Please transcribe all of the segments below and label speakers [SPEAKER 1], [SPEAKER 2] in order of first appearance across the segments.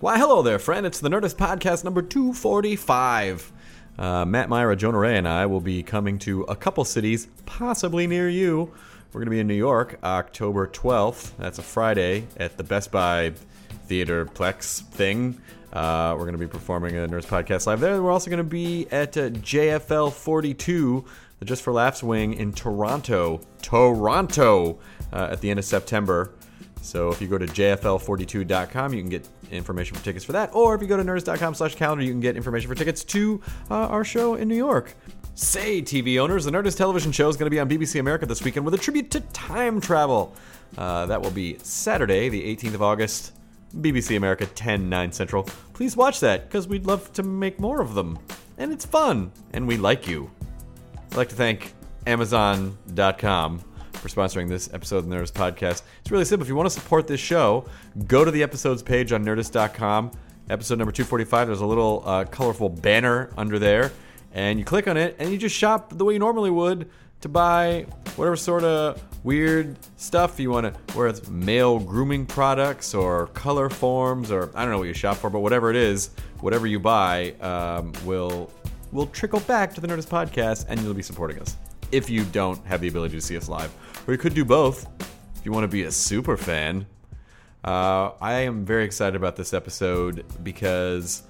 [SPEAKER 1] Why, hello there, friend. It's the Nerdist Podcast number 245. Uh, Matt Myra, Jonah Ray, and I will be coming to a couple cities, possibly near you. We're going to be in New York October 12th. That's a Friday at the Best Buy Theater Plex thing. Uh, we're going to be performing a Nerdist Podcast live there. We're also going to be at uh, JFL 42, the Just for Laughs wing in Toronto, Toronto, uh, at the end of September. So if you go to jfl42.com, you can get information for tickets for that. Or if you go to nerds.com slash calendar, you can get information for tickets to uh, our show in New York. Say, TV owners, the Nerdist television show is going to be on BBC America this weekend with a tribute to time travel. Uh, that will be Saturday, the 18th of August, BBC America, 10, 9 central. Please watch that, because we'd love to make more of them. And it's fun, and we like you. I'd like to thank Amazon.com for sponsoring this episode of the Nerdist Podcast. It's really simple. If you want to support this show, go to the episodes page on Nerdist.com. Episode number 245, there's a little uh, colorful banner under there, and you click on it, and you just shop the way you normally would to buy whatever sort of weird stuff you want to, whether it's male grooming products or color forms, or I don't know what you shop for, but whatever it is, whatever you buy um, will will trickle back to the Nerdist podcast and you'll be supporting us if you don't have the ability to see us live. Or you could do both if you want to be a super fan. Uh, I am very excited about this episode because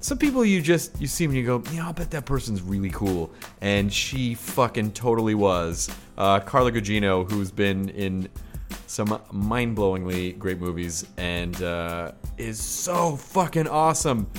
[SPEAKER 1] some people you just you see them and you go, yeah, I bet that person's really cool, and she fucking totally was. Uh, Carla Gugino, who's been in some mind-blowingly great movies and uh, is so fucking awesome.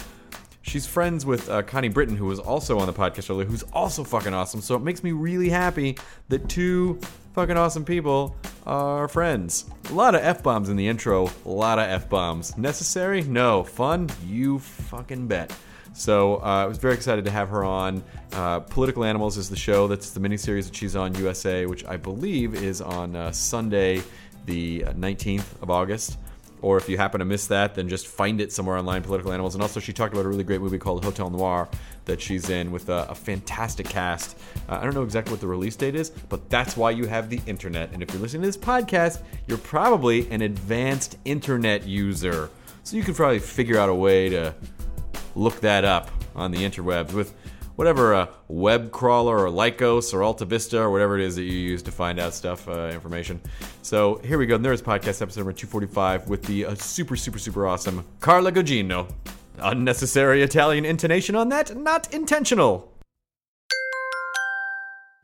[SPEAKER 1] She's friends with uh, Connie Britton, who was also on the podcast earlier, who's also fucking awesome. So it makes me really happy that two fucking awesome people are friends. A lot of f bombs in the intro. A lot of f bombs. Necessary? No. Fun? You fucking bet. So uh, I was very excited to have her on. Uh, Political Animals is the show. That's the miniseries that she's on USA, which I believe is on uh, Sunday, the 19th of August or if you happen to miss that, then just find it somewhere online. Political Animals, and also she talked about a really great movie called Hotel Noir that she's in with a, a fantastic cast. Uh, I don't know exactly what the release date is, but that's why you have the internet. And if you're listening to this podcast, you're probably an advanced internet user, so you can probably figure out a way to look that up on the interwebs with whatever uh, web crawler or Lycos or AltaVista or whatever it is that you use to find out stuff, uh, information. So here we go. Nerds Podcast episode number 245 with the uh, super, super, super awesome Carla Gugino. Unnecessary Italian intonation on that, not intentional.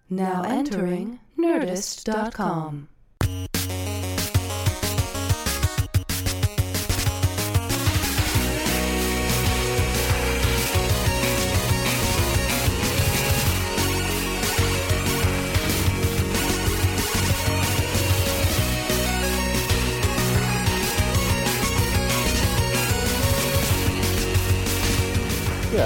[SPEAKER 2] Now entering Nerdist.com.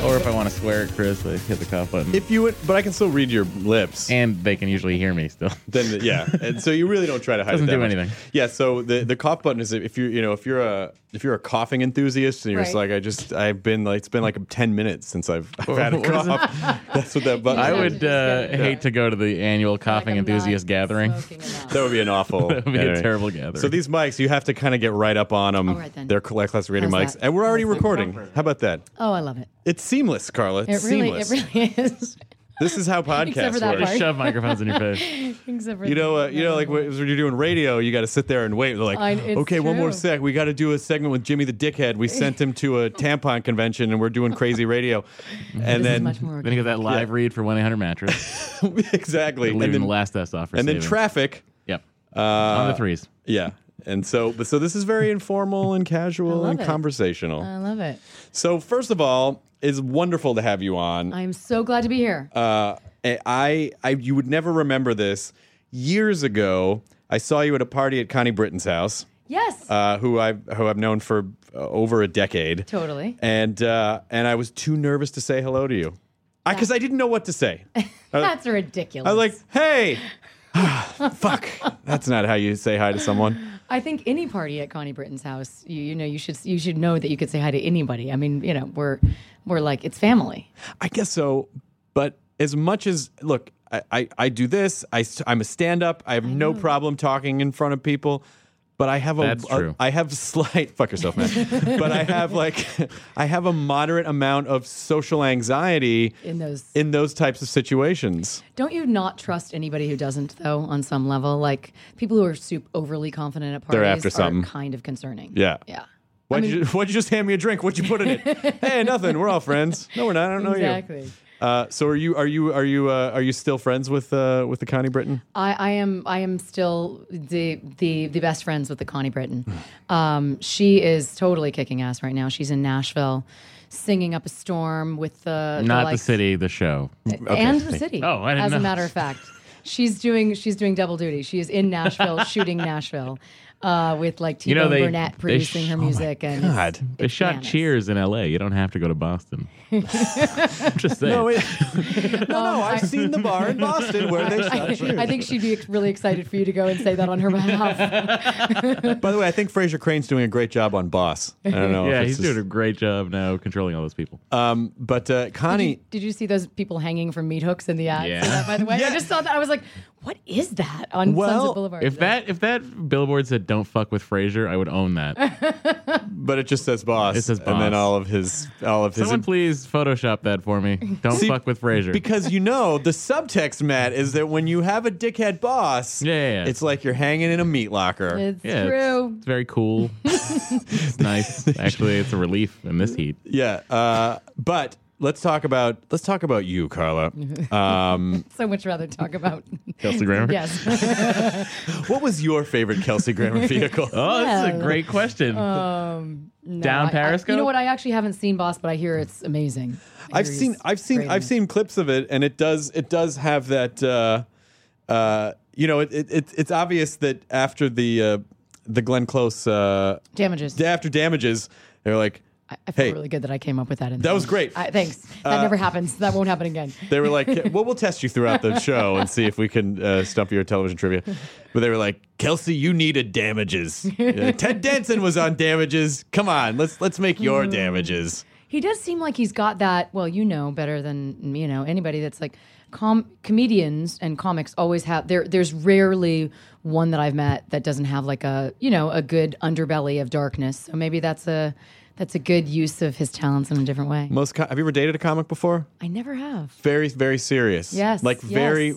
[SPEAKER 3] Or if I want to swear at Chris, I hit the cough button.
[SPEAKER 4] If you would, but I can still read your lips.
[SPEAKER 3] and they can usually hear me still.
[SPEAKER 4] then yeah, and so you really don't try to hide.
[SPEAKER 3] Doesn't
[SPEAKER 4] it that
[SPEAKER 3] do
[SPEAKER 4] much.
[SPEAKER 3] anything.
[SPEAKER 4] Yeah. So the the cough button is if you you know if you're a if you're a coughing enthusiast and you're just
[SPEAKER 2] Right.
[SPEAKER 4] like I just I've been like it's been like ten minutes since I've, I've had a
[SPEAKER 3] What is it?
[SPEAKER 4] cough. That's what that button.
[SPEAKER 3] I
[SPEAKER 4] is.
[SPEAKER 3] would uh, hate to go to the annual coughing enthusiast gathering.
[SPEAKER 4] That would be an awful.
[SPEAKER 3] That would be a
[SPEAKER 4] anyway.
[SPEAKER 3] terrible gathering.
[SPEAKER 4] So these mics, you have to kind of get right up on them.
[SPEAKER 5] All right, then.
[SPEAKER 4] They're cl- classificator
[SPEAKER 5] How's
[SPEAKER 4] mics,
[SPEAKER 5] that?
[SPEAKER 4] and we're already
[SPEAKER 5] How's that?
[SPEAKER 4] recording. How about that?
[SPEAKER 5] Oh, I love it.
[SPEAKER 4] It's seamless, Carla.
[SPEAKER 5] It
[SPEAKER 4] It's
[SPEAKER 5] really,
[SPEAKER 4] seamless.
[SPEAKER 5] it really is.
[SPEAKER 1] This is how podcasts
[SPEAKER 4] for that
[SPEAKER 1] work.
[SPEAKER 4] part.
[SPEAKER 3] Shove microphones in your face.
[SPEAKER 4] Except for
[SPEAKER 1] You know, uh, you know, like
[SPEAKER 4] what?
[SPEAKER 1] when when you're doing radio, you got to sit there and wait. They're like,
[SPEAKER 4] I- it's
[SPEAKER 1] okay, one more
[SPEAKER 4] true.
[SPEAKER 1] sec. We got to do a segment with Jimmy the Dickhead. We sent him to a tampon convention, and we're doing crazy radio. And
[SPEAKER 4] This is
[SPEAKER 1] then
[SPEAKER 4] much more.
[SPEAKER 3] Then you get that live read for 1 800 mattress.
[SPEAKER 1] exactly,
[SPEAKER 3] Leaving
[SPEAKER 1] and then,
[SPEAKER 3] the last us off for
[SPEAKER 1] and then Uh,
[SPEAKER 3] saving.
[SPEAKER 1] traffic.
[SPEAKER 3] Yep. On the threes.
[SPEAKER 1] Yeah, and so, but so this is very informal and casual
[SPEAKER 4] love
[SPEAKER 1] and
[SPEAKER 4] it. Uh,
[SPEAKER 1] conversational.
[SPEAKER 4] I love it.
[SPEAKER 1] so first of all, it's wonderful to have you on.
[SPEAKER 4] I'm so glad to be here.
[SPEAKER 1] uh, I, I, you would never remember this. Years ago, I saw you at a party at Connie Britton's house,
[SPEAKER 4] yes.
[SPEAKER 1] uh, who I who I've known for uh, over a decade.
[SPEAKER 4] Totally.
[SPEAKER 1] And uh, and I was too nervous to say hello to you, because I, didn't know what to say. I
[SPEAKER 4] That's ridiculous.
[SPEAKER 1] was like, "Hey, fuck, that's not how you say hi to someone."
[SPEAKER 4] I think any party at Connie Britton's house, you, you know, you should you should know that you could say hi to anybody. I mean, you know, we're we're like it's family.
[SPEAKER 1] I guess so, but as much as look, I I, I do this. I am a stand up. I have no problem talking in front of people. But I have a,
[SPEAKER 3] That's
[SPEAKER 1] a-
[SPEAKER 3] true.
[SPEAKER 1] I have slight fuck yourself, man. but I have like I have a moderate amount of social anxiety
[SPEAKER 4] In those-
[SPEAKER 1] in those types of situations.
[SPEAKER 4] Don't you not trust anybody who doesn't though? On some level, like people who are super overly confident at parties,
[SPEAKER 1] They're after
[SPEAKER 4] are
[SPEAKER 1] something.
[SPEAKER 4] kind of concerning.
[SPEAKER 1] Yeah.
[SPEAKER 4] Yeah.
[SPEAKER 1] Why'd, you, why'd you just hand me a drink? What'd you put in it? hey, nothing. We're all friends. No, we're not. I don't know you.
[SPEAKER 4] Exactly.
[SPEAKER 1] Uh, so are you? Are you? Are you? Uh, are you still friends with uh, with the Connie Britton?
[SPEAKER 4] I, I am I am still the the the best friends with the Connie Britton.
[SPEAKER 3] Hmm.
[SPEAKER 4] Um, she is totally kicking ass right now. She's in Nashville, singing up a storm with the the,
[SPEAKER 3] Not the
[SPEAKER 4] like,
[SPEAKER 3] city, the show.
[SPEAKER 4] and the city.
[SPEAKER 3] Oh, I didn't
[SPEAKER 4] as a
[SPEAKER 3] know.
[SPEAKER 4] matter of fact, she's doing she's doing double duty. She is in Nashville shooting Nashville uh, with like T
[SPEAKER 3] You know,
[SPEAKER 4] Bone
[SPEAKER 3] they-
[SPEAKER 4] Burnett
[SPEAKER 3] they
[SPEAKER 4] producing
[SPEAKER 3] sh-
[SPEAKER 4] her
[SPEAKER 3] oh my
[SPEAKER 4] music and
[SPEAKER 1] God.
[SPEAKER 4] it's,
[SPEAKER 3] They
[SPEAKER 4] it's
[SPEAKER 3] shot
[SPEAKER 4] bananas.
[SPEAKER 3] Cheers in L.A. You don't have to go to Boston. I'm just saying.
[SPEAKER 1] No, Oh, wait. no, no. I've seen the bar in Boston where they shot you.
[SPEAKER 4] I think she'd be ex- really excited for you to go and say that on her behalf.
[SPEAKER 1] By the way, I think Fraser Crane's doing a great job on Boss. I don't know. if
[SPEAKER 3] yeah,
[SPEAKER 1] it's
[SPEAKER 3] he's
[SPEAKER 1] just-
[SPEAKER 3] doing a great job now controlling all those people.
[SPEAKER 1] But uh, Connie,
[SPEAKER 4] Did you see those people hanging from meat hooks in the ads?
[SPEAKER 3] Yeah.
[SPEAKER 4] See that, by the way,
[SPEAKER 1] Yeah.
[SPEAKER 4] I just saw that. I was like, what is that on
[SPEAKER 1] Well,
[SPEAKER 4] Sunset Boulevard?
[SPEAKER 3] if that if that billboard said "Don't fuck with Frasier," I would own that.
[SPEAKER 1] but it just says Boss.
[SPEAKER 3] It says
[SPEAKER 1] and then
[SPEAKER 3] Boss.
[SPEAKER 1] all of his all of his
[SPEAKER 3] Someone please Photoshop that for me. Don't
[SPEAKER 1] See,
[SPEAKER 3] fuck with Frasier.
[SPEAKER 1] Because you know the subtext, Matt, is that when you have a dickhead boss,
[SPEAKER 3] Yeah, yeah, yeah.
[SPEAKER 1] it's like you're hanging in a meat locker.
[SPEAKER 4] it's
[SPEAKER 3] yeah, It's,
[SPEAKER 4] true.
[SPEAKER 3] it's very cool. it's nice. Actually, it's a relief in this heat.
[SPEAKER 1] yeah, uh, but let's talk about let's talk about you, Carla. Um,
[SPEAKER 4] So much rather talk about
[SPEAKER 3] Kelsey Grammer.
[SPEAKER 4] yes.
[SPEAKER 1] what was your favorite Kelsey Grammer vehicle?
[SPEAKER 3] Oh, this is
[SPEAKER 4] Yeah. Uh,
[SPEAKER 3] a great question.
[SPEAKER 4] No,
[SPEAKER 3] Down
[SPEAKER 4] I- I-
[SPEAKER 3] Periscope.
[SPEAKER 4] you know what? I actually haven't seen Boss, but I hear it's amazing. I
[SPEAKER 1] I've
[SPEAKER 4] hear
[SPEAKER 1] seen
[SPEAKER 4] he's
[SPEAKER 1] I've seen
[SPEAKER 4] great
[SPEAKER 1] I've
[SPEAKER 4] in it.
[SPEAKER 1] seen clips of it, and it does it does have that. Uh, uh, you know, it, it, it it's obvious that after the uh, the Glenn Close uh,
[SPEAKER 4] damages.
[SPEAKER 1] after damages, they're like,
[SPEAKER 4] I, I feel
[SPEAKER 1] hey.
[SPEAKER 4] really good that I came up with that. In the
[SPEAKER 1] That was
[SPEAKER 4] end.
[SPEAKER 1] great. Uh,
[SPEAKER 4] I, thanks. That never happens. That won't happen again.
[SPEAKER 1] They were like, well, we'll test you throughout the show and see if we can uh, stump your television trivia. But they were like, Kelsey, you needed damages. Yeah, Ted Danson was on damages. Come on, let's let's make
[SPEAKER 4] Mm-hmm.
[SPEAKER 1] your damages.
[SPEAKER 4] He does seem like he's got that. Well, you know better than you know anybody. That's like com- comedians and comics always have. There, there's rarely one that I've met that doesn't have like a you know a good underbelly of darkness. So maybe that's a that's a good use of his talents in a different way.
[SPEAKER 1] Most co- have you ever dated a comic before?
[SPEAKER 4] I never have.
[SPEAKER 1] Very very serious.
[SPEAKER 4] Yes,
[SPEAKER 1] like
[SPEAKER 4] yes.
[SPEAKER 1] very,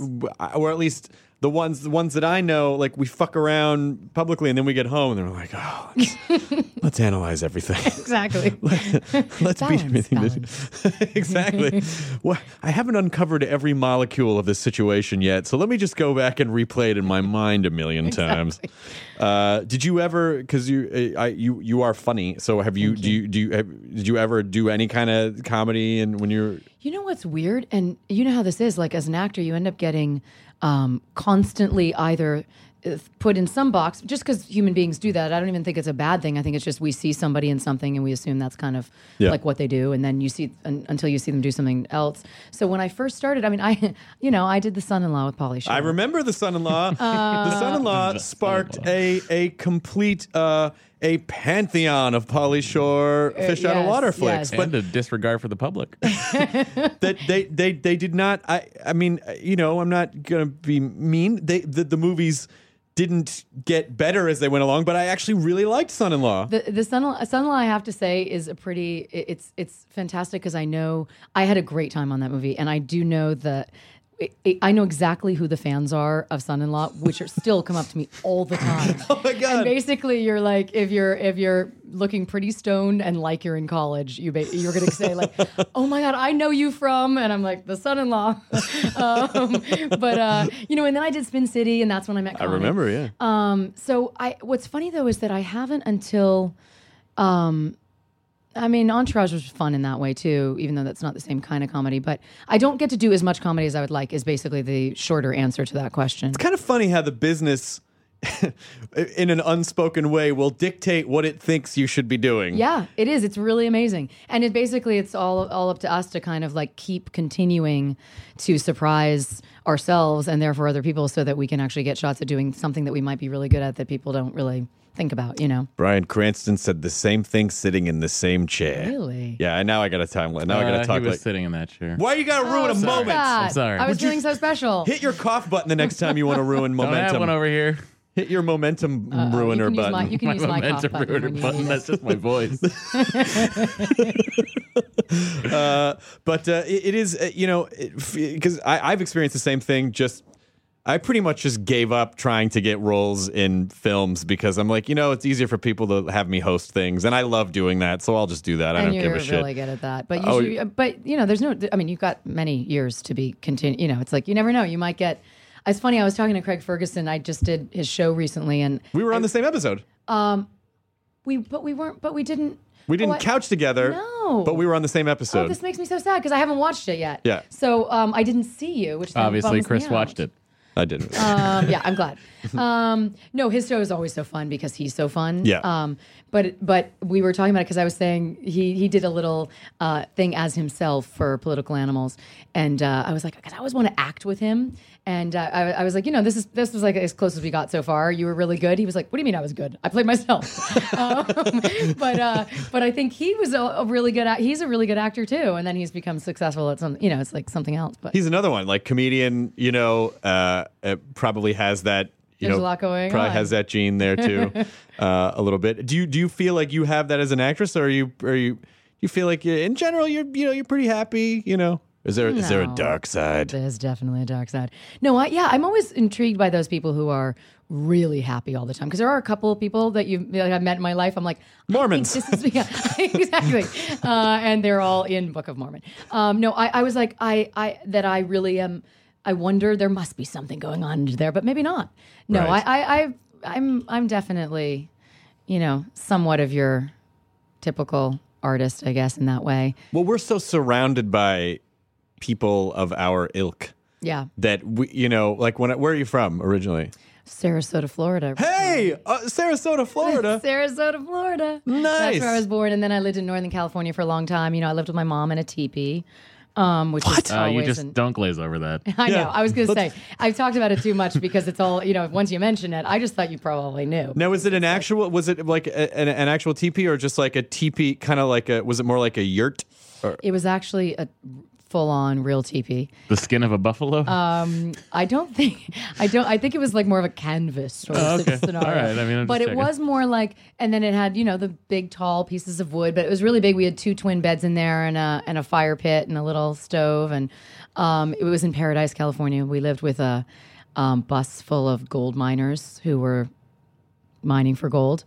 [SPEAKER 1] or at least the ones the ones that I know. Like we fuck around publicly and then we get home and they're like, oh, let's, let's analyze everything.
[SPEAKER 4] Exactly.
[SPEAKER 1] Let's beat
[SPEAKER 4] Balance,
[SPEAKER 1] everything. to- exactly. well, I haven't uncovered every molecule of this situation yet, so let me just go back and replay it in my mind a million times. Uh, did you ever? Because you, uh, I, you, you are funny. So have you? Do you? Do you? Have, did you ever do any kind of comedy? And when you're
[SPEAKER 4] You know what's weird, and you know how this is. Like as an actor, you end up getting um, constantly either uh, put in some box, just because human beings do that. I don't even think it's a bad thing. I think it's just we see somebody in something and we assume that's kind of
[SPEAKER 1] Yeah.
[SPEAKER 4] like what they do, and then you see un- until you see them do something else. So when I first started, I mean, I, you know, I did the son-in-law with Polly Shore.
[SPEAKER 1] I remember the son-in-law.
[SPEAKER 4] Uh,
[SPEAKER 1] the son-in-law sparked a a complete uh, a pantheon of Polly Shore fish out of
[SPEAKER 4] yes,
[SPEAKER 1] water flicks.
[SPEAKER 4] yes.
[SPEAKER 1] But
[SPEAKER 3] and a disregard for the public.
[SPEAKER 1] that they, they they did not I I mean uh, you know I'm not gonna be mean they the, the movies didn't get better as they went along, but I actually really liked Son in Law.
[SPEAKER 4] The, the Sun, Sun Law, I have to say, is a pretty. it- It's it's fantastic because I know I had a great time on that movie, and I do know that. I- I- I know exactly who the fans are of Son in Law, which are still come up to me all the time. oh my god! And basically, you're like if you're if you're looking pretty stoned and like you're in college, you ba- you're gonna say like, "Oh my god, I know you from," and I'm like the Son in Law. um, but uh, you know, and then I did Spin City, and that's when I met.
[SPEAKER 1] I
[SPEAKER 4] Comic.
[SPEAKER 1] remember, yeah.
[SPEAKER 4] Um, so I what's funny though is that I haven't until um I mean Entourage was fun in that way too, even though that's not the same kind of comedy, but I don't get to do as much comedy as I would like is basically the shorter answer to that question.
[SPEAKER 1] kind of funny how the business, in an unspoken way, will dictate what it thinks you should be doing.
[SPEAKER 4] Yeah, it is. It's really amazing, and it basically it's all all up to us to kind of like keep continuing to surprise ourselves and therefore other people, so that we can actually get shots at doing something that we might be really good at that people don't really think about. You know,
[SPEAKER 1] Brian Cranston said the same thing sitting in the same chair.
[SPEAKER 4] Really?
[SPEAKER 1] Yeah, and now I got a timeline. Now I got
[SPEAKER 3] Uh,
[SPEAKER 1] to
[SPEAKER 3] he
[SPEAKER 1] talk
[SPEAKER 3] was
[SPEAKER 1] like
[SPEAKER 3] sitting in that chair.
[SPEAKER 1] Why you got to ruin a
[SPEAKER 4] Stop
[SPEAKER 1] moment?
[SPEAKER 4] that.
[SPEAKER 3] I'm sorry.
[SPEAKER 4] Oh I was
[SPEAKER 3] Would
[SPEAKER 4] feeling so special.
[SPEAKER 1] Hit your cough button the next time you want to ruin
[SPEAKER 3] Don't
[SPEAKER 1] momentum.
[SPEAKER 3] have one over here.
[SPEAKER 1] Hit your momentum
[SPEAKER 4] Uh-oh, Uh, you
[SPEAKER 1] ruiner
[SPEAKER 4] can use
[SPEAKER 1] button.
[SPEAKER 4] my- you can use my cough
[SPEAKER 3] momentum
[SPEAKER 4] button
[SPEAKER 3] ruiner
[SPEAKER 4] when you
[SPEAKER 3] button.
[SPEAKER 4] need it.
[SPEAKER 3] That's just my voice.
[SPEAKER 1] uh, but uh, it, it is, uh, you know, because I I've experienced the same thing. Just I pretty much just gave up trying to get roles in films because I'm like, you know, it's easier for people to have me host things, and I love doing that, so I'll just do that. I
[SPEAKER 4] and
[SPEAKER 1] don't
[SPEAKER 4] you're
[SPEAKER 1] give a shit.
[SPEAKER 4] really good at that. But you
[SPEAKER 1] Oh,
[SPEAKER 4] should, uh, but you know, there's no. I mean, you've got many years to be continue. You know, it's like you never know. You might get. It's funny. I was talking to Craig Ferguson. I just did his show recently, and um,
[SPEAKER 1] we were on the same episode.
[SPEAKER 4] we but we weren't. But we didn't.
[SPEAKER 1] We didn't
[SPEAKER 4] oh, I-
[SPEAKER 1] couch together.
[SPEAKER 4] No.
[SPEAKER 1] But we were on the same episode.
[SPEAKER 4] Oh, this makes me so sad because I haven't watched it yet.
[SPEAKER 1] Yeah.
[SPEAKER 4] So um, I didn't see you, which then
[SPEAKER 3] Obviously,
[SPEAKER 4] bums me
[SPEAKER 3] Chris
[SPEAKER 4] out.
[SPEAKER 3] watched it.
[SPEAKER 1] I didn't.
[SPEAKER 4] um, yeah, I'm glad. Um, no, his show is always so fun because he's so fun.
[SPEAKER 1] Yeah.
[SPEAKER 4] Um, but but we were talking about it because I was saying he he did a little uh, thing as himself for Political Animals, and uh, I was like, "God, I always want to act with him. And uh, I, I was like, you know, this is this was like as close as we got so far. You were really good. He was like, what do you mean I was good? I played myself. um, but uh, but I think he was a, a really good. act he's a really good actor too. And then he's become successful at some. You know, it's like something else. But
[SPEAKER 1] He's another one, like comedian. You know, uh, uh, probably has that. You
[SPEAKER 4] There's
[SPEAKER 1] know,
[SPEAKER 4] a lot going
[SPEAKER 1] probably
[SPEAKER 4] on.
[SPEAKER 1] has that gene there too, uh, a little bit. Do you do you feel like you have that as an actress, or are you are you you feel like you're, in general you're you know you're pretty happy? You know, is there is there a
[SPEAKER 4] No.
[SPEAKER 1] dark side?
[SPEAKER 4] There's definitely a dark side. No, I, yeah, I'm always intrigued by those people who are really happy all the time because there are a couple of people that you that I've met in my life. I'm like I think
[SPEAKER 1] Mormons.
[SPEAKER 4] this is yeah, exactly, uh, and they're all in Book of Mormon. Um, no, I, I was like I I that I really am. I wonder there must be something going on there, but maybe not. No,
[SPEAKER 1] Right.
[SPEAKER 4] I, I I I'm I'm definitely, you know, somewhat of your typical artist, I guess, in that way.
[SPEAKER 1] Well, we're so surrounded by people of our ilk
[SPEAKER 4] Yeah,
[SPEAKER 1] that we you know like when I- where are you from originally?
[SPEAKER 4] Sarasota, Florida.
[SPEAKER 1] Hey, uh, Sarasota, Florida.
[SPEAKER 4] Sarasota, Florida.
[SPEAKER 1] Nice.
[SPEAKER 4] That's where I was born, and then I lived in Northern California for a long time. You know, I lived with my mom in a teepee, um, which is
[SPEAKER 3] Uh,
[SPEAKER 4] always.
[SPEAKER 3] you just
[SPEAKER 4] an-
[SPEAKER 3] don't glaze over that.
[SPEAKER 4] I know. I was going to say I've talked about it too much because it's all you know. Once you mention it, I just thought you probably knew.
[SPEAKER 1] Now, was it an actual? Was it like a, an, an actual teepee, or just like a teepee? Kind of like a? Was it more like a yurt? Or,
[SPEAKER 4] It was actually a full-on real teepee.
[SPEAKER 3] The skin of a buffalo.
[SPEAKER 4] Um, I don't think I don't. I think it was like more of a canvas sort of
[SPEAKER 3] Oh, okay.
[SPEAKER 4] scenario.
[SPEAKER 3] All right. I mean, I'm just
[SPEAKER 4] but it
[SPEAKER 3] checking.
[SPEAKER 4] was more like, and then it had you know the big tall pieces of wood, but it was really big. We had two twin beds in there and a and a fire pit and a little stove, and um, it was in Paradise, California. We lived with a um, bus full of gold miners who were mining for gold.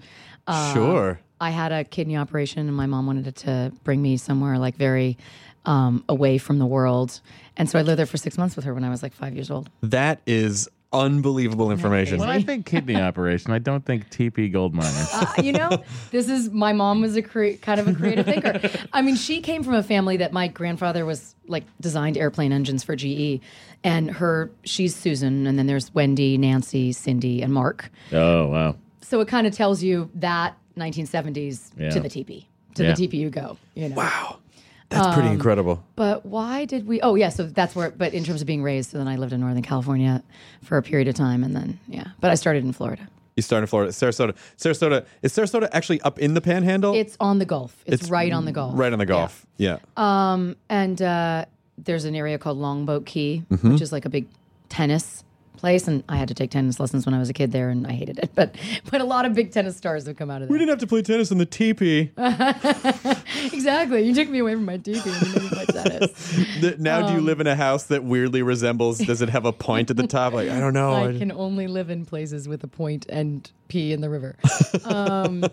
[SPEAKER 4] Uh,
[SPEAKER 1] Sure.
[SPEAKER 4] I had a kidney operation, and my mom wanted it to bring me somewhere like very um, away from the world. And so I lived there for six months with her when I was like five years old.
[SPEAKER 1] that is unbelievable information.
[SPEAKER 3] when I think kidney operation, I don't think TP gold miner.
[SPEAKER 4] Uh, you know, this is my mom was a cre- kind of a creative thinker. I mean, she came from a family that my grandfather was like designed airplane engines for GE, and her she's Susan, and then there's Wendy, Nancy, Cindy, and Mark.
[SPEAKER 3] oh wow.
[SPEAKER 4] So it kind of tells you that 1970s
[SPEAKER 3] Yeah.
[SPEAKER 4] to the teepee, to
[SPEAKER 3] Yeah.
[SPEAKER 4] the teepee you go. You know.
[SPEAKER 1] That's
[SPEAKER 4] Um,
[SPEAKER 1] pretty incredible.
[SPEAKER 4] But why did we? Oh, yeah. So that's where. But in terms of being raised, so then I lived in Northern California for a period of time, and then yeah. But I started in Florida.
[SPEAKER 1] You start in Florida, Sarasota. Sarasota is Sarasota actually up in the Panhandle?
[SPEAKER 4] It's on the Gulf. It's, right on the Gulf. uh,
[SPEAKER 1] right on the Gulf. Yeah. Mm-hmm.
[SPEAKER 4] and uh, there's an area called Longboat Key, which is like a big tennis place, and I had to take tennis lessons when I was a kid there, and I hated it. But but a lot of big tennis stars have come out of
[SPEAKER 1] We
[SPEAKER 4] there.
[SPEAKER 1] didn't have to play tennis in the teepee.
[SPEAKER 4] exactly. You took me away from my teepee. and you made me play tennis.
[SPEAKER 1] Th- now,
[SPEAKER 4] Um,
[SPEAKER 1] do you live in a house that weirdly resembles? Does it have a point at the top? Like Oh, I don't know.
[SPEAKER 4] I can only live in places with a point and pee in the river. um,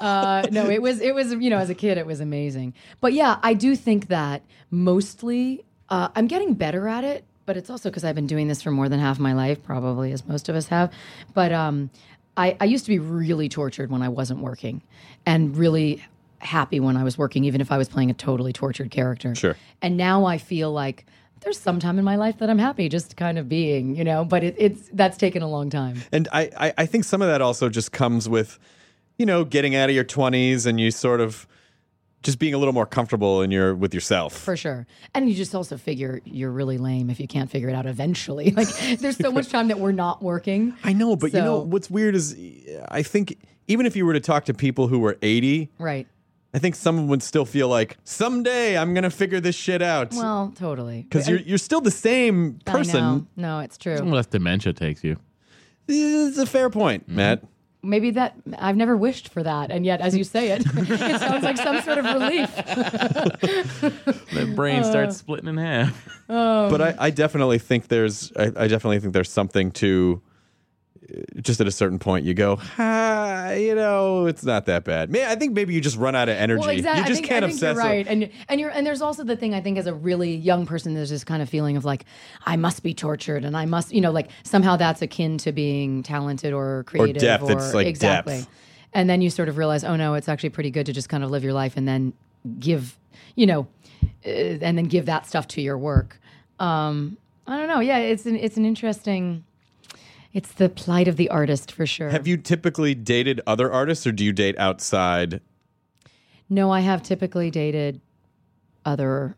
[SPEAKER 4] uh, no, it was it was you know as a kid it was amazing. But yeah, I do think that mostly uh, I'm getting better at it, but it's also because I've been doing this for more than half my life, probably as most of us have. But um, I, I used to be really tortured when I wasn't working, and really happy when I was working, even if I was playing a totally tortured character.
[SPEAKER 1] Sure.
[SPEAKER 4] And now I feel like there's some time in my life that I'm happy just kind of being, you know, but it, it's that's taken a long time.
[SPEAKER 1] And I, I, I think some of that also just comes with, you know, getting out of your twenties and you sort of just being a little more comfortable in your with yourself.
[SPEAKER 4] For sure. And you just also figure you're really lame if you can't figure it out eventually. Like there's so much time that we're not working.
[SPEAKER 1] I know, but you know
[SPEAKER 4] So-
[SPEAKER 1] what's weird is I think even if you were to talk to people who were eighty,
[SPEAKER 4] Right.
[SPEAKER 1] I think some would still feel like someday I'm gonna figure this shit out.
[SPEAKER 4] Well, totally.
[SPEAKER 1] because you're you're still the same
[SPEAKER 4] I know.
[SPEAKER 1] person. Mm.
[SPEAKER 4] No, it's true.
[SPEAKER 3] Unless dementia takes you.
[SPEAKER 1] It's a fair point, Matt.
[SPEAKER 4] Maybe that I've never wished for that. And yet, as you say it, it sounds like some sort of relief.
[SPEAKER 3] The
[SPEAKER 4] Uh.
[SPEAKER 3] brain starts splitting in half.
[SPEAKER 1] but I, I definitely think there's I, I definitely think there's something to uh, just at a certain point you go ah, you know it's not that bad Man, i think maybe you just run out of energy
[SPEAKER 4] Well, exactly.
[SPEAKER 1] you just
[SPEAKER 4] I think,
[SPEAKER 1] can't
[SPEAKER 4] I think
[SPEAKER 1] obsess
[SPEAKER 4] you're
[SPEAKER 1] it.
[SPEAKER 4] right, and and you're and there's also the thing I think as a really young person, there's this kind of feeling of like I must be tortured, and I must, you know, like somehow that's akin to being talented or creative
[SPEAKER 1] depth. It's like
[SPEAKER 4] exactly.
[SPEAKER 1] depth.
[SPEAKER 4] And then you sort of realize, oh no, it's actually pretty good to just kind of live your life and then give, you know, uh, and then give that stuff to your work. Um, I don't know. Yeah, it's an it's an interesting. It's the plight of the artist for sure.
[SPEAKER 1] have you typically dated other artists or do you date outside
[SPEAKER 4] No, I have typically dated other,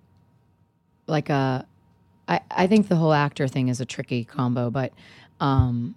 [SPEAKER 4] like a, I I think the whole actor thing is a tricky combo, but, um,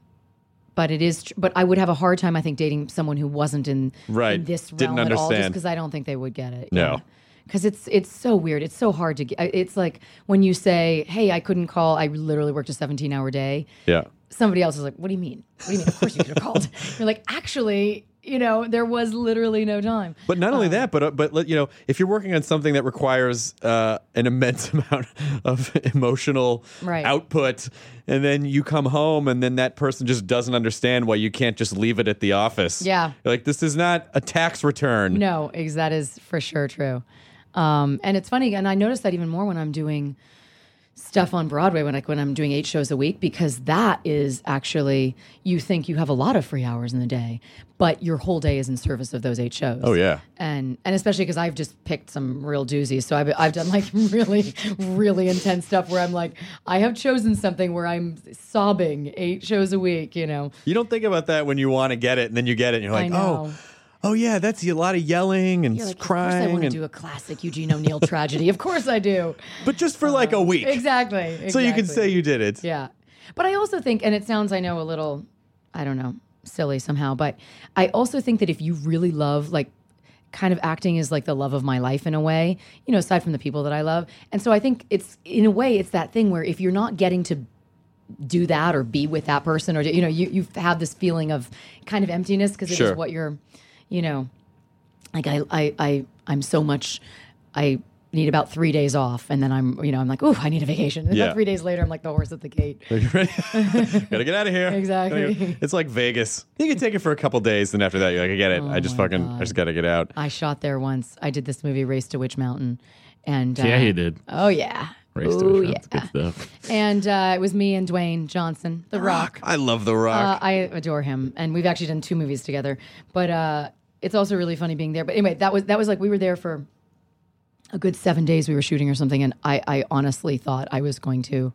[SPEAKER 4] but it is. Tr- but I would have a hard time, I think, dating someone who wasn't in,
[SPEAKER 1] Right.
[SPEAKER 4] in this realm
[SPEAKER 1] Didn't
[SPEAKER 4] at all, just
[SPEAKER 1] understand.
[SPEAKER 4] because I don't think they would get it.
[SPEAKER 1] No.
[SPEAKER 4] Because it's it's so weird. It's so hard to get. It's like when you say, "Hey, I couldn't call. I literally worked a seventeen-hour day."
[SPEAKER 1] yeah
[SPEAKER 4] somebody else is like, "What do you mean? What do you mean? Of course you could have called." You're like, "Actually, you know, there was literally no time."
[SPEAKER 1] but not
[SPEAKER 4] Um,
[SPEAKER 1] only that, but uh, but let- you know, if you're working on something that requires uh, an immense amount of emotional
[SPEAKER 4] Right.
[SPEAKER 1] output, and then you come home, and then that person just doesn't understand why you can't just leave it at the office.
[SPEAKER 4] Yeah.
[SPEAKER 1] You're like this is not a tax return.
[SPEAKER 4] No, ex- that is for sure true. Um, and it's funny, and I notice that even more when I'm doing stuff on Broadway, when like when I'm doing eight shows a week, because that is actually you think you have a lot of free hours in the day, but your whole day is in service of those eight shows.
[SPEAKER 1] Oh, yeah.
[SPEAKER 4] and and especially because I've just picked some real doozies. So I've I've done like really really intense stuff where I'm like I have chosen something where I'm sobbing eight shows a week. You know,
[SPEAKER 1] You don't think about that when you want to get it, and then you get it, and you're
[SPEAKER 4] I
[SPEAKER 1] like,
[SPEAKER 4] know.
[SPEAKER 1] oh, oh yeah, that's a lot of yelling and
[SPEAKER 4] You're like, of course I
[SPEAKER 1] crying,
[SPEAKER 4] want to
[SPEAKER 1] and-
[SPEAKER 4] do a classic Eugene O'Neill tragedy. Of course I do.
[SPEAKER 1] but just for like a week,
[SPEAKER 4] Exactly.
[SPEAKER 1] So you can
[SPEAKER 4] exactly.
[SPEAKER 1] say you did it.
[SPEAKER 4] Yeah. But I also think, and it sounds, I know, a little, I don't know, silly somehow, but I also think that if you really love, like, kind of acting is like the love of my life in a way, you know, aside from the people that I love. And so I think it's, in a way, it's that thing where if you're not getting to do that or be with that person or, you know, you, you have this feeling of kind of emptiness because it is
[SPEAKER 1] Sure.
[SPEAKER 4] what you're, you know, like I, I, I, I'm so much, I need about three days off, and then I'm, you know, I'm like, oh, I need a vacation. And
[SPEAKER 1] Yeah.
[SPEAKER 4] about three days later, I'm like the horse at the gate.
[SPEAKER 1] You ready? Gotta get out of here.
[SPEAKER 4] Exactly.
[SPEAKER 1] Gotta go- It's like Vegas. You can take it for a couple days, and after that, you're like, I get it. I just
[SPEAKER 4] Oh
[SPEAKER 1] fucking, I just gotta get out.
[SPEAKER 4] I shot there once. I did this movie, Race to Witch Mountain, and uh,
[SPEAKER 3] Yeah, you did.
[SPEAKER 4] Oh yeah,
[SPEAKER 3] Race to
[SPEAKER 4] Ooh,
[SPEAKER 3] Wisconsin.
[SPEAKER 4] yeah.
[SPEAKER 3] Good stuff.
[SPEAKER 4] And uh, it was me and Dwayne Johnson, The Rock.
[SPEAKER 1] I love The
[SPEAKER 4] Uh,
[SPEAKER 1] Rock.
[SPEAKER 4] I adore him, and we've actually done two movies together. But uh, it's also really funny being there. But anyway, that was that was like we were there for a good seven days. We were shooting or something, and I, I honestly thought I was going to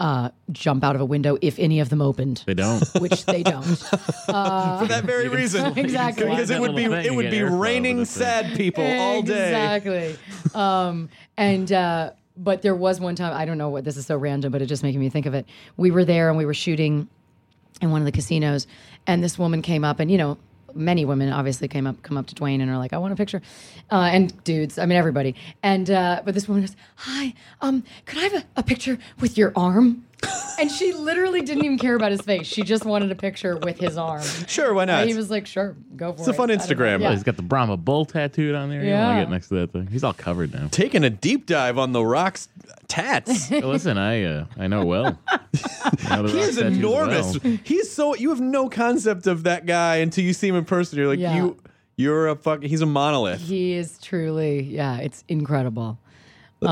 [SPEAKER 4] uh, jump out of a window if any of them opened,
[SPEAKER 3] They don't.
[SPEAKER 4] which they don't.
[SPEAKER 1] for that very reason,
[SPEAKER 4] Uh, Exactly.
[SPEAKER 1] because it would be,
[SPEAKER 3] Little thing,
[SPEAKER 1] it
[SPEAKER 3] you
[SPEAKER 1] would
[SPEAKER 3] get
[SPEAKER 1] be
[SPEAKER 3] airflow with
[SPEAKER 1] raining
[SPEAKER 3] the thing.
[SPEAKER 1] sad people all day.
[SPEAKER 4] Exactly. um, and uh, but there was one time I don't know what this is so random, but it just making me think of it. We were there and we were shooting in one of the casinos, and this woman came up and you know many women obviously came up come up to Dwayne and are like, "I want a picture," uh, and dudes, I mean everybody. And uh, but this woman goes, "Hi, um, could I have a, a picture with your arm?" and she literally didn't even care about his face. She just wanted a picture with his arm.
[SPEAKER 1] Sure, why not?
[SPEAKER 4] And he was like, "Sure, go for
[SPEAKER 1] It's
[SPEAKER 4] it."
[SPEAKER 1] a fun
[SPEAKER 4] I don't know.
[SPEAKER 1] Instagram.
[SPEAKER 4] Yeah.
[SPEAKER 3] He's got the Brahma bull tattooed on there. You don't
[SPEAKER 4] Yeah.
[SPEAKER 3] want to get next to that thing. He's all covered now.
[SPEAKER 1] Taking a deep dive on the Rock's tats.
[SPEAKER 3] Hey, Listen, I uh, I know well. I know the
[SPEAKER 1] He
[SPEAKER 3] rock
[SPEAKER 1] is
[SPEAKER 3] tattoos
[SPEAKER 1] enormous.
[SPEAKER 3] well.
[SPEAKER 1] He's so you have no concept of that guy until you see him in person. You're like
[SPEAKER 4] Yeah.
[SPEAKER 1] you, you're a fuck. He's a monolith.
[SPEAKER 4] He is truly, yeah, it's incredible
[SPEAKER 3] He's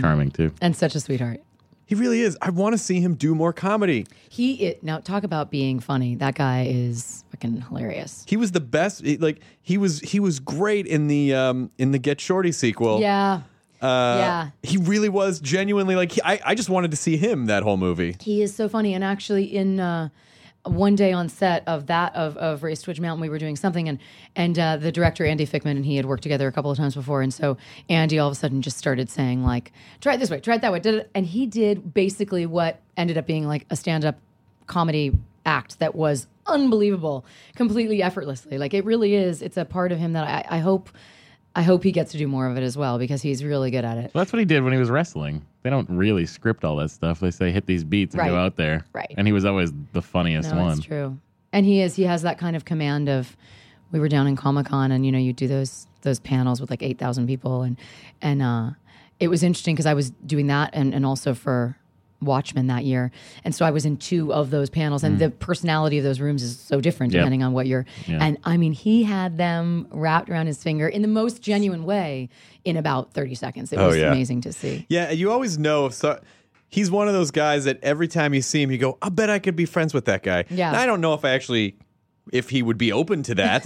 [SPEAKER 3] charming too.
[SPEAKER 4] and such a sweetheart.
[SPEAKER 1] He really is. I want to see him do more comedy.
[SPEAKER 4] He i now talk about being funny. That guy is fucking hilarious.
[SPEAKER 1] He was the best. he- Like he was, he was great in the um in the Get Shorty sequel.
[SPEAKER 4] yeah,
[SPEAKER 1] Oh. Uh,
[SPEAKER 4] yeah.
[SPEAKER 1] He really was genuinely like. He, I I just wanted to see him that whole movie.
[SPEAKER 4] He is so funny. And actually, in uh, one day on set of that of of Race Twitch Mountain, we were doing something, and and uh, the director Andy Fickman and he had worked together a couple of times before, and so Andy all of a sudden just started saying like, "Try it this way, try it that way," did it, and he did basically what ended up being like a stand up comedy act that was unbelievable, completely effortlessly. Like it really is. It's a part of him that I, I hope. I hope he gets to do more of it as well because he's really good at it.
[SPEAKER 3] Well, that's what he did when he was wrestling. They don't really script all that stuff. They say hit these beats and go
[SPEAKER 4] Right.
[SPEAKER 3] out there.
[SPEAKER 4] Right.
[SPEAKER 3] And he was always the funniest
[SPEAKER 4] No,
[SPEAKER 3] one.
[SPEAKER 4] it's true. And he is. He has that kind of command of. We were down in Comic Con, and you know, you do those those panels with like eight thousand people, and and uh, it was interesting because I was doing that, and and also for Watchmen that year, and so I was in two of those panels,
[SPEAKER 1] Mm.
[SPEAKER 4] and the personality of those rooms is so different
[SPEAKER 3] Yeah.
[SPEAKER 4] depending on what you're. And I mean, he had them wrapped around his finger in the most genuine way in about thirty seconds. It was
[SPEAKER 1] Oh, yeah.
[SPEAKER 4] amazing to see.
[SPEAKER 1] Yeah, you always know if so. He's one of those guys that every time you see him, you go, "I bet I could be friends with that guy."
[SPEAKER 4] Yeah.
[SPEAKER 1] And I don't know if I actually, if he would be open to that,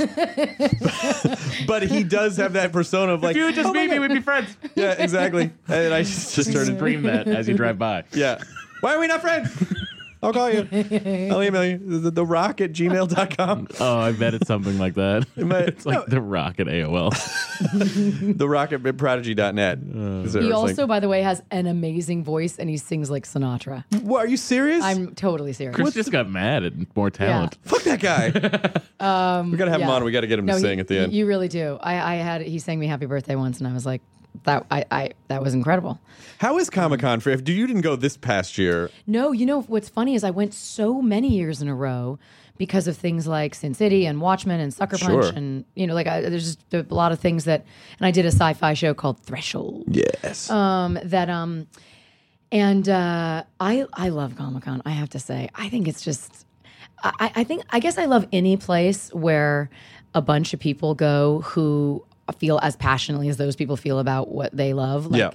[SPEAKER 1] but he does have that persona of like,
[SPEAKER 3] if you would just
[SPEAKER 1] "Oh my
[SPEAKER 3] meet me,
[SPEAKER 1] God."
[SPEAKER 3] we'd be friends.
[SPEAKER 1] yeah, exactly. And I just, just
[SPEAKER 3] Just
[SPEAKER 1] started,
[SPEAKER 3] scream that as you drive by.
[SPEAKER 1] yeah. Why are we not friends? I'll call you. I'll email you. The, the rock at gmail.com.
[SPEAKER 3] Oh, I bet it's something like that.
[SPEAKER 1] might-
[SPEAKER 3] it's like the rock at AOL.
[SPEAKER 1] The rock at prodigy.net. Is it-
[SPEAKER 4] He
[SPEAKER 1] it's
[SPEAKER 4] also,
[SPEAKER 1] like,
[SPEAKER 4] by the way, has an amazing voice, and he sings like Sinatra.
[SPEAKER 1] what, are you serious?
[SPEAKER 4] I'm totally serious.
[SPEAKER 3] Chris just got mad at more talent.
[SPEAKER 1] Fuck that guy. we got to have him
[SPEAKER 4] Um, yeah.
[SPEAKER 1] on. We got to get him to
[SPEAKER 4] he-
[SPEAKER 1] sing at the
[SPEAKER 4] you-
[SPEAKER 1] end.
[SPEAKER 4] You really do. I, I had he sang me happy birthday once, and I was like, that I, I that was incredible.
[SPEAKER 1] How is Comic Con for if you didn't go this past year?
[SPEAKER 4] No, you know what's funny is I went so many years in a row because of things like Sin City and Watchmen and Sucker Punch,
[SPEAKER 1] Sure.
[SPEAKER 4] and you know, like I, there's just a lot of things that. And I did a sci-fi show called Threshold.
[SPEAKER 1] Yes.
[SPEAKER 4] Um, that um, and uh, I I love Comic Con. I have to say, I think it's just, I, I think I guess I love any place where a bunch of people go who feel as passionately as those people feel about what they love. Like,
[SPEAKER 1] Yeah.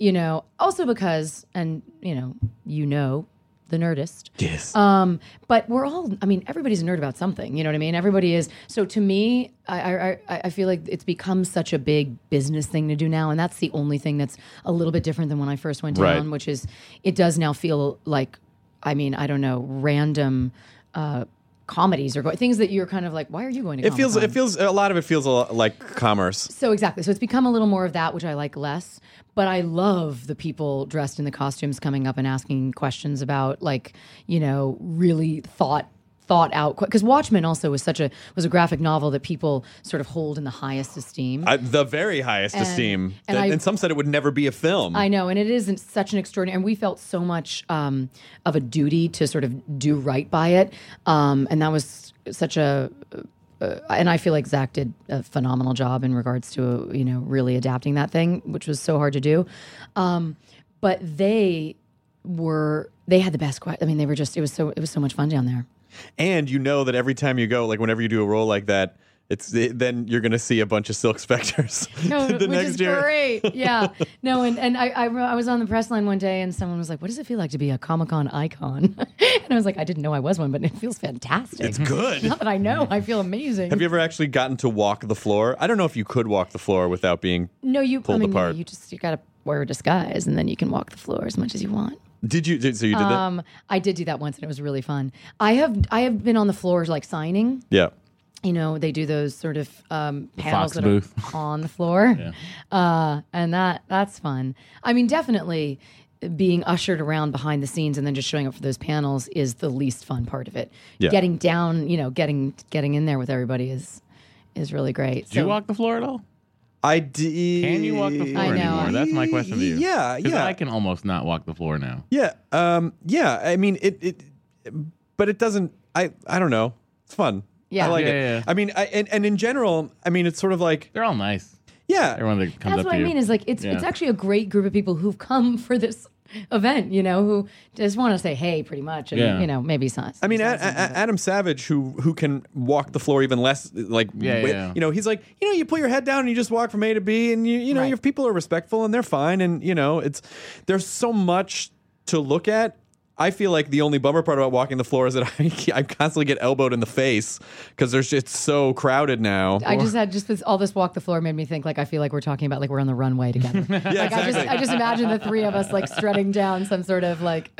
[SPEAKER 4] You know, also because, and you know, you know, the Nerdist.
[SPEAKER 1] yes.
[SPEAKER 4] Um, but we're all, I mean, everybody's a nerd about something. You know what I mean? Everybody is. So to me, I, I, I- I feel like it's become such a big business thing to do now. And that's the only thing that's a little bit different than when I first went
[SPEAKER 1] Right.
[SPEAKER 4] down, which is it does now feel like, I mean, I don't know, random uh, comedies or go- things that you're kind of like, why are you going to
[SPEAKER 1] it feels.
[SPEAKER 4] Comic-Con?
[SPEAKER 1] It feels. A lot of it feels a lot like commerce.
[SPEAKER 4] So exactly. So it's become a little more of that, which I like less. But I love the people dressed in the costumes coming up and asking questions about, like, you know, really thought thought out. Because Watchmen also was such a was a graphic novel that people sort of hold in the highest esteem.
[SPEAKER 1] I, the very highest esteem. And,
[SPEAKER 4] and I-
[SPEAKER 1] and some said it would never be a film.
[SPEAKER 4] I know, and it isn't such an extraordinary. And we felt so much um, of a duty to sort of do right by it, um, and that was such a. Uh, and I feel like Zach did a phenomenal job in regards to you know really adapting that thing, which was so hard to do. Um, but they were they had the best. que- I mean, they were just it was so it was so much fun down there.
[SPEAKER 1] and you know that every time you go, like whenever you do a role like that, it's it, then you're gonna see a bunch of silk specters.
[SPEAKER 4] No,
[SPEAKER 1] the
[SPEAKER 4] which
[SPEAKER 1] next
[SPEAKER 4] is
[SPEAKER 1] year.
[SPEAKER 4] great. Yeah. No, and, and I, I, re- I was on the press line one day and someone was like, What does it feel like to be a Comic Con icon? and I was like, I didn't know I was one, but it feels fantastic.
[SPEAKER 1] It's good.
[SPEAKER 4] Now that I know, I feel amazing.
[SPEAKER 1] Have you ever actually gotten to walk the floor? I don't know if you could walk the floor without being.
[SPEAKER 4] no, you, I
[SPEAKER 1] pulled
[SPEAKER 4] mean,
[SPEAKER 1] apart?
[SPEAKER 4] you just, you got to wear a disguise and then you can walk the floor as much as you want.
[SPEAKER 1] Did you? Did, so you did that?
[SPEAKER 4] Um, I did do that once and it was really fun. I have, I have been on the floor like signing.
[SPEAKER 1] Yeah.
[SPEAKER 4] you know, they do those sort of um,
[SPEAKER 3] Fox
[SPEAKER 4] panels that
[SPEAKER 3] booth.
[SPEAKER 4] are on the floor, uh, and that that's fun. I mean, definitely, being ushered around behind the scenes and then just showing up for those panels is the least fun part of it.
[SPEAKER 1] Yeah.
[SPEAKER 4] Getting down, you know, getting getting in there with everybody is is really great.
[SPEAKER 3] Do you walk the floor at all?
[SPEAKER 1] I did.
[SPEAKER 3] Can you walk the floor
[SPEAKER 4] I know.
[SPEAKER 3] anymore? That's my question to you.
[SPEAKER 1] Yeah,
[SPEAKER 3] 'Cause
[SPEAKER 1] yeah.
[SPEAKER 3] I can almost not walk the floor now.
[SPEAKER 1] Yeah, um, yeah. I mean, it, it, but it doesn't. I, I don't know. It's fun.
[SPEAKER 4] Yeah.
[SPEAKER 1] I like
[SPEAKER 3] Yeah,
[SPEAKER 1] it.
[SPEAKER 3] yeah, yeah.
[SPEAKER 1] I mean, I, and and in general, I mean, it's sort of like,
[SPEAKER 3] They're all nice.
[SPEAKER 1] yeah,
[SPEAKER 3] Everyone that comes
[SPEAKER 4] That's
[SPEAKER 3] up
[SPEAKER 4] what
[SPEAKER 3] to
[SPEAKER 4] I
[SPEAKER 3] you.
[SPEAKER 4] mean. Is like it's
[SPEAKER 3] Yeah.
[SPEAKER 4] it's actually a great group of people who've come for this event. You know, who just want to say hey, pretty much, and
[SPEAKER 3] Yeah.
[SPEAKER 4] you know, maybe science.
[SPEAKER 1] I mean, a- A- Adam Savage, who who can walk the floor even less, like
[SPEAKER 3] Yeah, yeah,
[SPEAKER 1] wi-
[SPEAKER 3] yeah.
[SPEAKER 1] you know, he's like, you know, you put your head down and you just walk from A to B, and you you know,
[SPEAKER 4] Right.
[SPEAKER 1] your people are respectful and they're fine, and you know, it's there's so much to look at. I feel like the only bummer part about walking the floor is that I, I constantly get elbowed in the face because there's it's so crowded now.
[SPEAKER 4] I just had just this all this walk the floor made me think like I feel like we're talking about like we're on the runway together.
[SPEAKER 1] yeah,
[SPEAKER 4] like I just I just imagine the three of us like strutting down some sort of like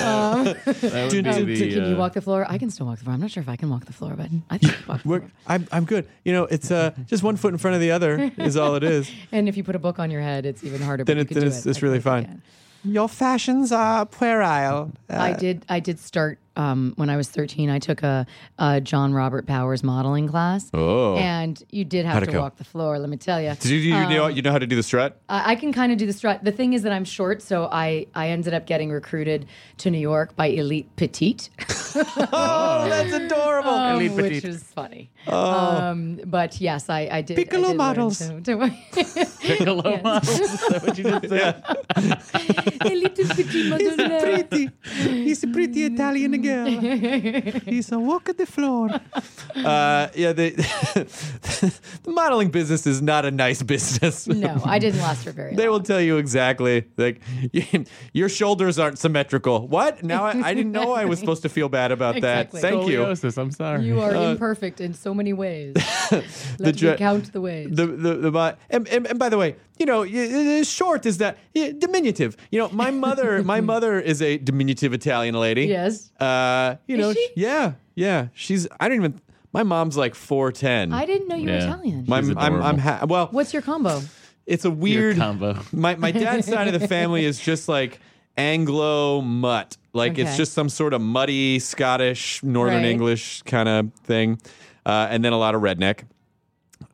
[SPEAKER 4] um,
[SPEAKER 3] That
[SPEAKER 1] Dun,
[SPEAKER 3] would
[SPEAKER 1] dun,
[SPEAKER 3] be the,
[SPEAKER 4] can you
[SPEAKER 3] uh,
[SPEAKER 4] walk the floor? I can still walk the floor. I'm not sure if I can walk the floor, but I think I can walk the
[SPEAKER 1] We're,
[SPEAKER 4] floor.
[SPEAKER 1] I'm, I'm good. You know, it's uh, just one foot in front of the other is all it is.
[SPEAKER 4] And if you put a book on your head, it's even harder.
[SPEAKER 1] Then,
[SPEAKER 4] but you
[SPEAKER 1] it,
[SPEAKER 4] could
[SPEAKER 1] then
[SPEAKER 4] do
[SPEAKER 1] it's,
[SPEAKER 4] it.
[SPEAKER 1] it's
[SPEAKER 4] I
[SPEAKER 1] really
[SPEAKER 4] think I
[SPEAKER 1] fine.
[SPEAKER 4] can.
[SPEAKER 1] Your fashions are puerile.
[SPEAKER 4] I did. I did start um, when I was 13. I took a, a John Robert Powers modeling class.
[SPEAKER 1] Oh.
[SPEAKER 4] and you did have
[SPEAKER 1] How'd it
[SPEAKER 4] to
[SPEAKER 1] go?
[SPEAKER 4] walk the floor. Let me tell you.
[SPEAKER 1] Did you, you,
[SPEAKER 4] Uh,
[SPEAKER 1] know, you know how to do the strut?
[SPEAKER 4] I I can kind of do the strut. The thing is that I'm short, so I, I ended up getting recruited to New York by Elite Petite,
[SPEAKER 1] Oh, that's adorable.
[SPEAKER 4] um,
[SPEAKER 3] Elite
[SPEAKER 4] which
[SPEAKER 3] Petite.
[SPEAKER 4] is funny. Um, but yes, I, I did. I
[SPEAKER 1] Oh. Piccolo
[SPEAKER 4] did learn
[SPEAKER 1] models.
[SPEAKER 4] To, to,
[SPEAKER 3] Piccolo models? Is that what you just said?
[SPEAKER 4] Oh, Elite Petite model.
[SPEAKER 1] pretty. He's a pretty Italian girl. He's a walk at the floor. Uh, yeah, the, the modeling business is not a nice business.
[SPEAKER 4] No, I didn't last for very long.
[SPEAKER 1] They will tell you exactly. Like you- your shoulders aren't symmetrical. What? Now I, I didn't know I was supposed to feel bad about
[SPEAKER 4] Exactly.
[SPEAKER 1] that. Thank you.
[SPEAKER 3] Scoliosis, I'm sorry.
[SPEAKER 4] You are
[SPEAKER 1] Uh,
[SPEAKER 4] imperfect in so many ways. Let me
[SPEAKER 1] dre-
[SPEAKER 4] count the ways.
[SPEAKER 1] The the, the my, and, and, and by the way, you know, y- y- short is that y- diminutive. You know, my mother, my mother is a diminutive Italian lady.
[SPEAKER 4] Yes.
[SPEAKER 1] Uh, you
[SPEAKER 4] Is
[SPEAKER 1] know,
[SPEAKER 4] she?
[SPEAKER 1] yeah, yeah. She's I don't even. My mom's like four ten.
[SPEAKER 4] I didn't know you were
[SPEAKER 3] Yeah.
[SPEAKER 4] Italian.
[SPEAKER 1] My,
[SPEAKER 3] She's
[SPEAKER 1] I'm, I'm,
[SPEAKER 3] adorable.
[SPEAKER 1] ha- well.
[SPEAKER 4] What's your combo?
[SPEAKER 1] It's a
[SPEAKER 3] Your
[SPEAKER 1] weird
[SPEAKER 3] combo.
[SPEAKER 1] My my dad's side of the family is just like Anglo mutt. Like it's
[SPEAKER 4] Okay.
[SPEAKER 1] just some sort of muddy Scottish, Northern
[SPEAKER 4] Right.
[SPEAKER 1] English kind of thing, uh, and then a lot of redneck.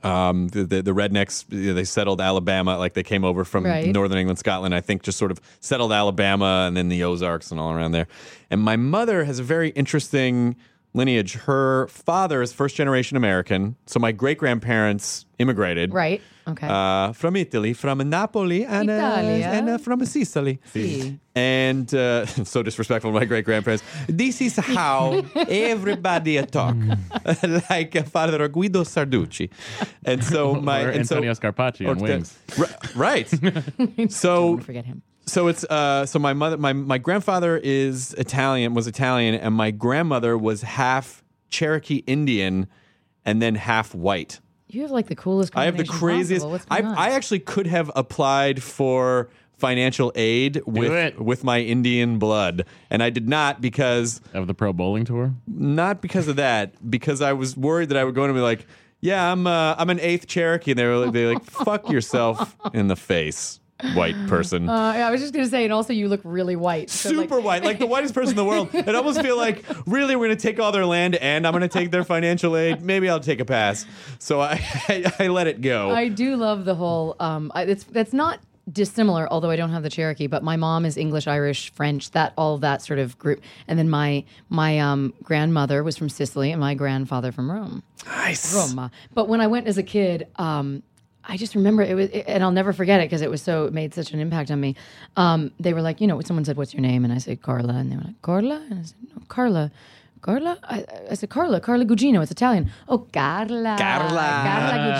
[SPEAKER 1] Um, the, the the rednecks you know, they settled Alabama, like they came over from
[SPEAKER 4] Right.
[SPEAKER 1] Northern England, Scotland. I think just sort of settled Alabama and then the Ozarks and all around there. And my mother has a very interesting lineage. Her father is first generation American, so my great grandparents immigrated
[SPEAKER 4] Right. Okay.
[SPEAKER 1] uh, from Italy, from Napoli, and, uh,
[SPEAKER 4] Italia.
[SPEAKER 1] and uh, from Sicily.
[SPEAKER 4] Si.
[SPEAKER 1] And uh, so disrespectful to my great grandparents. This is how everybody talk, like uh, Father Guido Sarducci. And so my
[SPEAKER 3] or
[SPEAKER 1] and
[SPEAKER 3] Antonio
[SPEAKER 1] so,
[SPEAKER 3] Scarpacci on
[SPEAKER 1] Or-
[SPEAKER 3] Wings.
[SPEAKER 1] Ri- right. so
[SPEAKER 4] Don't forget him.
[SPEAKER 1] so it's uh so my mother my my grandfather is Italian was Italian and my grandmother was half Cherokee Indian and then half white.
[SPEAKER 4] You have like the coolest.
[SPEAKER 1] I have the
[SPEAKER 4] combination
[SPEAKER 1] craziest.
[SPEAKER 4] possible. What's
[SPEAKER 1] I,
[SPEAKER 4] going on?
[SPEAKER 1] I actually could have applied for financial aid with
[SPEAKER 3] it.
[SPEAKER 1] with my Indian blood, and I did not because
[SPEAKER 3] Of the pro bowling tour?
[SPEAKER 1] not because of that because I was worried that I would go in and be like, yeah, I'm uh, I'm an eighth Cherokee, and they were like, they were like fuck yourself in the face, white person.
[SPEAKER 4] Uh, yeah, I was just gonna say, and also you look really white. So, like-
[SPEAKER 1] Super white, like the whitest person in the world. It almost feel like, really, we're gonna take all their land, and I'm gonna take their financial aid. Maybe I'll take a pass. So I, I, I let it go.
[SPEAKER 4] I do love the whole. Um, I, it's that's not dissimilar, although I don't have the Cherokee. But my mom is English, Irish, French, that all of that sort of group. And then my my um, grandmother was from Sicily, and my grandfather from Rome.
[SPEAKER 1] nice.
[SPEAKER 4] Roma. But when I went as a kid, um, I just remember it was, and I'll never forget it because it was so it made such an impact on me. Um, they were like, you know, someone said, "What's your name?" and I said, "Carla," and they were like, "Carla," and I said, "No, Carla." Carla, I, I said Carla, Carla Gugino. It's Italian. Oh, Carla, Carla, Carla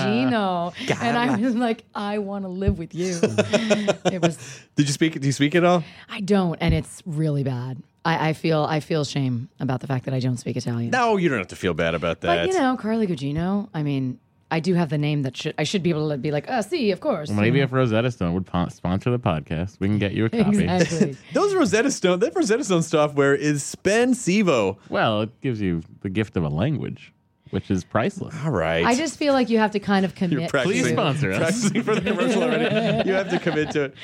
[SPEAKER 4] Gugino. And I was like, I want to live with you. it was,
[SPEAKER 1] Did you speak? Do you speak at all?
[SPEAKER 4] I don't, and it's really bad. I, I feel, I feel shame about the fact that I don't speak Italian.
[SPEAKER 1] No, you don't have to feel bad about that.
[SPEAKER 4] But you know, Carly Gugino. I mean, I do have the name that should I should be able to be like, uh, see, of course.
[SPEAKER 3] Maybe if Rosetta Stone would po- sponsor the podcast, we can get you a copy.
[SPEAKER 4] exactly.
[SPEAKER 1] Those Rosetta Stone, that Rosetta Stone software is spensivo.
[SPEAKER 3] Well, it gives you the gift of a language, which is priceless.
[SPEAKER 1] All right.
[SPEAKER 4] I just feel like you have to kind of commit.
[SPEAKER 1] practicing.
[SPEAKER 3] Please
[SPEAKER 4] to-
[SPEAKER 3] sponsor us.
[SPEAKER 1] practicing for the commercial already. You have to commit to it.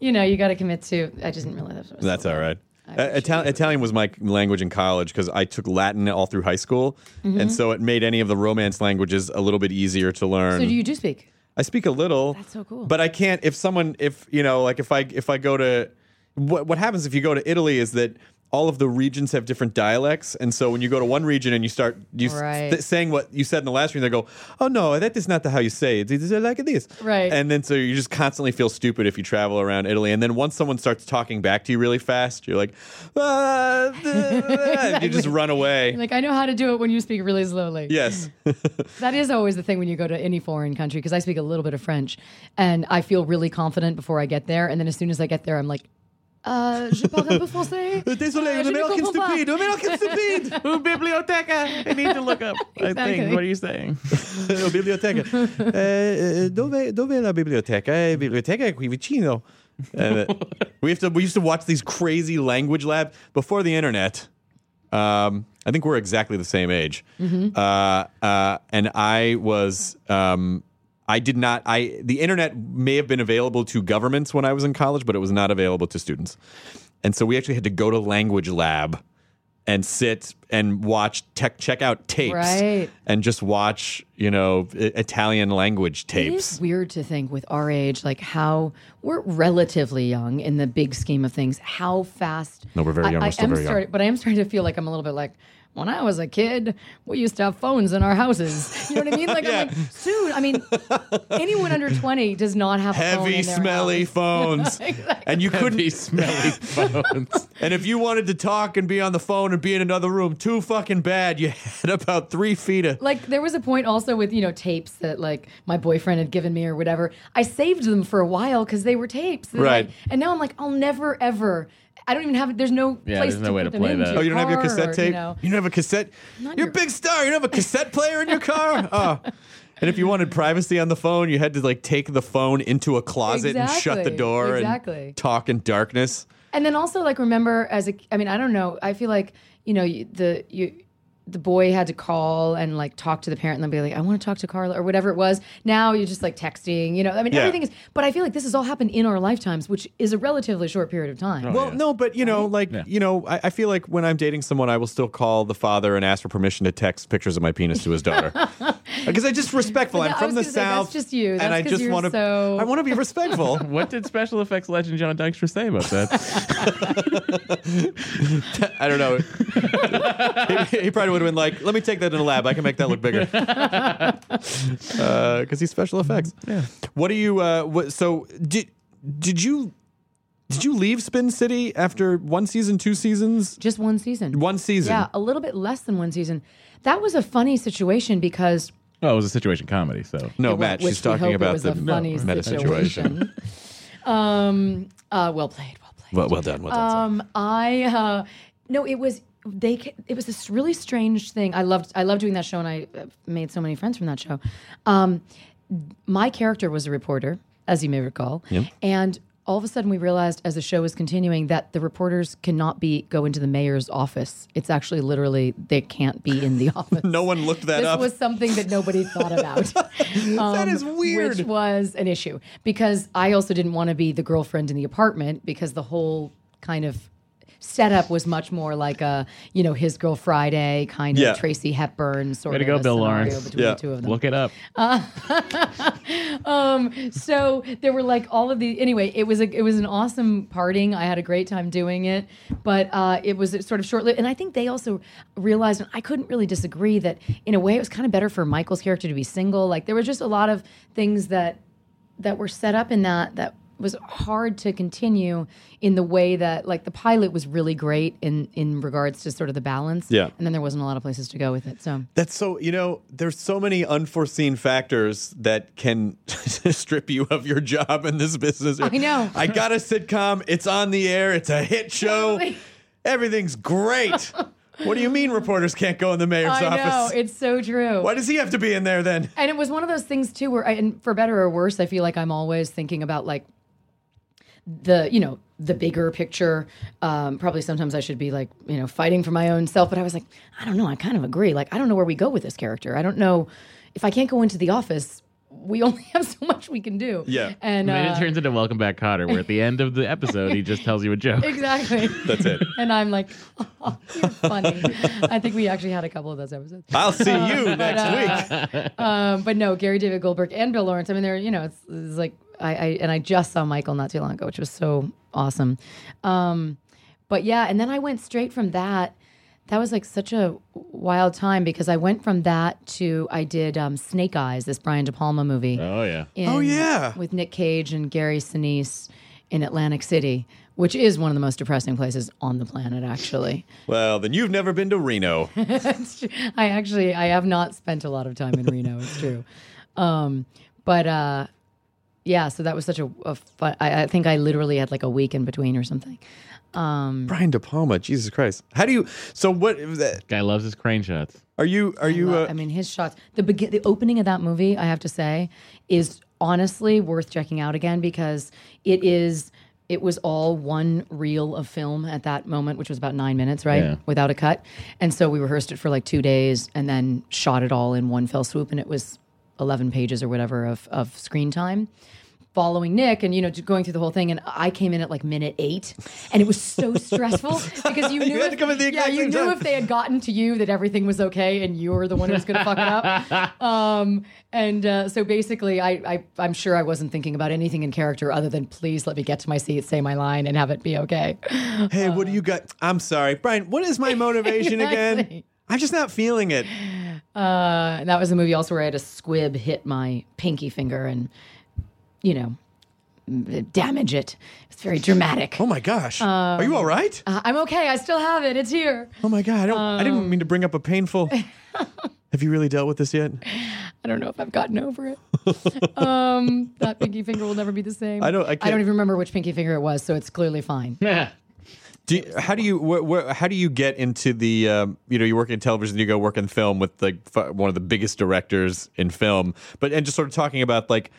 [SPEAKER 4] you know, you got to commit to. I just didn't realize that. Was
[SPEAKER 1] That's all right. Uh, Ital- Italian was my language in college because I took Latin all through high school,
[SPEAKER 4] Mhm.
[SPEAKER 1] and so it made any of the Romance languages a little bit easier to learn.
[SPEAKER 4] So do you do speak?
[SPEAKER 1] I speak a little.
[SPEAKER 4] That's so cool.
[SPEAKER 1] But I can't if someone if you know like if I if I go to what what happens if you go to Italy is that all of the regions have different dialects, and so when you go to one region and you start you s-
[SPEAKER 4] Right.
[SPEAKER 1] th- saying what you said in the last region, they go, "Oh no, that is not how you say it. It is like this."
[SPEAKER 4] Right.
[SPEAKER 1] And then so you just constantly feel stupid if you travel around Italy, and then once someone starts talking back to you really fast, you're like, "Ah," and you just run away.
[SPEAKER 4] Like I know how to do it when you speak really slowly.
[SPEAKER 1] Yes.
[SPEAKER 4] That is always the thing when you go to any foreign country because I speak a little bit of French and I feel really confident before I get there. And then as soon as I get there, I'm like, uh, je parle un peu français.
[SPEAKER 1] Désolé,
[SPEAKER 4] Uh, je ne
[SPEAKER 1] American
[SPEAKER 4] comprends pas.
[SPEAKER 1] stupid, American stupid.
[SPEAKER 3] Ooh, biblioteca. I need to look up. I
[SPEAKER 4] Exactly.
[SPEAKER 3] think. What are you saying?
[SPEAKER 1] Eh, biblioteca. Eh, eh, dove, dove è la biblioteca? Eh, biblioteca è qui vicino. And, uh, we have to we used to watch these crazy language lab before the internet. Um, I think we're exactly the same age. Uh, uh, and I was um, I did not I the internet may have been available to governments when I was in college, but it was not available to students. And so we actually had to go to language lab and sit and watch tech check out tapes
[SPEAKER 4] Right.
[SPEAKER 1] and just watch, you know, I- Italian language
[SPEAKER 4] It
[SPEAKER 1] tapes.
[SPEAKER 4] is weird to think with our age, like how we're relatively young in the big scheme of things, how fast.
[SPEAKER 1] No, we're very
[SPEAKER 4] I-
[SPEAKER 1] young.
[SPEAKER 4] I,
[SPEAKER 1] We're still
[SPEAKER 4] am
[SPEAKER 1] very young.
[SPEAKER 4] starting- But I am starting to feel like I'm a little bit like, when I was a kid, we used to have phones in our houses. You know what I mean? Like, I'm like, soon. I mean, anyone under 20 does not have a phone
[SPEAKER 1] Heavy,
[SPEAKER 4] in their
[SPEAKER 1] smelly
[SPEAKER 4] house.
[SPEAKER 1] phones. And you couldn't
[SPEAKER 3] Heavy, smelly phones.
[SPEAKER 1] And if you wanted to talk and be on the phone and be in another room too fucking bad, you had about three feet of.
[SPEAKER 4] Like there was a point also with you know tapes that like my boyfriend had given me or whatever. I saved them for a while because they were tapes, and
[SPEAKER 1] Right.
[SPEAKER 4] like- and now I'm like, I'll never ever. I don't even have. There's no
[SPEAKER 3] Yeah,
[SPEAKER 4] place
[SPEAKER 3] there's no
[SPEAKER 4] to
[SPEAKER 3] way
[SPEAKER 4] put
[SPEAKER 3] to
[SPEAKER 4] them
[SPEAKER 3] play
[SPEAKER 4] into
[SPEAKER 3] that.
[SPEAKER 1] Oh, you don't have your
[SPEAKER 4] car
[SPEAKER 1] cassette
[SPEAKER 4] or,
[SPEAKER 1] tape?
[SPEAKER 4] You know.
[SPEAKER 1] don't have a cassette? You're a
[SPEAKER 4] your-
[SPEAKER 1] big star. You don't have a cassette player in your car? Oh. And if you wanted privacy on the phone, you had to like take the phone into a closet and shut the
[SPEAKER 4] Exactly.
[SPEAKER 1] door
[SPEAKER 4] Exactly.
[SPEAKER 1] and talk in darkness.
[SPEAKER 4] And then also like remember as a I mean I don't know I feel like you know you- the you the boy had to call and like talk to the parent and then be like I want to talk to Carla or whatever it was. Now you're just like texting, you know. I mean
[SPEAKER 1] Yeah.
[SPEAKER 4] everything is but I feel like this has all happened in our lifetimes, which is a relatively short period of time.
[SPEAKER 1] Well, no, but you know, like you know, I, I feel like when I'm dating someone, I will still call the father and ask for permission to text pictures of my penis to his daughter because I just respectful.
[SPEAKER 4] But
[SPEAKER 1] I'm
[SPEAKER 4] I
[SPEAKER 1] from
[SPEAKER 4] was
[SPEAKER 1] the
[SPEAKER 4] gonna say, that's
[SPEAKER 1] south,
[SPEAKER 4] just you.
[SPEAKER 1] and
[SPEAKER 4] That's
[SPEAKER 1] I
[SPEAKER 4] 'cause
[SPEAKER 1] just
[SPEAKER 4] you're
[SPEAKER 1] want to.
[SPEAKER 4] so-
[SPEAKER 1] I want to be respectful.
[SPEAKER 3] What did special effects legend John Dykstra say about that?
[SPEAKER 1] I don't know. he, he probably would have been like, "Let me take that in the lab. I can make that look bigger." Because he's special effects. Yeah. What do you? Uh, what, so did did you did you leave Spin City after one season, two seasons,
[SPEAKER 4] Just one season.
[SPEAKER 1] one season?
[SPEAKER 4] Yeah, a little bit less than one season. That was a funny situation because
[SPEAKER 3] well, it was a situation comedy, so.
[SPEAKER 1] No,
[SPEAKER 4] It wa-
[SPEAKER 1] Matt,
[SPEAKER 4] which
[SPEAKER 1] she's
[SPEAKER 4] we
[SPEAKER 1] talking
[SPEAKER 4] hope it
[SPEAKER 1] about
[SPEAKER 4] was
[SPEAKER 1] the
[SPEAKER 4] a funny
[SPEAKER 1] meta situation.
[SPEAKER 4] situation. um, uh, well played, well played.
[SPEAKER 1] well, well done. Well done.
[SPEAKER 4] Um, I uh, no, it was they. ca- It was this really strange thing. I loved. I loved doing that show, and I uh, made so many friends from that show. Um, my character was a reporter, as you may recall, and. All of a sudden, we realized as the show was continuing that the reporters cannot be go into the mayor's office. It's actually literally they can't be in the office.
[SPEAKER 1] no one looked that
[SPEAKER 4] this
[SPEAKER 1] up.
[SPEAKER 4] was something that nobody thought about. Um,
[SPEAKER 1] is weird.
[SPEAKER 4] Which was an issue because I also didn't want to be the girlfriend in the apartment because the whole kind of setup was much more like a you know his girl Friday kind of
[SPEAKER 1] Yeah.
[SPEAKER 4] Tracy Hepburn sort
[SPEAKER 3] Way to
[SPEAKER 4] of
[SPEAKER 3] go,
[SPEAKER 4] a
[SPEAKER 3] Bill
[SPEAKER 4] scenario
[SPEAKER 3] Lawrence.
[SPEAKER 4] between
[SPEAKER 1] Yeah.
[SPEAKER 4] the two of them.
[SPEAKER 3] Look it up.
[SPEAKER 4] Um, so there were like all of the anyway. It was a, it was an awesome parting. I had a great time doing it, but uh, it was sort of short lived. And I think they also realized, and I couldn't really disagree that in a way it was kind of better for Michael's character to be single. Like there were just a lot of things that that were set up in that that was hard to continue in the way that like the pilot was really great in in regards to sort of the balance.
[SPEAKER 1] Yeah.
[SPEAKER 4] and then there wasn't a lot of places to go with it. So
[SPEAKER 1] That's so, you know, there's so many unforeseen factors that can strip you of your job in this business.
[SPEAKER 4] I know.
[SPEAKER 1] I got a sitcom, it's on the air, it's a hit show.
[SPEAKER 4] Totally.
[SPEAKER 1] Everything's great. what do you mean reporters can't go in the mayor's
[SPEAKER 4] I
[SPEAKER 1] office?
[SPEAKER 4] know it's so true.
[SPEAKER 1] Why does he have to be in there then?
[SPEAKER 4] and it was one of those things too where I, and for better or worse i feel like i'm always thinking about like the you know the bigger picture um, probably sometimes i should be like you know fighting for my own self but i was like i don't know i kind of agree like i don't know where we go with this character i don't know if i can't go into the office we only have so much we can do.
[SPEAKER 1] Yeah.
[SPEAKER 3] And
[SPEAKER 4] And,
[SPEAKER 3] then
[SPEAKER 4] uh,
[SPEAKER 3] it turns into Welcome Back, Cotter, where at the end of the episode he just tells you a joke.
[SPEAKER 4] Exactly.
[SPEAKER 1] That's it.
[SPEAKER 4] And I'm like, oh, you're funny. I think we actually had a couple of those episodes.
[SPEAKER 1] I'll see you next
[SPEAKER 4] uh,
[SPEAKER 1] week.
[SPEAKER 4] Um, but no, Gary David Goldberg and Bill Lawrence. I mean, they're you know, it's, it's like I, I and I just saw Michael not too long ago, which was so awesome. Um, but yeah, and then I went straight from that. That was like such a wild time because I went from that to I did um, Snake Eyes, this Brian De Palma movie.
[SPEAKER 3] Oh, yeah.
[SPEAKER 4] in-
[SPEAKER 1] Oh, yeah.
[SPEAKER 4] with Nick Cage and Gary Sinise in Atlantic City, which is one of the most depressing places on the planet. Actually,
[SPEAKER 1] Well, then you've never been to Reno.
[SPEAKER 4] I actually I have not spent a lot of time in Reno. It's true, um, but uh, yeah. So that was such a, a fun. I, I think I literally had like a week in between or something.
[SPEAKER 1] Brian De Palma, Jesus Christ. How do you So what uh,
[SPEAKER 3] Guy loves his crane shots.
[SPEAKER 1] are you are you
[SPEAKER 4] Well,
[SPEAKER 1] uh,
[SPEAKER 4] I mean, his shots. The begin, the opening of that movie, I have to say, is honestly worth checking out again because it is. It was all one reel of film at that moment, which was about nine minutes, right,
[SPEAKER 3] Yeah.
[SPEAKER 4] without a cut. And so we rehearsed it for like two days, and then shot it all in one fell swoop, and it was eleven pages or whatever of of screen time. Following Nick and you know just going through the whole thing, and I came in at like minute eight, and it was so stressful because you
[SPEAKER 1] You
[SPEAKER 4] knew
[SPEAKER 1] had
[SPEAKER 4] if,
[SPEAKER 1] to come at the
[SPEAKER 4] yeah
[SPEAKER 1] exact
[SPEAKER 4] you
[SPEAKER 1] same
[SPEAKER 4] knew
[SPEAKER 1] time.
[SPEAKER 4] if they had gotten to you that everything was okay and you were the one who was going to fuck it up. Um, and uh, so basically, I, I, I'm sure I wasn't thinking about anything in character other than please let me get to my seat, say my line, and have it be okay.
[SPEAKER 1] Hey, what do you got? I'm sorry. Brian, what is my motivation again?
[SPEAKER 4] Exactly.
[SPEAKER 1] I'm just not feeling it.
[SPEAKER 4] Uh, and that was a movie also where I had a squib hit my pinky finger and, you know, m- damage it. It's very dramatic.
[SPEAKER 1] Oh my gosh. Are you all right?
[SPEAKER 4] Uh, I'm okay. I still have it. It's here.
[SPEAKER 1] Oh my god, I don't I didn't mean to bring up a painful Have you really dealt with this yet?
[SPEAKER 4] I don't know if I've gotten over it. um, that pinky finger will never be the same.
[SPEAKER 1] I don't- I
[SPEAKER 4] I
[SPEAKER 1] can't-
[SPEAKER 4] don't even remember which pinky finger it was, so it's clearly fine.
[SPEAKER 1] Do you, how do you wh- wh- how do you get into the um, you know you work in television you go work in film with like f- one of the biggest directors in film but and just sort of talking about like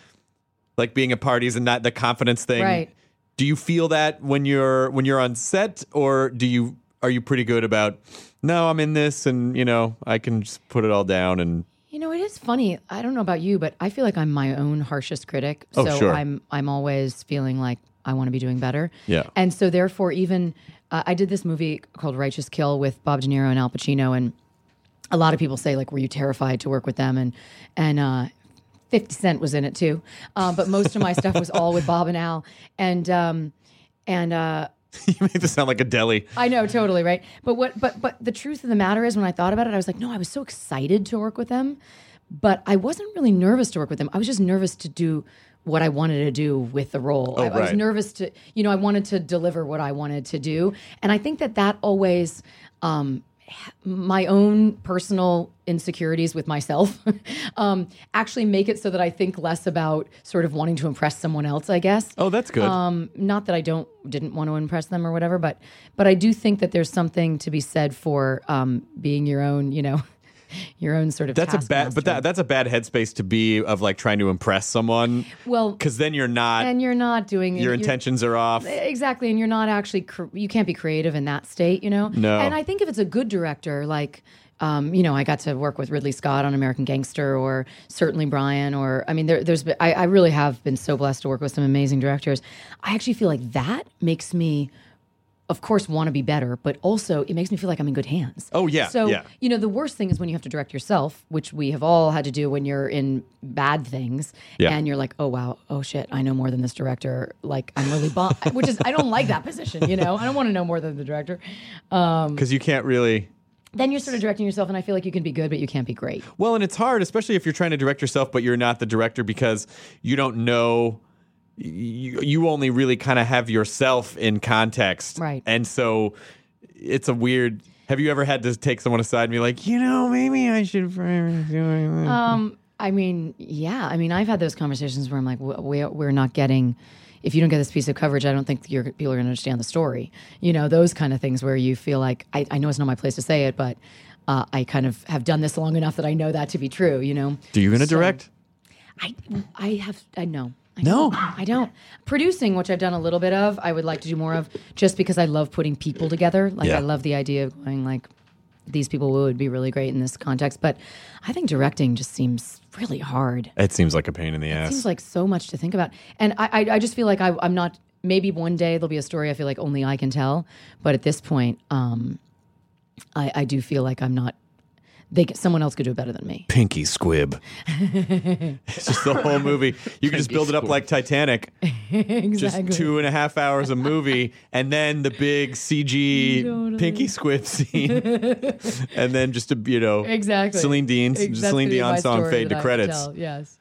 [SPEAKER 1] like being at parties and not the confidence thing
[SPEAKER 4] Right.
[SPEAKER 1] do you feel that when you're when you're on set or do you are you pretty good about no I'm in this and you know I can just put it all down and
[SPEAKER 4] You know, it is funny. I don't know about you, but I feel like I'm my own harshest critic.
[SPEAKER 1] Oh,
[SPEAKER 4] so
[SPEAKER 1] sure.
[SPEAKER 4] I'm I'm always feeling like I want to be doing better.
[SPEAKER 1] Yeah.
[SPEAKER 4] And so therefore even uh, I did this movie called Righteous Kill with Bob De Niro and Al Pacino and a lot of people say like were you terrified to work with them and and uh 50 Cent was in it too. Um, but most of my stuff was all with Bob and Al and um and uh
[SPEAKER 1] you make this sound like a deli
[SPEAKER 4] I know, totally, right? But what but but the truth of the matter is when I thought about it, I was like, no, I was so excited to work with them, but I wasn't really nervous to work with them. I was just nervous to do what I wanted to do with the role. I, I was
[SPEAKER 1] Oh, right.
[SPEAKER 4] nervous to, you know, I wanted to deliver what I wanted to do. And I think that that always um h- my own personal insecurities with myself um, actually make it so that I think less about sort of wanting to impress someone else, I guess
[SPEAKER 1] oh that's good
[SPEAKER 4] um, not that I don't didn't want to impress them or whatever, but but I do think that there's something to be said for um, being your own, you know, your own sort of.
[SPEAKER 1] that's a bad
[SPEAKER 4] taskmaster.
[SPEAKER 1] but that that's a bad headspace to be of like trying to impress someone
[SPEAKER 4] well,
[SPEAKER 1] because then you're not
[SPEAKER 4] and you're not doing
[SPEAKER 1] your
[SPEAKER 4] you're-
[SPEAKER 1] intentions are off.
[SPEAKER 4] Exactly, and you're not actually cr- you can't be creative in that state, you know.
[SPEAKER 1] No.
[SPEAKER 4] And I think if it's a good director, like, um, you know, I got to work with Ridley Scott on American Gangster, or certainly Brian, or I mean, there, there's been, I, I really have been so blessed to work with some amazing directors. I actually feel like that makes me. Of course, want to be better, but also it makes me feel like I'm in good hands.
[SPEAKER 1] Oh, yeah,
[SPEAKER 4] So
[SPEAKER 1] yeah.
[SPEAKER 4] you know the worst thing is when you have to direct yourself, which we have all had to do when you're in bad things,
[SPEAKER 1] Yeah.
[SPEAKER 4] and you're like, oh wow, oh shit, I know more than this director. Like I'm really bummed, which is I don't like that position. You know, I don't want to know more than the director.
[SPEAKER 1] Because you can't really.
[SPEAKER 4] Then you're sort of directing yourself, and I feel like you can be good, but you can't be great.
[SPEAKER 1] Well, and it's hard, especially if you're trying to direct yourself, but you're not the director because you don't know. You, you only really kind of have yourself in context.
[SPEAKER 4] Right.
[SPEAKER 1] And so it's a weird. Have you ever had to take someone aside and be like, you know, maybe I should.
[SPEAKER 4] Um, I mean, yeah, I mean, I've had those conversations where I'm like, "W- we're we're not getting. If you don't get this piece of coverage, I don't think your people are going to understand the story. You know, those kind of things where you feel like I, I know it's not my place to say it, but uh, I kind of have done this long enough that I know that to be true. You know,
[SPEAKER 1] Do you going to direct?
[SPEAKER 4] I I have I know. I
[SPEAKER 1] No.
[SPEAKER 4] don't. I don't. Producing, which I've done a little bit of, I would like to do more of just because I love putting people together. Like
[SPEAKER 1] Yeah.
[SPEAKER 4] I love the idea of going like these people would be really great in this context. But I think directing just seems really hard.
[SPEAKER 1] It seems like a pain in the
[SPEAKER 4] It
[SPEAKER 1] ass.
[SPEAKER 4] seems like so much to think about. And I, I, I just feel like I, I'm not, maybe one day there'll be a story I feel like only I can tell. But at this point, um, I, I do feel like I'm not, they, c- someone else could do it better than me.
[SPEAKER 1] Pinky squib. it's just the whole movie. You can just build it up like Titanic.
[SPEAKER 4] exactly.
[SPEAKER 1] Just two and a half hours of movie, and then the big CG pinky squib scene, and then just a you know
[SPEAKER 4] Exactly.
[SPEAKER 1] Celine Dean
[SPEAKER 4] That's
[SPEAKER 1] Celine
[SPEAKER 4] gonna be my
[SPEAKER 1] Dion song
[SPEAKER 4] story
[SPEAKER 1] fade
[SPEAKER 4] that
[SPEAKER 1] to
[SPEAKER 4] I have
[SPEAKER 1] credits.
[SPEAKER 4] tell, Yes.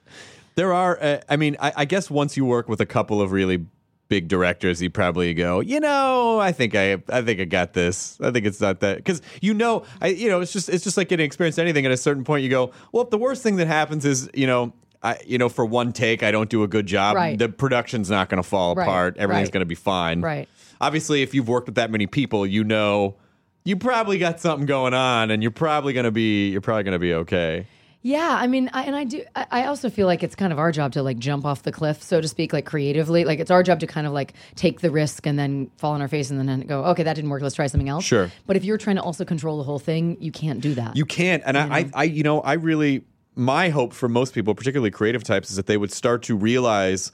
[SPEAKER 1] There are, uh, I mean, I, I guess once you work with a couple of really big directors, you probably go, you know, I think I, I think I got this. I think it's not that because you know, I, you know, it's just, it's just like getting experience to anything. At a certain point, you go, well, if the worst thing that happens is, you know. I, you know, for one take, I don't do a good job.
[SPEAKER 4] Right.
[SPEAKER 1] The production's not going to fall
[SPEAKER 4] Right,
[SPEAKER 1] apart. Everything's
[SPEAKER 4] right.
[SPEAKER 1] going to be fine.
[SPEAKER 4] Right.
[SPEAKER 1] Obviously, if you've worked with that many people, you know you probably got something going on, and you're probably going to be you're probably going to be okay.
[SPEAKER 4] Yeah, I mean, I, and I do. I, I also feel like it's kind of our job to like jump off the cliff, so to speak, like creatively. Like it's our job to kind of like take the risk and then fall on our face and then go, okay, that didn't work. Let's try something else.
[SPEAKER 1] Sure.
[SPEAKER 4] But if you're trying to also control the whole thing, you can't do that.
[SPEAKER 1] You can't. And I, I, I, you know, I really, my hope for most people, particularly creative types, is that they would start to realize,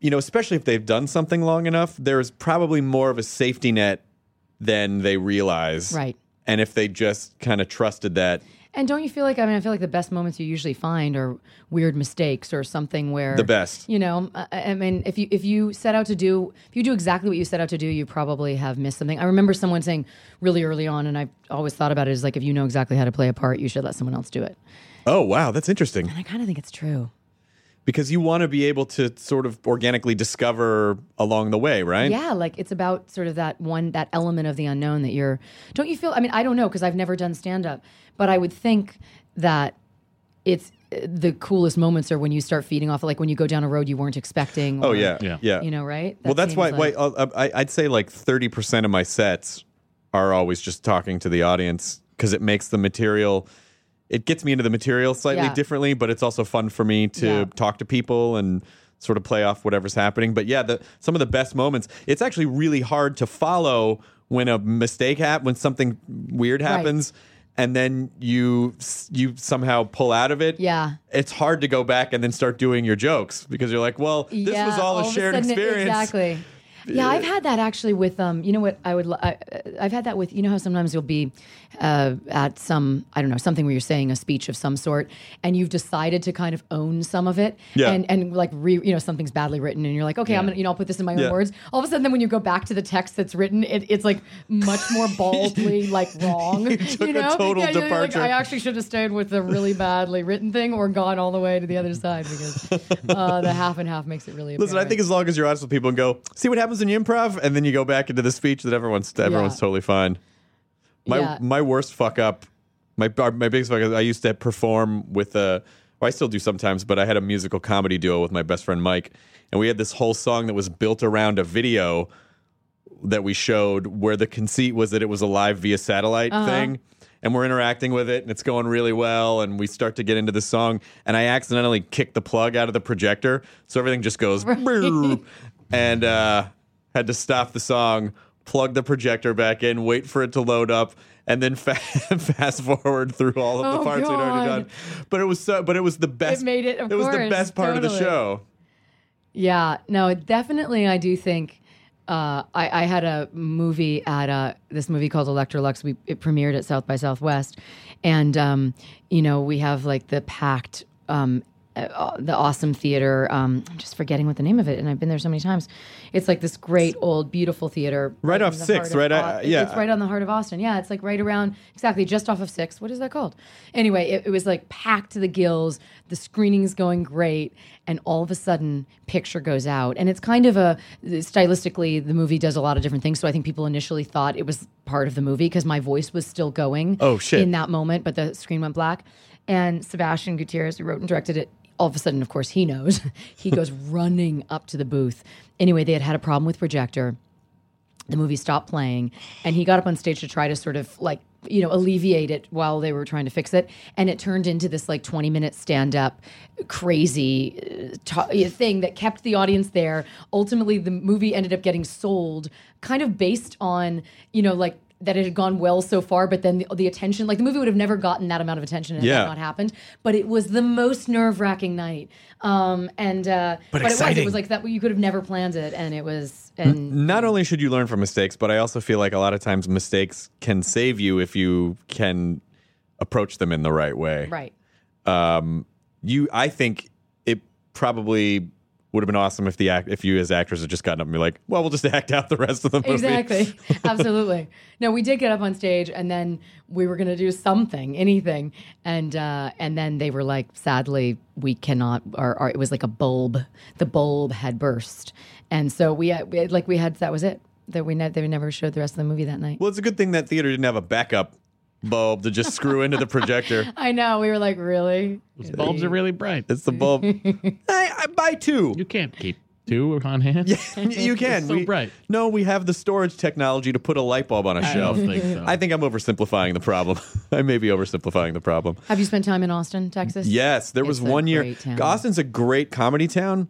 [SPEAKER 1] you know, especially if they've done something long enough, there's probably more of a safety net than they realize.
[SPEAKER 4] Right.
[SPEAKER 1] And if they just kind of trusted that,
[SPEAKER 4] and don't you feel like I mean, I feel like the best moments you usually find are weird mistakes or something where
[SPEAKER 1] The best.
[SPEAKER 4] You know, um, I, I mean, if you if you set out to do if you do exactly what you set out to do, you probably have missed something. I remember someone saying really early on, and I always thought about it is like if you know exactly how to play a part, you should let someone else do it.
[SPEAKER 1] oh, wow, that's interesting.
[SPEAKER 4] And I kind of think it's true.
[SPEAKER 1] Because you want to be able to sort of organically discover along the way, right?
[SPEAKER 4] Yeah, like it's about sort of that one that element of the unknown that you're don't you feel I mean I don't know because I've never done stand up, but I would think that it's the coolest moments are when you start feeding off like when you go down a road you weren't expecting.
[SPEAKER 1] Oh,
[SPEAKER 4] or-
[SPEAKER 1] yeah. Yeah. yeah.
[SPEAKER 4] You know, right?
[SPEAKER 1] well, that's
[SPEAKER 4] seems
[SPEAKER 1] why,
[SPEAKER 4] like-
[SPEAKER 1] why uh, I, I'd say like 30% of my sets are always just talking to the audience because it makes the material, it gets me into the material slightly
[SPEAKER 4] Yeah.
[SPEAKER 1] differently, but it's also fun for me to
[SPEAKER 4] Yeah.
[SPEAKER 1] talk to people and sort of play off whatever's happening. But yeah, the, some of the best moments, it's actually really hard to follow when a mistake happens, when something weird happens. And then you s- you somehow pull out of it.
[SPEAKER 4] Yeah.
[SPEAKER 1] it's hard to go back and then start doing your jokes because you're like, well, this
[SPEAKER 4] Yeah,
[SPEAKER 1] was all,
[SPEAKER 4] of
[SPEAKER 1] a shared
[SPEAKER 4] sudden it-
[SPEAKER 1] experience.
[SPEAKER 4] exactly. Yeah, I've had that actually with um. You know what I would. lo- I, I've had that with you know how sometimes you'll be uh, at some I don't know something where you're saying a speech of some sort and you've decided to kind of own some of it.
[SPEAKER 1] Yeah.
[SPEAKER 4] And and like re you know something's badly written and you're like okay I'm gonna you know I'll put this in my own
[SPEAKER 1] Yeah.
[SPEAKER 4] words. All of a sudden then when you go back to the text that's written it, it's like much more baldly like wrong. You,
[SPEAKER 1] took a
[SPEAKER 4] know?
[SPEAKER 1] total
[SPEAKER 4] Yeah, you're like,
[SPEAKER 1] departure.
[SPEAKER 4] I actually should have stayed with the really badly written thing or gone all the way to the other side because uh, the half and half makes it really.
[SPEAKER 1] Listen, I
[SPEAKER 4] apparent.
[SPEAKER 1] think as long as you're honest with people and go, see what happens in improv, and then you go back into the speech, that everyone's everyone's totally fine. My
[SPEAKER 4] Yeah.
[SPEAKER 1] my worst fuck up, my our- my biggest fuck up. I used to perform with a, well, I still do sometimes, but I had a musical comedy duo with my best friend Mike, and we had this whole song that was built around a video that we showed where the conceit was that it was a live via satellite
[SPEAKER 4] Uh-huh.
[SPEAKER 1] thing and we're interacting with it and it's going really well and we start to get into the song and i accidentally kick the plug out of the projector so everything just goes brrr, and uh, had to stop the song plug the projector back in wait for it to load up and then fa- fast forward through all of the
[SPEAKER 4] Oh,
[SPEAKER 1] parts we'd already
[SPEAKER 4] God.
[SPEAKER 1] done but it was so but it was the best
[SPEAKER 4] made it, of
[SPEAKER 1] it was the
[SPEAKER 4] course,
[SPEAKER 1] best part of the
[SPEAKER 4] totally.
[SPEAKER 1] show
[SPEAKER 4] Yeah, no, definitely. I do think uh, I, I had a movie at uh, this movie called Electrolux. We it premiered at South by Southwest, and um, you know we have like the packed. Um, uh, the awesome theater. Um, I'm just forgetting what the name of it, and I've been there so many times. It's like this great old, beautiful theater.
[SPEAKER 1] Right off
[SPEAKER 4] in the
[SPEAKER 1] Sixth, right?
[SPEAKER 4] heart of Au-
[SPEAKER 1] I- yeah.
[SPEAKER 4] it's right on the heart of Austin. Yeah, it's like right around exactly just off of Sixth. What is that called? Anyway, it, it was like packed to the gills. The screening's going great, and all of a sudden, picture goes out, and it's kind of a stylistically the movie does a lot of different things. So I think people initially thought it was part of the movie because my voice was still going.
[SPEAKER 1] Oh, shit.
[SPEAKER 4] In that moment, but the screen went black, and Sebastian Gutierrez, who wrote and directed it, all of a sudden, of course, he knows. he goes running up to the booth. Anyway, they had had a problem with projector the movie stopped playing and he got up on stage to try to sort of like you know alleviate it while they were trying to fix it and it turned into this like 20 minute stand up crazy uh, to- uh, thing that kept the audience there ultimately the movie ended up getting sold kind of based on you know like that it had gone well so far, but then the, the attention, like the movie would have never gotten that amount of attention if it
[SPEAKER 1] Yeah.
[SPEAKER 4] had not happened. But it was the most nerve wracking night. Um, and uh,
[SPEAKER 1] But
[SPEAKER 4] it was. It
[SPEAKER 1] exciting.
[SPEAKER 4] was like that. You could have never planned it, and it was. And
[SPEAKER 1] Not only should you learn from mistakes, but I also feel like a lot of times mistakes can save you if you can approach them in the right way.
[SPEAKER 4] right.
[SPEAKER 1] um, you I think it probably would have been awesome if the act if you as actors had just gotten up and be like, well, we'll just act out the rest of the movie.
[SPEAKER 4] Exactly. Absolutely. No, we did get up on stage and then we were going to do something, anything. And uh, and then they were like, sadly, we cannot, or, or it was like a bulb. The bulb had burst. And so we, had, we had, like, we had, that was it. That we ne- they never showed the rest of the movie that night.
[SPEAKER 1] Well, it's a good thing that theater didn't have a backup bulb to just screw into the projector.
[SPEAKER 4] I know. We were like, really?
[SPEAKER 3] Those bulbs are really bright.
[SPEAKER 1] It's the bulb. I, I buy two.
[SPEAKER 3] You can't keep two on hand. Yeah,
[SPEAKER 1] You can.
[SPEAKER 3] so
[SPEAKER 1] we,
[SPEAKER 3] bright.
[SPEAKER 1] No, we have the storage technology to put a light bulb on a
[SPEAKER 3] I
[SPEAKER 1] shelf.
[SPEAKER 3] don't think so.
[SPEAKER 1] I think I'm oversimplifying the problem. I may be oversimplifying the problem.
[SPEAKER 4] Have you spent time in Austin, Texas?
[SPEAKER 1] Yes, there was
[SPEAKER 4] It's a
[SPEAKER 1] one year.
[SPEAKER 4] great town.
[SPEAKER 1] Austin's a great comedy town.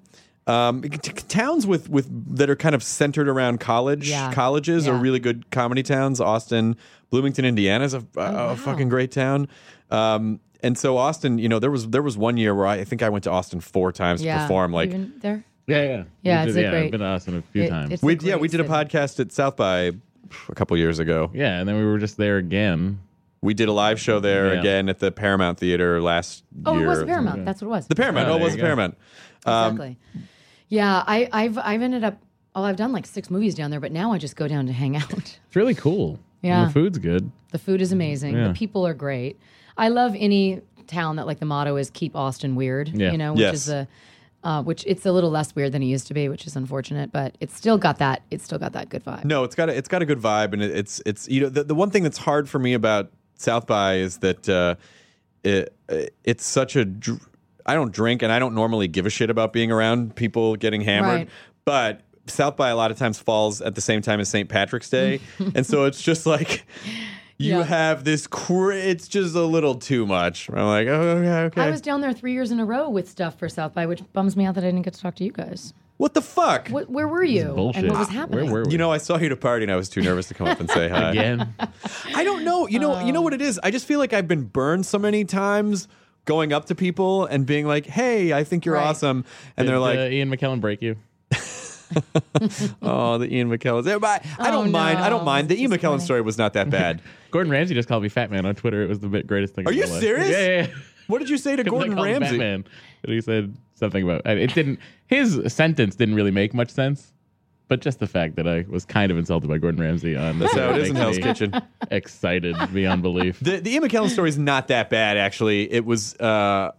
[SPEAKER 1] Um, t- t- towns with with that are kind of centered around college
[SPEAKER 4] Yeah.
[SPEAKER 1] colleges are
[SPEAKER 4] Yeah.
[SPEAKER 1] really good comedy towns. Austin, Bloomington, Indiana is a,
[SPEAKER 4] Oh,
[SPEAKER 1] a, a fucking great town. Um, and so Austin, you know, there was there was one year where I, I think I went to Austin four times to perform. Like
[SPEAKER 4] Even there?
[SPEAKER 3] yeah, yeah.
[SPEAKER 4] Yeah,
[SPEAKER 3] We
[SPEAKER 4] it's
[SPEAKER 3] did-
[SPEAKER 4] a
[SPEAKER 3] yeah,
[SPEAKER 4] great-
[SPEAKER 3] I've been to Austin a few
[SPEAKER 4] It-
[SPEAKER 3] times.
[SPEAKER 4] it's
[SPEAKER 1] we
[SPEAKER 4] a
[SPEAKER 1] yeah, we
[SPEAKER 4] great
[SPEAKER 1] did a
[SPEAKER 4] city.
[SPEAKER 1] podcast at South by a couple years ago.
[SPEAKER 3] yeah, and then we were just there again.
[SPEAKER 1] We did a live show there
[SPEAKER 3] Yeah.
[SPEAKER 1] again at the Paramount Theater last
[SPEAKER 4] Oh,
[SPEAKER 1] year.
[SPEAKER 4] it was Paramount. That's what it was.
[SPEAKER 1] The Paramount.
[SPEAKER 3] Oh,
[SPEAKER 1] Oh, it
[SPEAKER 3] there
[SPEAKER 1] was
[SPEAKER 3] you
[SPEAKER 1] the
[SPEAKER 3] go.
[SPEAKER 1] Paramount. Um,
[SPEAKER 4] Exactly. yeah, I, I've I've ended up. Oh, I've done like six movies down there, but now I just go down to hang out.
[SPEAKER 3] It's really cool.
[SPEAKER 4] Yeah.
[SPEAKER 3] And the food's good.
[SPEAKER 4] The food is amazing.
[SPEAKER 3] Yeah.
[SPEAKER 4] The people are great. I love any town that like the motto is "Keep Austin Weird."
[SPEAKER 3] Yeah.
[SPEAKER 4] You know, which
[SPEAKER 1] Yes.
[SPEAKER 4] is a uh, which it's a little less weird than it used to be, which is unfortunate, but it's still got that. It's still got that good vibe.
[SPEAKER 1] No, it's got a, it's got a good vibe, and it, it's it's you know the, the one thing that's hard for me about South by is that uh, it, uh, it's such a dr- I don't drink and I don't normally give a shit about being around people getting hammered,
[SPEAKER 4] Right.
[SPEAKER 1] but. South by a lot of times falls at the same time as St. Patrick's Day, and so it's just like you
[SPEAKER 4] Yeah.
[SPEAKER 1] have this. Cr- it's just a little too much. I'm like, oh, okay, okay.
[SPEAKER 4] I was down there three years in a row with stuff for South by, which bums me out that I didn't get to talk to you guys.
[SPEAKER 1] what the fuck?
[SPEAKER 4] What, where were you?
[SPEAKER 3] Bullshit.
[SPEAKER 4] And what was happening?
[SPEAKER 3] Where were we?
[SPEAKER 1] You know, I saw you at a party, and I was too nervous to come up and say hi.
[SPEAKER 3] again.
[SPEAKER 1] I don't know. You know, you know what it is. I just feel like I've been burned so many times going up to people and being like, "Hey, I think you're
[SPEAKER 4] Right.
[SPEAKER 1] awesome," and
[SPEAKER 3] Did,
[SPEAKER 1] they're
[SPEAKER 3] uh,
[SPEAKER 1] like,
[SPEAKER 3] Ian McKellen break you?
[SPEAKER 1] "Oh, the Ian McKellen." But I don't
[SPEAKER 4] Oh,
[SPEAKER 1] mind. I don't
[SPEAKER 4] no.
[SPEAKER 1] mind. The Ian McKellen story was not that bad.
[SPEAKER 3] Gordon Ramsay just called me Fat Man on Twitter. It was the bit- greatest thing.
[SPEAKER 1] Are
[SPEAKER 3] of my
[SPEAKER 1] you
[SPEAKER 3] life.
[SPEAKER 1] serious?
[SPEAKER 3] Yeah, yeah, yeah.
[SPEAKER 1] what did you say to
[SPEAKER 3] 'Cause I
[SPEAKER 1] Gordon
[SPEAKER 3] called him
[SPEAKER 1] Ramsay?
[SPEAKER 3] Batman, and he said something about I mean, it. Didn't his sentence didn't really make much sense, but just the fact that I was kind of insulted by Gordon Ramsay on
[SPEAKER 1] That's how it is in
[SPEAKER 3] makes
[SPEAKER 1] Hell's
[SPEAKER 3] me
[SPEAKER 1] Kitchen.
[SPEAKER 3] Excited beyond belief.
[SPEAKER 1] The the Ian McKellen story is not that bad, actually. It was. Uh,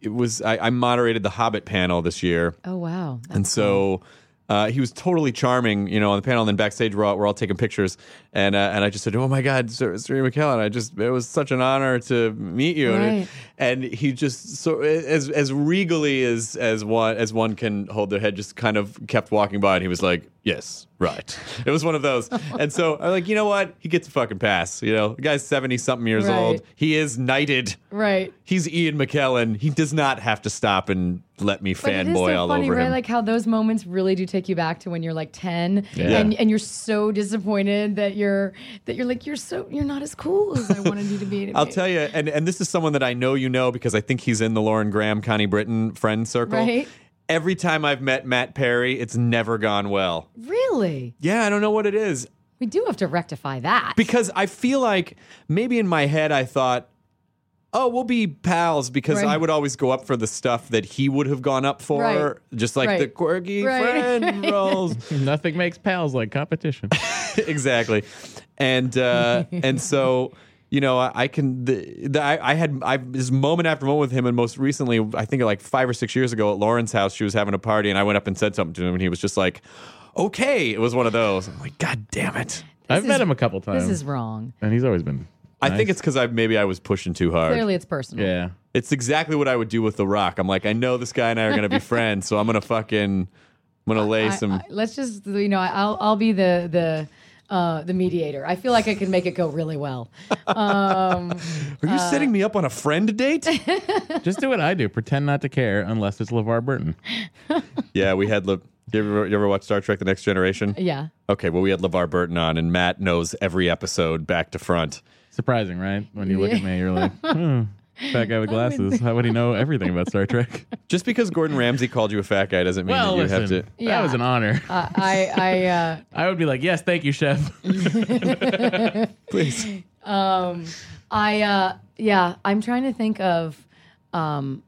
[SPEAKER 1] it was. I, I moderated the Hobbit panel this year.
[SPEAKER 4] Oh wow.
[SPEAKER 1] And so uh, he was totally charming, you know, on the panel. And then backstage, we're all, we're all taking pictures. And uh, and I just said, "Oh my God, Sir, Sir McKellen! I just it was such an honor to meet you."
[SPEAKER 4] Right.
[SPEAKER 1] And, and he just so as as regally as as one as one can hold their head, just kind of kept walking by. And he was like, "Yes, right." It was one of those. and so I'm like, you know what? He gets a fucking pass. You know, the guy's seventy something years
[SPEAKER 4] Right.
[SPEAKER 1] old. He is knighted.
[SPEAKER 4] Right.
[SPEAKER 1] He's Ian McKellen. He does not have to stop and let me
[SPEAKER 4] But it
[SPEAKER 1] fanboy
[SPEAKER 4] is so
[SPEAKER 1] all
[SPEAKER 4] funny,
[SPEAKER 1] over
[SPEAKER 4] right?
[SPEAKER 1] him.
[SPEAKER 4] Like how those moments really do take you back to when you're like ten,
[SPEAKER 3] Yeah.
[SPEAKER 4] and and you're so disappointed that you're that you're like you're so you're not as cool as I wanted you to be. To
[SPEAKER 1] I'll
[SPEAKER 4] be.
[SPEAKER 1] tell you, and, and this is someone that I know you know because I think he's in the Lauren Graham, Connie Britton friend circle.
[SPEAKER 4] Right.
[SPEAKER 1] Every time I've met Matt Perry, it's never gone well.
[SPEAKER 4] Really,
[SPEAKER 1] Yeah, I don't know what it is.
[SPEAKER 4] we do have to rectify that.
[SPEAKER 1] Because I feel like maybe in my head I thought, oh, we'll be pals because
[SPEAKER 4] Right.
[SPEAKER 1] I would always go up for the stuff that he would have gone up for,
[SPEAKER 4] Right.
[SPEAKER 1] just like
[SPEAKER 4] Right.
[SPEAKER 1] the quirky
[SPEAKER 4] Right.
[SPEAKER 1] friend roles.
[SPEAKER 3] Nothing makes pals like competition.
[SPEAKER 1] exactly and uh and so you know i, I can the, the I, I had i this moment after moment with him and most recently i think like five or six years ago at lauren's house she was having a party and i went up and said something to him and he was just like okay it was one of those i'm like god damn it
[SPEAKER 3] I've
[SPEAKER 4] This
[SPEAKER 3] met
[SPEAKER 4] is-
[SPEAKER 3] him a couple times,
[SPEAKER 4] this
[SPEAKER 1] um,
[SPEAKER 4] is wrong.
[SPEAKER 3] and he's always been.
[SPEAKER 1] i
[SPEAKER 3] nice.
[SPEAKER 1] think it's because i maybe i was pushing too hard
[SPEAKER 4] Clearly, it's personal.
[SPEAKER 3] yeah.
[SPEAKER 1] it's exactly what i would do with the rock i'm like i know this guy and i are gonna be friends so i'm gonna fucking i'm gonna lay
[SPEAKER 4] I-
[SPEAKER 1] some
[SPEAKER 4] I- let's just you know I- I'll I'll be the the. Uh, the mediator. I feel like I can make it go really well. Um,
[SPEAKER 1] are you setting me up on a friend date
[SPEAKER 3] Just do what I do. Pretend not to care unless it's LeVar Burton.
[SPEAKER 1] yeah we had Le- You ever, you ever watch Star Trek: The Next Generation?
[SPEAKER 4] Yeah.
[SPEAKER 1] Okay, well, we had LeVar Burton on, and Matt knows every episode back to front.
[SPEAKER 3] Surprising, right? When you look at me, you're like,
[SPEAKER 4] Hmm.
[SPEAKER 3] fat guy with glasses. How would he know everything about Star Trek?
[SPEAKER 1] Just because Gordon Ramsay called you a fat guy doesn't mean
[SPEAKER 3] well,
[SPEAKER 1] that you
[SPEAKER 3] listen,
[SPEAKER 1] have to.
[SPEAKER 3] That was an honor.
[SPEAKER 4] Uh, I I uh,
[SPEAKER 3] I would be like, yes, thank you, chef. Please.
[SPEAKER 4] um, I uh, yeah, I'm trying to think of. Um,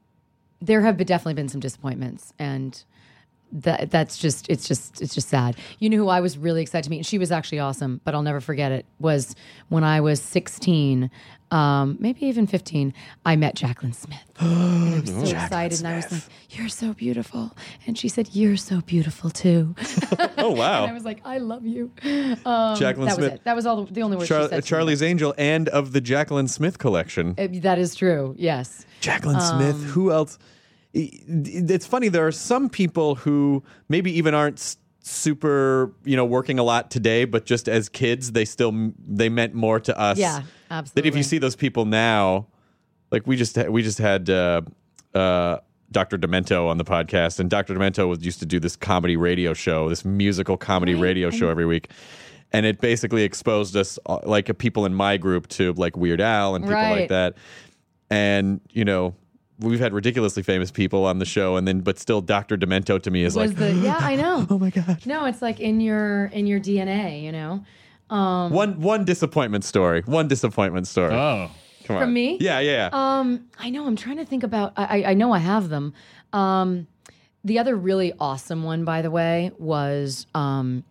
[SPEAKER 4] there have been, definitely been some disappointments, and that that's just it's just it's just sad. You know who I was really excited to meet, and she was actually awesome, but I'll never forget it. Was when I was 16, um, maybe even 15, I met Jacqueline Smith. And I'm so
[SPEAKER 1] Oh,
[SPEAKER 2] Jacqueline
[SPEAKER 4] excited, and I was like, "You're so beautiful," and she said, "You're so beautiful too."
[SPEAKER 1] Oh
[SPEAKER 4] and I
[SPEAKER 1] wow,
[SPEAKER 4] was like, "I love you." Um,
[SPEAKER 1] Jacqueline
[SPEAKER 4] that was
[SPEAKER 1] Smith.
[SPEAKER 4] it. That was all the, the only word
[SPEAKER 1] Char-
[SPEAKER 4] she said. to me.
[SPEAKER 1] Charlie's Angel and of the Jacqueline Smith collection.
[SPEAKER 4] Uh, that is true. Yes.
[SPEAKER 1] Jacqueline
[SPEAKER 4] um,
[SPEAKER 1] Smith. Who else? I- i- It's funny. There are some people who maybe even aren't s- super, you know, working a lot today, but just as kids, they still m- they meant more to us.
[SPEAKER 4] Yeah,
[SPEAKER 1] That if
[SPEAKER 4] absolutely.
[SPEAKER 1] you see those people now, like we just ha- we just had. Uh, uh, Dr. Demento on the podcast, and Dr. Demento was used to do this comedy radio show, this musical comedy radio show every week, and it basically exposed us, uh, like uh, people in my group, to like Weird Al and people
[SPEAKER 4] Right.
[SPEAKER 1] like that and you know we've had ridiculously famous people on the show and then but still dr demento to me is
[SPEAKER 4] was
[SPEAKER 1] like
[SPEAKER 4] the yeah I know. oh my god. No, it's like in your in your DNA, you know. Um,
[SPEAKER 1] one one disappointment story one disappointment story
[SPEAKER 3] oh
[SPEAKER 1] come on
[SPEAKER 4] from me.
[SPEAKER 1] yeah yeah yeah.
[SPEAKER 4] Um, I know. I'm trying to think about. I I I know I have them. Um, the other really awesome one, by the way, was um,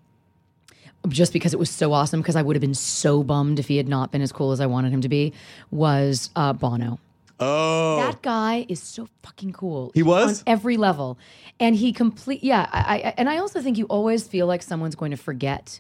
[SPEAKER 4] just because it was so awesome. Because I would have been so bummed if he had not been as cool as I wanted him to be. Was uh, Bono.
[SPEAKER 1] oh
[SPEAKER 4] That guy is so fucking cool.
[SPEAKER 1] He was?
[SPEAKER 4] on every level, and he complete. Yeah, I, I and I also think you always feel like someone's going to forget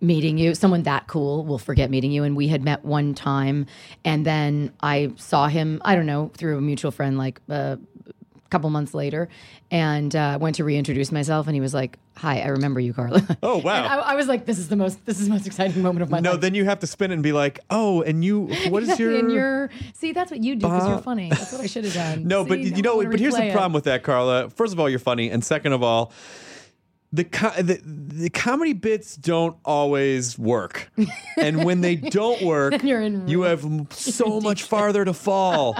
[SPEAKER 4] meeting you. Someone that cool will forget meeting you. And we had met one time, and then I saw him. I don't know through a mutual friend, like uh, a couple months later, and uh, went to reintroduce myself, and he was like, "Hi, I remember you, Carla."
[SPEAKER 1] oh wow
[SPEAKER 4] I, I was like, "This is the most. This is the most exciting moment of my
[SPEAKER 1] no
[SPEAKER 4] life."
[SPEAKER 1] then you have to spin it and be like oh and you what is your,
[SPEAKER 4] in your see that's what you do because you're funny that's what i should have done
[SPEAKER 1] no
[SPEAKER 4] See,
[SPEAKER 1] but
[SPEAKER 4] now
[SPEAKER 1] you
[SPEAKER 4] I
[SPEAKER 1] know
[SPEAKER 4] wanna
[SPEAKER 1] but here's the
[SPEAKER 4] replay it.
[SPEAKER 1] problem with that carla first of all you're funny and second of all the, co- the the comedy bits don't always work, and when they don't work,
[SPEAKER 4] You're in
[SPEAKER 1] you have m- so much farther to fall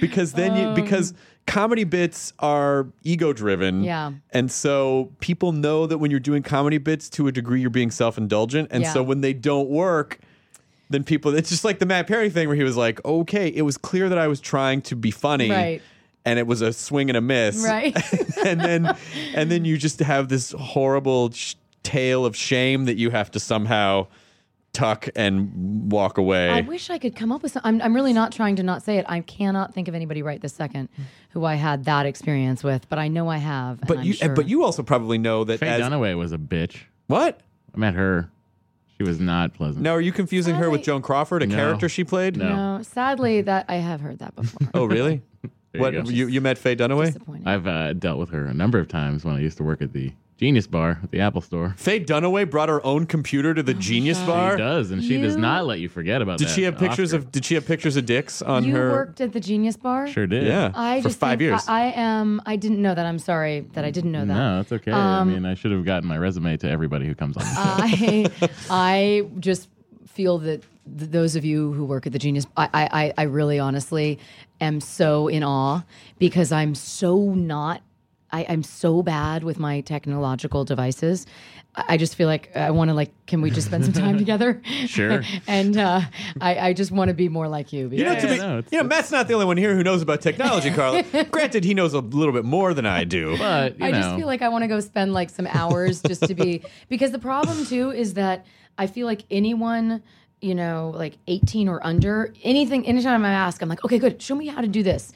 [SPEAKER 1] because then
[SPEAKER 4] Um,
[SPEAKER 1] you because comedy bits are ego driven
[SPEAKER 4] Yeah.
[SPEAKER 1] and so people know that when you're doing comedy bits to a degree you're being self-indulgent and
[SPEAKER 4] Yeah.
[SPEAKER 1] so when they don't work then people it's just like the matt perry thing where he was like okay it was clear that i was trying to be funny
[SPEAKER 4] Right.
[SPEAKER 1] and it was a swing and a miss
[SPEAKER 4] Right.
[SPEAKER 1] and then and then you just have this horrible sh- tale of shame that you have to somehow tuck and walk away
[SPEAKER 4] I wish I could come up with some. I'm, I'm really not trying to not say it. I cannot think of anybody right this second who I had that experience with, but I know I have. and
[SPEAKER 1] But
[SPEAKER 4] I'm
[SPEAKER 1] you, eh,
[SPEAKER 4] sure.
[SPEAKER 1] but you also probably know that.
[SPEAKER 3] Faye
[SPEAKER 1] as-
[SPEAKER 3] Dunaway was a bitch.
[SPEAKER 1] what?
[SPEAKER 3] I met her. She was not pleasant.
[SPEAKER 1] Now, are you confusing her with
[SPEAKER 4] Sadly-
[SPEAKER 1] Joan Crawford, a
[SPEAKER 3] No.
[SPEAKER 1] character she played?
[SPEAKER 4] no, sadly, that I have heard that before.
[SPEAKER 1] Oh, really?
[SPEAKER 3] There
[SPEAKER 1] what
[SPEAKER 3] you go.
[SPEAKER 1] you, you met Faye Dunaway?
[SPEAKER 4] Disappointing.
[SPEAKER 3] I've uh, dealt with her a number of times when I used to work at the Genius Bar at the Apple Store.
[SPEAKER 1] Faye Dunaway brought her own computer
[SPEAKER 4] Oh
[SPEAKER 1] to the Genius Bar.
[SPEAKER 3] She does, and she does
[SPEAKER 4] You-
[SPEAKER 3] not let you forget about
[SPEAKER 1] Did
[SPEAKER 3] that.
[SPEAKER 1] she have pictures
[SPEAKER 3] Oscar.
[SPEAKER 1] of? Did she have pictures of dicks on
[SPEAKER 4] you
[SPEAKER 1] her?
[SPEAKER 4] worked at the Genius Bar.
[SPEAKER 3] Sure did.
[SPEAKER 1] Yeah,
[SPEAKER 4] I
[SPEAKER 1] for
[SPEAKER 4] just
[SPEAKER 1] five
[SPEAKER 4] think-
[SPEAKER 1] years.
[SPEAKER 4] I, I am. I didn't know that. I'm sorry that I didn't know that.
[SPEAKER 3] No, that's okay. I
[SPEAKER 4] Um,
[SPEAKER 3] mean, I should have gotten my resume to everybody who comes on the show.
[SPEAKER 4] I I just feel that th- those of you who work at the Genius, I, I I- I really honestly am so in awe because I'm so not. I, I'm so bad with my technological devices. I I just feel like I want to like. Can we just spend some time together?
[SPEAKER 3] Sure.
[SPEAKER 4] and uh, I, I just want to be more like you.
[SPEAKER 1] you know,
[SPEAKER 4] because-
[SPEAKER 1] to be,
[SPEAKER 3] yeah, no, it's-
[SPEAKER 1] you know, Matt's not the only one here who knows about technology, Carla. Granted, he knows a little bit more than I do.
[SPEAKER 3] but you
[SPEAKER 4] I
[SPEAKER 3] know,
[SPEAKER 4] just feel like I want to go spend like some hours just to be because the problem too is that I feel like anyone you know like 18 or under anything anytime I ask I'm like okay good show me how to do this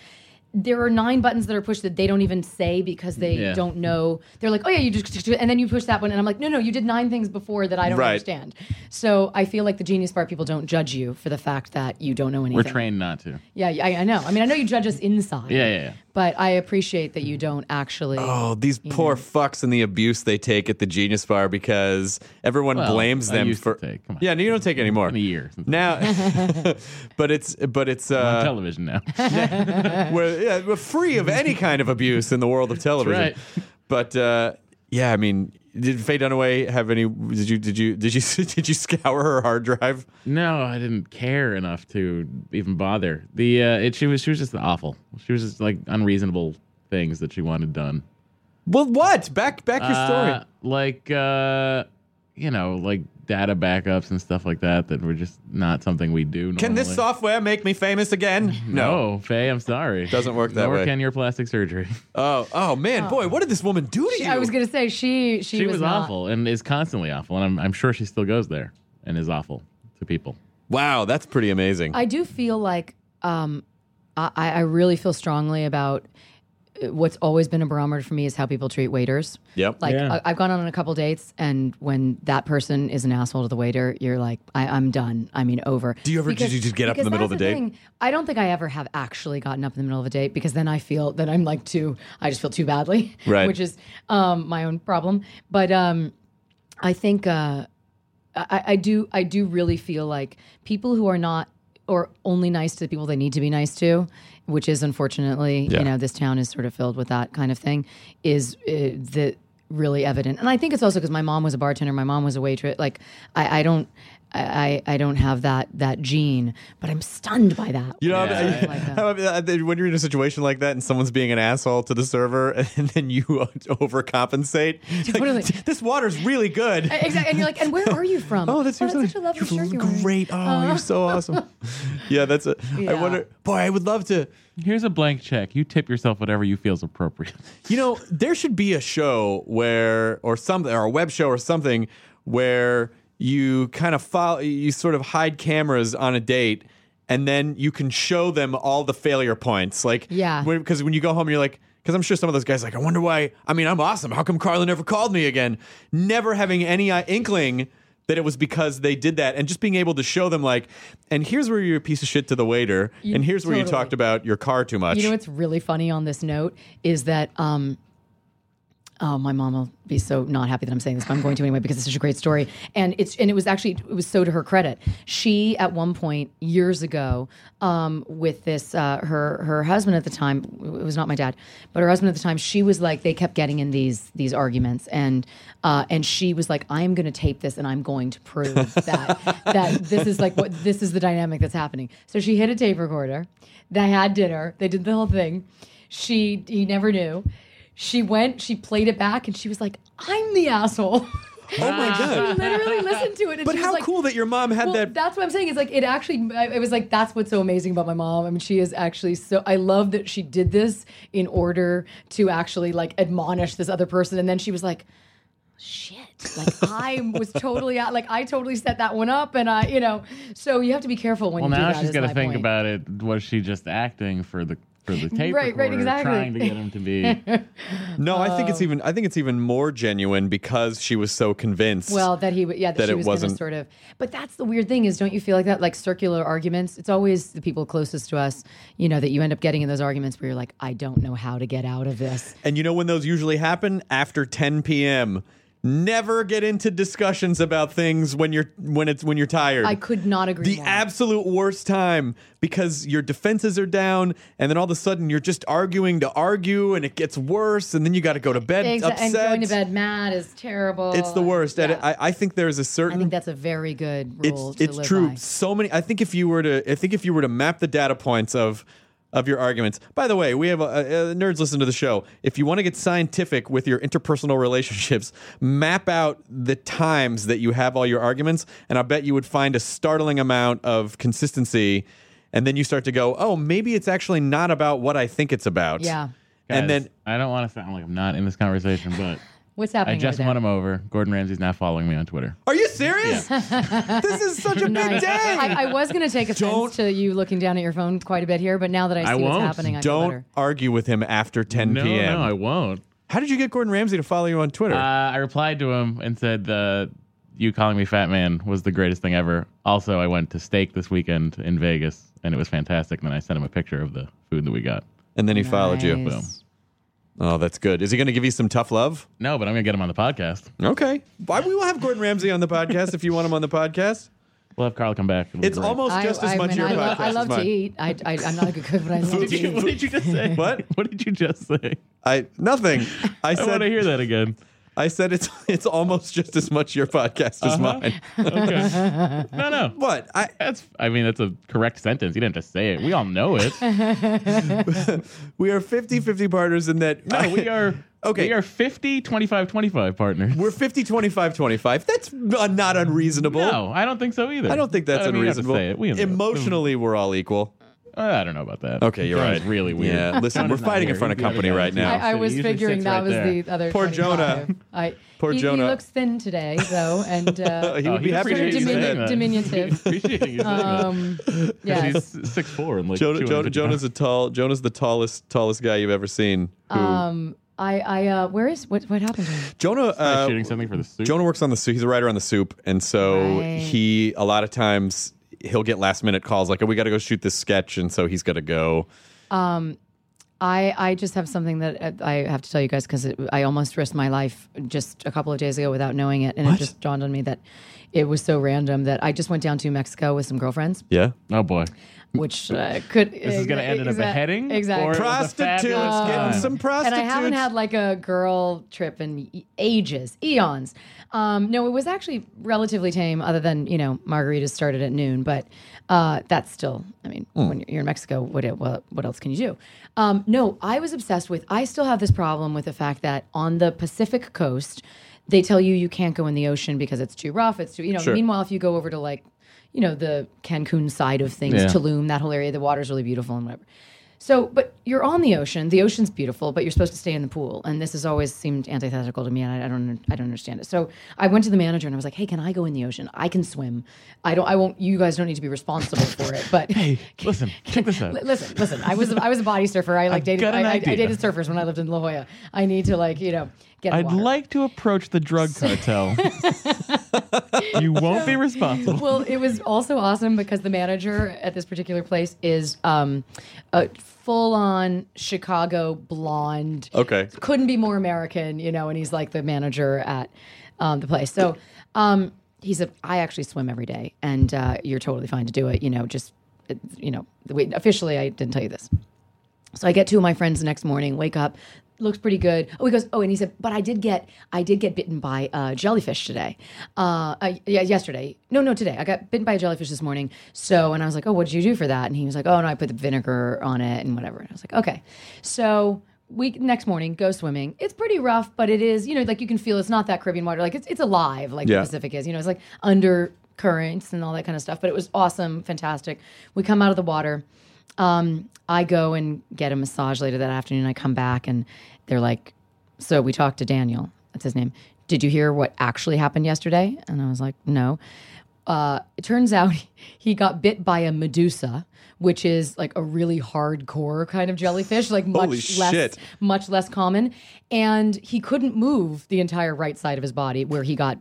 [SPEAKER 4] there are nine buttons that are pushed that they don't even say because they
[SPEAKER 3] Yeah.
[SPEAKER 4] don't know they're like oh yeah you just and then you push that one and I'm like no no you did nine things before that I don't
[SPEAKER 1] Right.
[SPEAKER 4] understand so I feel like the genius bar people don't judge you for the fact that you don't know anything
[SPEAKER 3] we're trained not to.
[SPEAKER 4] yeah I, I know I mean I know you judge us inside
[SPEAKER 3] Yeah, yeah, yeah.
[SPEAKER 4] but I appreciate that you don't actually
[SPEAKER 1] Oh, these poor fucks and the abuse they take at the Genius Bar because everyone
[SPEAKER 3] Well,
[SPEAKER 1] blames
[SPEAKER 3] I
[SPEAKER 1] them
[SPEAKER 3] used
[SPEAKER 1] for.
[SPEAKER 3] to take, come on.
[SPEAKER 1] Yeah, no, you don't take anymore.
[SPEAKER 3] In a year since-
[SPEAKER 1] now, but it's but it's
[SPEAKER 3] on
[SPEAKER 1] uh,
[SPEAKER 3] television now.
[SPEAKER 1] we're, yeah, we're free of any kind of abuse in the world of television.
[SPEAKER 3] right.
[SPEAKER 1] But uh, yeah, I mean, did Faye Dunaway have any? Did you did you did you did you scour her hard drive?
[SPEAKER 3] No, I didn't care enough to even bother. The uh, it she was she was just awful. She was just like unreasonable things that she wanted done.
[SPEAKER 1] Well, what? Back back your story.
[SPEAKER 3] Uh, like uh, you know, like data backups and stuff like that that were just not something we do.
[SPEAKER 1] Can this
[SPEAKER 3] normally.
[SPEAKER 1] software make me famous again?
[SPEAKER 3] No, Faye, I'm sorry.
[SPEAKER 1] Doesn't work that
[SPEAKER 3] Nor
[SPEAKER 1] way.
[SPEAKER 3] can your plastic surgery.
[SPEAKER 1] Oh, oh man, boy, what did this woman do to you?
[SPEAKER 4] I was gonna say she she,
[SPEAKER 3] She, was,
[SPEAKER 4] not-
[SPEAKER 3] awful and is constantly awful, and I'm I'm sure she still goes there and is awful to people.
[SPEAKER 1] wow, that's pretty amazing.
[SPEAKER 4] I do feel like um, I, I really feel strongly about uh, what's always been a barometer for me is how people treat waiters.
[SPEAKER 1] Yep.
[SPEAKER 4] Like
[SPEAKER 3] Yeah.
[SPEAKER 4] I, I've gone on a couple dates, and when that person is an asshole to the waiter, you're like, I, I'm done. I mean, over.
[SPEAKER 1] Do you ever- did you just get up in
[SPEAKER 4] because
[SPEAKER 1] the middle
[SPEAKER 4] that's
[SPEAKER 1] of the date?
[SPEAKER 4] thing. I don't think I ever have actually gotten up in the middle of a date because then I feel that I'm like too. I just feel too badly,
[SPEAKER 1] Right.
[SPEAKER 4] which is um, my own problem. But um, I think. Uh, I, I do I do really feel like people who are not or only nice to the people they need to be nice to, which is unfortunately,
[SPEAKER 1] Yeah.
[SPEAKER 4] you know, this town is sort of filled with that kind of thing, is uh, the really evident. And I think it's also because my mom was a bartender, my mom was a waitress. Like I, I don't. I, I I don't have that that gene, but I'm stunned by that.
[SPEAKER 1] You know,
[SPEAKER 4] Stunned
[SPEAKER 1] I-
[SPEAKER 4] by that.
[SPEAKER 1] I mean, I think when you're in a situation like that and someone's being an asshole to the server and then you overcompensate, like,
[SPEAKER 4] Totally.
[SPEAKER 1] this water's really good.
[SPEAKER 4] exactly. E-, And you're like, and where are you from?
[SPEAKER 1] oh, that's,
[SPEAKER 4] that's such a lovely
[SPEAKER 1] you're
[SPEAKER 4] shirt. You're wearing." Uh-huh.
[SPEAKER 1] great. Oh, you're so awesome. yeah, that's. A, I
[SPEAKER 4] Yeah.
[SPEAKER 1] wonder. Boy, I would love to.
[SPEAKER 3] Here's a blank check. You tip yourself whatever you feel is appropriate.
[SPEAKER 1] You know, there should be a show where, or something, or a web show or something where you kind of follow, you sort of hide cameras on a date, and then you can show them all the failure points. Like,
[SPEAKER 4] Yeah.
[SPEAKER 1] because when you go home, you're like, because I'm sure some of those guys are like, I wonder why. I mean, I'm awesome. How come Carla never called me again? Never having any uh, inkling that it was because they did that, and just being able to show them like, and here's where you're a piece of shit to the waiter,
[SPEAKER 4] You-
[SPEAKER 1] and here's where you
[SPEAKER 4] totally.
[SPEAKER 1] talked about your car too much.
[SPEAKER 4] You know what's really funny on this note is that um Oh, my mom will be so not happy that I'm saying this, but I'm going to anyway because it's such a great story. And it's and it was actually it was so to her credit. She at one point years ago, um, with this uh, her her husband at the time it was not my dad, but her husband at the time she was like they kept getting in these these arguments and uh, and she was like I am going to tape this and I'm going to prove that that this is like what this is the dynamic that's happening. So she hit a tape recorder. They had dinner. They did the whole thing. She he never knew she went, she played it back, and she was like, "I'm the asshole."
[SPEAKER 1] oh my god.
[SPEAKER 4] she literally listened to it, and
[SPEAKER 1] But
[SPEAKER 4] she was
[SPEAKER 1] how
[SPEAKER 4] like,
[SPEAKER 1] cool that your mom had
[SPEAKER 4] well,
[SPEAKER 1] that.
[SPEAKER 4] That's what I'm saying. It's like it actually. I- It was like that's what's so amazing about my mom. I mean, she is actually so. I love that she did this in order to actually like admonish this other person, and then she was like. Shit! Like I was totally out. Like I totally set that one up, and I, you know. So you have to be careful when
[SPEAKER 3] well,
[SPEAKER 4] you do
[SPEAKER 3] now
[SPEAKER 4] that,
[SPEAKER 3] she's
[SPEAKER 4] is
[SPEAKER 3] got to
[SPEAKER 4] my
[SPEAKER 3] think
[SPEAKER 4] point.
[SPEAKER 3] about it. Was she just acting for the for the tape
[SPEAKER 4] Right, right,
[SPEAKER 3] recorder,
[SPEAKER 4] exactly.
[SPEAKER 3] trying to get him to be?
[SPEAKER 1] no, I think it's
[SPEAKER 4] Um,
[SPEAKER 1] even. I think it's even more genuine because she was so convinced.
[SPEAKER 4] Well, that he would, yeah, that,
[SPEAKER 1] that
[SPEAKER 4] she
[SPEAKER 1] it
[SPEAKER 4] was
[SPEAKER 1] wasn't-
[SPEAKER 4] gonna sort of. But that's the weird thing is, don't you feel like that, like circular arguments? It's always the people closest to us, you know, that you end up getting in those arguments where you're like, I don't know how to get out of this.
[SPEAKER 1] and you know when those usually happen after 10 p.m. Never get into discussions about things when you're when it's when you're tired.
[SPEAKER 4] I could not agree
[SPEAKER 1] the
[SPEAKER 4] more.
[SPEAKER 1] absolute worst time because your defenses are down, and then all of a sudden you're just arguing to argue, and it gets worse, and then you got to go to bed
[SPEAKER 4] Exa-
[SPEAKER 1] upset.
[SPEAKER 4] and going to bed mad is terrible.
[SPEAKER 1] It's the worst, and
[SPEAKER 4] Yeah.
[SPEAKER 1] I, I think there's a
[SPEAKER 4] I
[SPEAKER 1] certain
[SPEAKER 4] think that's a very good rule.
[SPEAKER 1] it's
[SPEAKER 4] to
[SPEAKER 1] it's
[SPEAKER 4] live
[SPEAKER 1] true.
[SPEAKER 4] by.
[SPEAKER 1] So many. I think if you were to, I think if you were to map the data points of of your arguments. By the way, we have uh, uh, nerds listen to the show. If you want to get scientific with your interpersonal relationships, map out the times that you have all your arguments, and I bet you would find a startling amount of consistency. And then you start to go, oh, maybe it's actually not about what I think it's about.
[SPEAKER 4] Yeah.
[SPEAKER 1] and
[SPEAKER 3] Guys,
[SPEAKER 1] then
[SPEAKER 3] I don't want to sound like I'm not in this conversation, but
[SPEAKER 4] What's
[SPEAKER 3] I
[SPEAKER 4] happening?
[SPEAKER 3] just
[SPEAKER 4] over
[SPEAKER 3] won
[SPEAKER 4] there?
[SPEAKER 3] him over. Gordon Ramsay's not following me on Twitter.
[SPEAKER 1] are you serious? this is such a big
[SPEAKER 4] Nice.
[SPEAKER 1] day.
[SPEAKER 4] I, I was going to take offense
[SPEAKER 1] Don't-
[SPEAKER 4] to you looking down at your phone quite a bit here, but now that I see
[SPEAKER 3] I
[SPEAKER 4] what's
[SPEAKER 3] won't.
[SPEAKER 4] happening, I feel
[SPEAKER 1] Don't
[SPEAKER 4] better.
[SPEAKER 1] argue with him after 10
[SPEAKER 3] No,
[SPEAKER 1] p.m.
[SPEAKER 3] no, I won't.
[SPEAKER 1] How did you get Gordon Ramsay to follow you on Twitter?
[SPEAKER 3] Uh, I replied to him and said, uh, "You calling me fat man was the greatest thing ever." Also, I went to steak this weekend in Vegas, and it was fantastic. And then I sent him a picture of the food that we got.
[SPEAKER 1] and then he followed you.
[SPEAKER 4] Nice.
[SPEAKER 3] Boom.
[SPEAKER 1] Oh, that's good. Is he going to give you some tough love?
[SPEAKER 3] No, but I'm gonna get him on the podcast.
[SPEAKER 1] Okay. Why we will have Gordon Ramsay on the podcast if you want him on the podcast.
[SPEAKER 3] We'll have Carl come back. It'll be
[SPEAKER 1] It's
[SPEAKER 3] great.
[SPEAKER 1] almost
[SPEAKER 4] I-
[SPEAKER 1] just as
[SPEAKER 4] I
[SPEAKER 1] much
[SPEAKER 4] mean,
[SPEAKER 1] your
[SPEAKER 4] I
[SPEAKER 1] podcast.
[SPEAKER 4] love, I
[SPEAKER 1] as
[SPEAKER 4] love to
[SPEAKER 1] mine.
[SPEAKER 4] eat. I, I, I'm not a good cook, but I love to eat.
[SPEAKER 3] What did you just say?
[SPEAKER 1] What?
[SPEAKER 3] What did you just say?
[SPEAKER 1] I nothing. I
[SPEAKER 3] I want
[SPEAKER 1] said
[SPEAKER 3] to hear that again.
[SPEAKER 1] I said it's it's almost just as much your podcast as
[SPEAKER 3] Uh-huh.
[SPEAKER 1] mine.
[SPEAKER 3] Okay. No, no.
[SPEAKER 1] What? I,
[SPEAKER 3] that's. I mean, that's a correct sentence. You didn't have to say it. We all know it.
[SPEAKER 1] we are 50 50 partners in that.
[SPEAKER 3] No, we are.
[SPEAKER 1] Okay.
[SPEAKER 3] We are 50, 25, 25 partners.
[SPEAKER 1] We're 50 25 25. That's uh, not unreasonable.
[SPEAKER 3] No, I don't think so either.
[SPEAKER 1] I don't think that's
[SPEAKER 3] I mean, you don't have to
[SPEAKER 1] unreasonable.
[SPEAKER 3] say it. We know.
[SPEAKER 1] Emotionally, we're all equal.
[SPEAKER 3] Uh, I don't know about that.
[SPEAKER 1] Okay, you're
[SPEAKER 3] That was
[SPEAKER 1] right.
[SPEAKER 3] really weird.
[SPEAKER 1] Yeah, listen,
[SPEAKER 3] Jonah's
[SPEAKER 1] we're
[SPEAKER 3] not
[SPEAKER 1] fighting in
[SPEAKER 3] here.
[SPEAKER 1] front of
[SPEAKER 3] The other
[SPEAKER 1] company
[SPEAKER 3] guy
[SPEAKER 1] right
[SPEAKER 3] is
[SPEAKER 1] now.
[SPEAKER 3] here.
[SPEAKER 4] I, I
[SPEAKER 3] He
[SPEAKER 4] was
[SPEAKER 3] usually
[SPEAKER 4] figuring
[SPEAKER 3] sits
[SPEAKER 4] that
[SPEAKER 3] right
[SPEAKER 4] was
[SPEAKER 3] there.
[SPEAKER 4] the other.
[SPEAKER 1] Poor
[SPEAKER 4] 25.
[SPEAKER 1] Jonah.
[SPEAKER 4] I,
[SPEAKER 1] Poor
[SPEAKER 4] he,
[SPEAKER 1] Jonah.
[SPEAKER 4] He looks thin today, though, and uh,
[SPEAKER 1] He would be
[SPEAKER 3] he'd
[SPEAKER 1] happy to
[SPEAKER 3] appreciate
[SPEAKER 1] hear
[SPEAKER 3] you
[SPEAKER 1] you say
[SPEAKER 3] saying
[SPEAKER 1] that.
[SPEAKER 3] that.
[SPEAKER 4] Diminutive.
[SPEAKER 3] Appreciate you saying that.
[SPEAKER 4] um,
[SPEAKER 3] 'Cause
[SPEAKER 4] yes.
[SPEAKER 3] He's six four and like
[SPEAKER 1] Jonah,
[SPEAKER 3] 200
[SPEAKER 1] Jonah,
[SPEAKER 3] pounds.
[SPEAKER 1] Jonah's a tall. Jonah's the tallest, tallest guy you've ever seen. Who,
[SPEAKER 4] Um, I, I, uh, where is what? What happened? to him?
[SPEAKER 1] Jonah,
[SPEAKER 3] Not
[SPEAKER 1] uh,
[SPEAKER 3] shooting something for the soup.
[SPEAKER 1] Jonah works on the soup. He's a writer on the soup, and so
[SPEAKER 4] Right.
[SPEAKER 1] he a lot of times he'll get last minute calls like, "Oh, we got to go shoot this sketch," and so he's got to go.
[SPEAKER 4] I, I just have something that uh, I I have to tell you guys because I almost risked my life just a couple of days ago without knowing it, and it just dawned on me that it was so random that I just went down to Mexico with some girlfriends,
[SPEAKER 1] Yeah,
[SPEAKER 3] Oh boy.
[SPEAKER 4] which uh, could this
[SPEAKER 3] is gonna end in a beheading?
[SPEAKER 4] exactly.
[SPEAKER 3] Or- Oh, It was a
[SPEAKER 1] prostitutes
[SPEAKER 3] fabulous
[SPEAKER 1] getting
[SPEAKER 3] time.
[SPEAKER 1] some
[SPEAKER 4] and
[SPEAKER 1] prostitutes.
[SPEAKER 4] I haven't had like a girl trip in e- ages, eons. Um, no, it was actually relatively tame, other than you know margaritas started at noon, but uh, that's still. I mean,
[SPEAKER 1] Hmm.
[SPEAKER 4] when you're- you're in Mexico, what it- what what else can you do? Um, no, I was obsessed with. I still have this problem with the fact that on the Pacific coast, they tell you you can't go in the ocean because it's too rough. It's too you know.
[SPEAKER 1] Sure.
[SPEAKER 4] Meanwhile, if you go over to like you know the Cancun side of things,
[SPEAKER 3] Yeah.
[SPEAKER 4] Tulum, that whole area, the water's really beautiful and whatever. So, but you're on the ocean. The ocean's beautiful, but you're supposed to stay in the pool. And this has always seemed antithetical to me, and I, I don't, I don't understand it. So, I went to the manager and I was like, "Hey, can I go in the ocean? I can swim. I don't. I won't. You guys don't need to be responsible for it." But hey,
[SPEAKER 3] Listen, check this out.
[SPEAKER 4] listen, listen. I was, I was a body surfer. I like dated,
[SPEAKER 3] got an
[SPEAKER 4] I, I, I
[SPEAKER 3] idea.
[SPEAKER 4] dated surfers when I lived in La Jolla. I need to like, you know, get. in
[SPEAKER 3] I'd
[SPEAKER 4] water.
[SPEAKER 3] like to approach the drug cartel. you won't be responsible.
[SPEAKER 4] well, it was also awesome because the manager at this particular place is um, a full-on Chicago blonde.
[SPEAKER 1] Okay.
[SPEAKER 4] couldn't be more American, you know. And he's like the manager at um, the place. So um, he said, "I actually swim every day, and uh, you're totally fine to do it. You know, just it- you know, the way- officially, I didn't tell you this." So I get two of my friends the next morning, wake up, looks pretty good. Oh, he goes, oh, and he said, but I did get, I did get bitten by uh, jellyfish today. Uh, uh, yeah, yesterday. No, no, today. I got bitten by a jellyfish this morning. So, and I was like, oh, what did you do for that? And he was like, oh, no, I put the vinegar on it and whatever. And I was like, okay. So we next morning go swimming. It's pretty rough, but it is, you know, like you can feel it's not that Caribbean water. Like it's it's alive, like
[SPEAKER 1] Yeah.
[SPEAKER 4] the Pacific is. You know, it's like under currents and all that kind of stuff. But it was awesome, fantastic. We come out of the water. Um, I go and get a massage later that afternoon. I come back and they're like, so we talked to Daniel. That's his name. Did you hear what actually happened yesterday? And I was like, no. Uh, it turns out he got bit by a medusa, which is like a really hardcore kind of jellyfish, like much
[SPEAKER 1] Holy
[SPEAKER 4] less
[SPEAKER 1] shit.
[SPEAKER 4] much less common. And he couldn't move the entire right side of his body where he got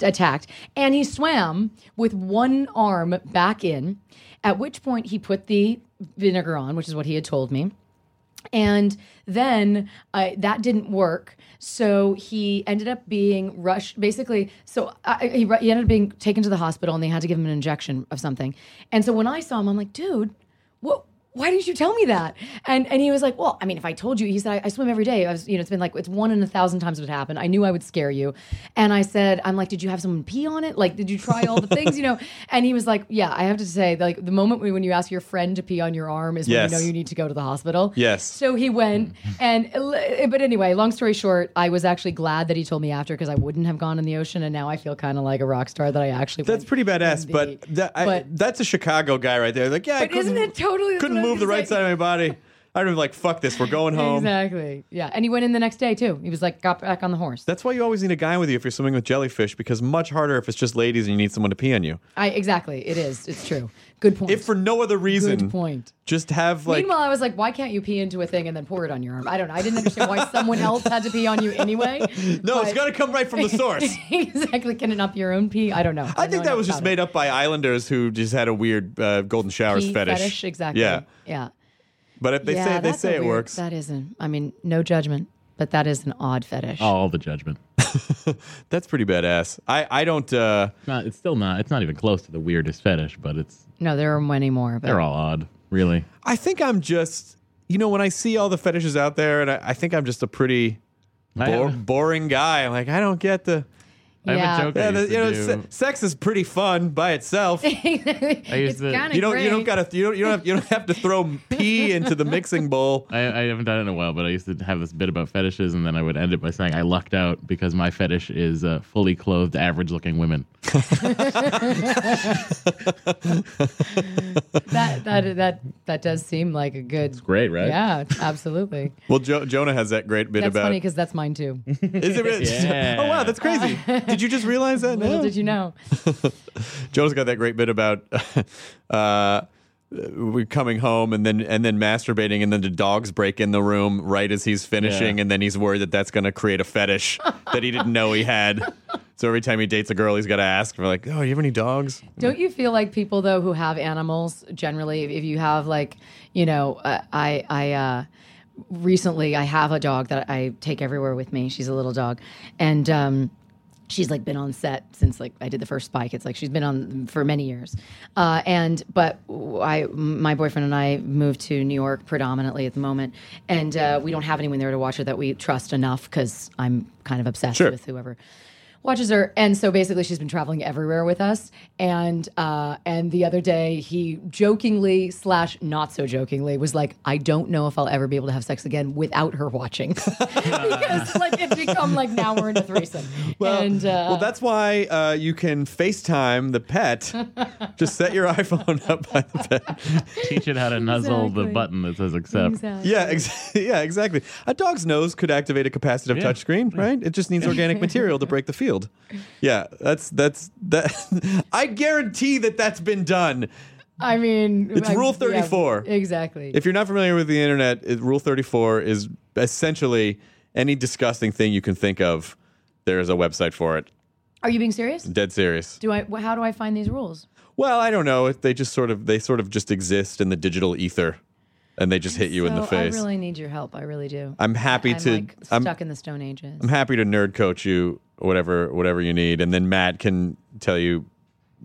[SPEAKER 4] attacked. And he swam with one arm back in, at which point he put the vinegar on, which is what he had told me. And then uh, that didn't work. So he ended up being rushed. Basically, so I, he, he ended up being taken to the hospital and they had to give him an injection of something. And so when I saw him, I'm like, dude, what? Why didn't you tell me that? And and he was like, well, I mean, if I told you, he said, I, I swim every day. I was, you know, it's been like it's one in a thousand times would happen. I knew I would scare you. And I said, I'm like, did you have someone pee on it? Like, did you try all the things, you know? And he was like, yeah, I have to say, like, the moment when when you ask your friend to pee on your arm is
[SPEAKER 1] Yes.
[SPEAKER 4] when you know you need to go to the hospital.
[SPEAKER 1] Yes. Mm.
[SPEAKER 4] So he went, and uh, but anyway, long story short, I was actually glad that he told me after because I wouldn't have gone in the ocean, and now I feel kind of like a rock star that I actually.
[SPEAKER 1] That's
[SPEAKER 4] went
[SPEAKER 1] pretty badass,
[SPEAKER 4] in the-
[SPEAKER 1] but, that, I,
[SPEAKER 4] but-
[SPEAKER 1] that's a Chicago guy right there. Like, yeah, I
[SPEAKER 4] But isn't
[SPEAKER 1] couldn't,
[SPEAKER 4] it totally- that's
[SPEAKER 1] couldn't
[SPEAKER 4] what I was
[SPEAKER 1] move the
[SPEAKER 4] gonna
[SPEAKER 1] right
[SPEAKER 4] say.
[SPEAKER 1] side of my body. I'd be like, fuck this, we're going home.
[SPEAKER 4] exactly. Yeah, and he went in the next day too. He was like, got back on the horse.
[SPEAKER 1] That's why you always need a guy with you if you're swimming with jellyfish, because much harder if it's just ladies and you need someone to pee on you.
[SPEAKER 4] I exactly. It is. It's true. Good point.
[SPEAKER 1] If for no other reason,
[SPEAKER 4] Good point.
[SPEAKER 1] just have like
[SPEAKER 4] Meanwhile, I was like, why can't you pee into a thing and then pour it on your arm? I don't know. I didn't understand why someone else had to pee on you anyway.
[SPEAKER 1] no, it's
[SPEAKER 4] but-
[SPEAKER 1] got to come right from the source.
[SPEAKER 4] exactly. Can it not be your own pee? I don't know.
[SPEAKER 1] I think that was just
[SPEAKER 4] made.
[SPEAKER 1] made up by islanders who just had a weird uh, golden showers
[SPEAKER 4] pee
[SPEAKER 1] fetish.
[SPEAKER 4] Exactly.
[SPEAKER 1] Yeah,
[SPEAKER 4] Yeah.
[SPEAKER 1] but if they
[SPEAKER 4] yeah,
[SPEAKER 1] say it, they
[SPEAKER 4] that's a
[SPEAKER 1] say it
[SPEAKER 4] weird-
[SPEAKER 1] works.
[SPEAKER 4] That isn't. I mean, no judgment, but that is an odd fetish.
[SPEAKER 1] Oh.
[SPEAKER 3] All the judgment.
[SPEAKER 1] That's pretty badass. I I don't. Uh,
[SPEAKER 3] Not, it's still not. It's not even close to the weirdest fetish, but it's
[SPEAKER 4] No, there are many more. But
[SPEAKER 3] they're all odd, really.
[SPEAKER 1] I think I'm just, you know, when I see all the fetishes out there, and I, I think I'm just a pretty Bo- boring guy. I'm like, I don't get the.
[SPEAKER 3] I have a Yeah. joke I
[SPEAKER 1] Yeah, the-
[SPEAKER 3] used to
[SPEAKER 1] you know,
[SPEAKER 3] do.
[SPEAKER 1] se- sex is pretty fun by itself.
[SPEAKER 3] used to-
[SPEAKER 1] you don't. You don't gotta. You don't. You don't have. You don't have to throw pee into the mixing bowl.
[SPEAKER 3] I, I haven't done it in a while, but I used to have this bit about fetishes, and then I would end it by saying I lucked out because my fetish is uh, fully clothed, average-looking women.
[SPEAKER 4] that that that that does seem like a good. It's
[SPEAKER 3] great, right?
[SPEAKER 4] Yeah, absolutely.
[SPEAKER 1] Well, jo- Jonah has that great bit
[SPEAKER 4] that's
[SPEAKER 1] about.
[SPEAKER 4] funny because that's mine too.
[SPEAKER 1] Is it really?
[SPEAKER 3] Yeah.
[SPEAKER 1] Oh wow, that's crazy. Did you just realize that?
[SPEAKER 4] Little
[SPEAKER 1] now?
[SPEAKER 4] did you know.
[SPEAKER 1] Joe's got that great bit about uh, we're coming home and then and then masturbating and then the dogs break in the room right as he's finishing
[SPEAKER 3] Yeah.
[SPEAKER 1] and then he's worried that that's going to create a fetish that he didn't know he had. So every time he dates a girl, he's got to ask. We're like, oh, you have any dogs?
[SPEAKER 4] Don't you feel like people though who have animals generally, if- if you have like, you know, uh, I I uh, recently I have a dog that I take everywhere with me. She's a little dog, and um, she's like been on set since like I did the first Spike. It's like she's been on for many years, uh, and but I my boyfriend and I moved to New York predominantly at the moment, and uh, we don't have anyone there to watch her that we trust enough because I'm kind of obsessed
[SPEAKER 1] Sure.
[SPEAKER 4] with whoever watches her and so basically she's been traveling everywhere with us and uh and the other day he jokingly slash not so jokingly was like i don't know if i'll ever be able to have sex again without her watching because like it's become like now we're in a threesome
[SPEAKER 1] Well,
[SPEAKER 4] and uh
[SPEAKER 1] well, that's why uh, you can FaceTime the pet. Just set your iPhone up by the pet.
[SPEAKER 3] Teach it how to nuzzle
[SPEAKER 4] Exactly.
[SPEAKER 3] the button that says accept.
[SPEAKER 4] Exactly.
[SPEAKER 1] Yeah, ex- yeah, exactly. A dog's nose could activate a capacitive
[SPEAKER 3] Yeah.
[SPEAKER 1] touchscreen, right? It just needs organic material to break the field. Yeah, that's that's that. I guarantee that that's been done.
[SPEAKER 4] i mean
[SPEAKER 1] It's
[SPEAKER 4] I-
[SPEAKER 1] Rule
[SPEAKER 4] yeah,
[SPEAKER 1] 34.
[SPEAKER 4] exactly
[SPEAKER 1] If you're not familiar with the internet, it, Rule 34 is essentially any disgusting thing you can think of. There is a website for it.
[SPEAKER 4] are you being serious
[SPEAKER 1] Dead serious.
[SPEAKER 4] do i wh- how do i find these rules
[SPEAKER 1] Well, I don't know. They just sort of they sort of just exist in the digital ether, and they just hit you in the
[SPEAKER 4] So
[SPEAKER 1] face.
[SPEAKER 4] i really need your help i really do
[SPEAKER 1] I'm happy
[SPEAKER 4] I'm,
[SPEAKER 1] to.
[SPEAKER 4] like,
[SPEAKER 1] I'm
[SPEAKER 4] stuck in the stone ages
[SPEAKER 1] I'm happy to nerd coach you whatever whatever you need, and then Matt can tell you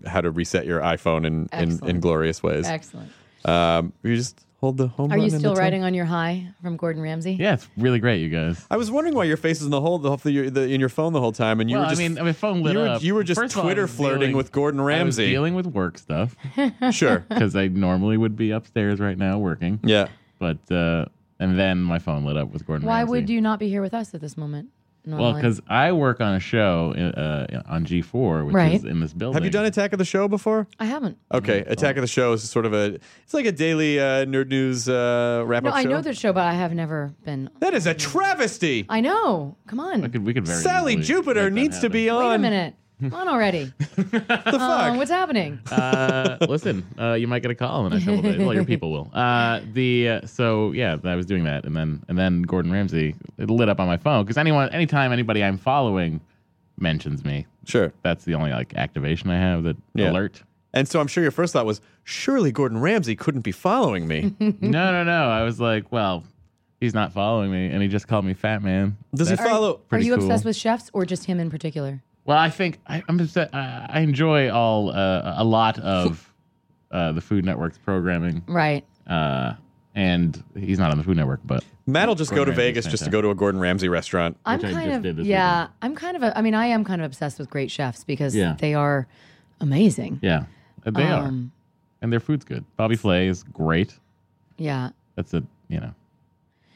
[SPEAKER 1] how to reset your iPhone in in, in
[SPEAKER 4] Excellent.
[SPEAKER 1] glorious ways.
[SPEAKER 4] excellent
[SPEAKER 1] Um, you just hold the home.
[SPEAKER 4] are
[SPEAKER 1] button
[SPEAKER 4] you
[SPEAKER 1] and
[SPEAKER 4] still
[SPEAKER 1] that's all.
[SPEAKER 4] riding on your high from gordon ramsay
[SPEAKER 3] Yeah, it's really great, you guys.
[SPEAKER 1] I was wondering why your face is in the whole the, the, the in your phone the whole time, and you
[SPEAKER 3] well,
[SPEAKER 1] were just
[SPEAKER 3] I mean, I mean, phone lit
[SPEAKER 1] you were,
[SPEAKER 3] up.
[SPEAKER 1] you were just
[SPEAKER 3] First of all, I
[SPEAKER 1] Twitter
[SPEAKER 3] was
[SPEAKER 1] flirting
[SPEAKER 3] dealing-
[SPEAKER 1] with Gordon
[SPEAKER 3] I was
[SPEAKER 1] Ramsay.
[SPEAKER 3] dealing with work stuff
[SPEAKER 1] Sure,
[SPEAKER 3] because I normally would be upstairs right now working,
[SPEAKER 1] yeah.
[SPEAKER 3] but uh, and then my phone lit up with Gordon.
[SPEAKER 4] Why
[SPEAKER 3] Ramsay.
[SPEAKER 4] would you not be here with us at this moment?
[SPEAKER 3] Well,
[SPEAKER 4] normally?
[SPEAKER 3] because I work on a show uh, on G4, which
[SPEAKER 4] Right.
[SPEAKER 3] is in this building.
[SPEAKER 1] Have you done Attack of the Show before?
[SPEAKER 4] I haven't.
[SPEAKER 1] Okay,
[SPEAKER 3] Mm-hmm.
[SPEAKER 1] Attack of the Show is sort of a it's like a daily uh, nerd news uh, wrap
[SPEAKER 4] No,
[SPEAKER 1] up.
[SPEAKER 4] I
[SPEAKER 1] show.
[SPEAKER 4] know the show, but I have never been.
[SPEAKER 1] that is a travesty.
[SPEAKER 4] I know. Come on.
[SPEAKER 3] We could, we could very
[SPEAKER 1] Sally
[SPEAKER 3] easily
[SPEAKER 1] Jupiter
[SPEAKER 3] make that
[SPEAKER 1] needs to
[SPEAKER 3] happen.
[SPEAKER 1] be on.
[SPEAKER 4] Wait a minute. Come on already.
[SPEAKER 1] The fuck?
[SPEAKER 4] Uh, what's happening?
[SPEAKER 3] uh, listen, uh, you might get a call in a couple days. Well, your people will. Uh, the uh, so yeah, I was doing that, and then and then Gordon Ramsay it lit up on my phone because anyone, anytime anybody I'm following mentions me,
[SPEAKER 1] sure.
[SPEAKER 3] that's the only like activation I have that
[SPEAKER 1] Yeah.
[SPEAKER 3] alert.
[SPEAKER 1] And so I'm sure your first thought was, surely Gordon Ramsay couldn't be following me.
[SPEAKER 3] no, no, no. I was like, well, he's not following me, and he just called me fat man.
[SPEAKER 1] Does he
[SPEAKER 3] That's
[SPEAKER 1] follow?
[SPEAKER 4] Are
[SPEAKER 3] pretty
[SPEAKER 4] you obsessed
[SPEAKER 3] cool.
[SPEAKER 4] with chefs or just him in particular?
[SPEAKER 3] Well, I think I, I'm upset. I, I enjoy all uh, a lot of uh, the Food Network's programming,
[SPEAKER 4] Right.
[SPEAKER 3] uh, and he's not on the Food Network, but
[SPEAKER 1] Matt'll just go
[SPEAKER 3] Gordon
[SPEAKER 1] to
[SPEAKER 3] Ramsay's
[SPEAKER 1] Vegas just to
[SPEAKER 3] fantastic.
[SPEAKER 1] go to a Gordon Ramsay restaurant.
[SPEAKER 4] I'm
[SPEAKER 3] I
[SPEAKER 4] kind
[SPEAKER 3] just
[SPEAKER 4] of
[SPEAKER 3] did this
[SPEAKER 4] yeah. I'm kind of a. I mean, I am kind of obsessed with great chefs because
[SPEAKER 3] Yeah.
[SPEAKER 4] they are amazing.
[SPEAKER 3] yeah, uh, they are,
[SPEAKER 4] Um,
[SPEAKER 3] and their food's good. Bobby Flay is great.
[SPEAKER 4] Yeah.
[SPEAKER 3] That's a you know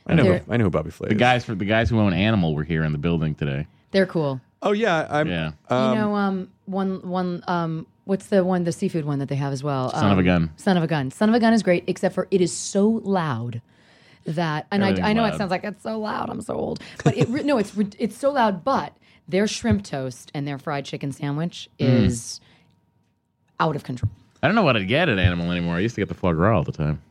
[SPEAKER 1] I know.
[SPEAKER 4] There-
[SPEAKER 1] Who, I know who Bobby Flay.
[SPEAKER 3] the
[SPEAKER 1] is.
[SPEAKER 3] guys for the guys who own Animal were here in the building today.
[SPEAKER 4] They're cool.
[SPEAKER 1] Oh yeah. I'm,
[SPEAKER 3] Yeah.
[SPEAKER 1] Um,
[SPEAKER 4] you know, um, one, one, um, what's the one, the seafood one that they have as well?
[SPEAKER 3] Son of a
[SPEAKER 4] Um,
[SPEAKER 3] Gun.
[SPEAKER 4] Son of a gun. Son of a gun is great, except for it is so loud that, and I,
[SPEAKER 3] Everything's
[SPEAKER 4] I know
[SPEAKER 3] loud.
[SPEAKER 4] it sounds like it's so loud. I'm so old, but it re- no, it's re- it's so loud. But their shrimp toast and their fried chicken sandwich
[SPEAKER 3] Mm.
[SPEAKER 4] is out of control.
[SPEAKER 3] I don't know what I'd get at Animal anymore. I used to get the foie gras all the time.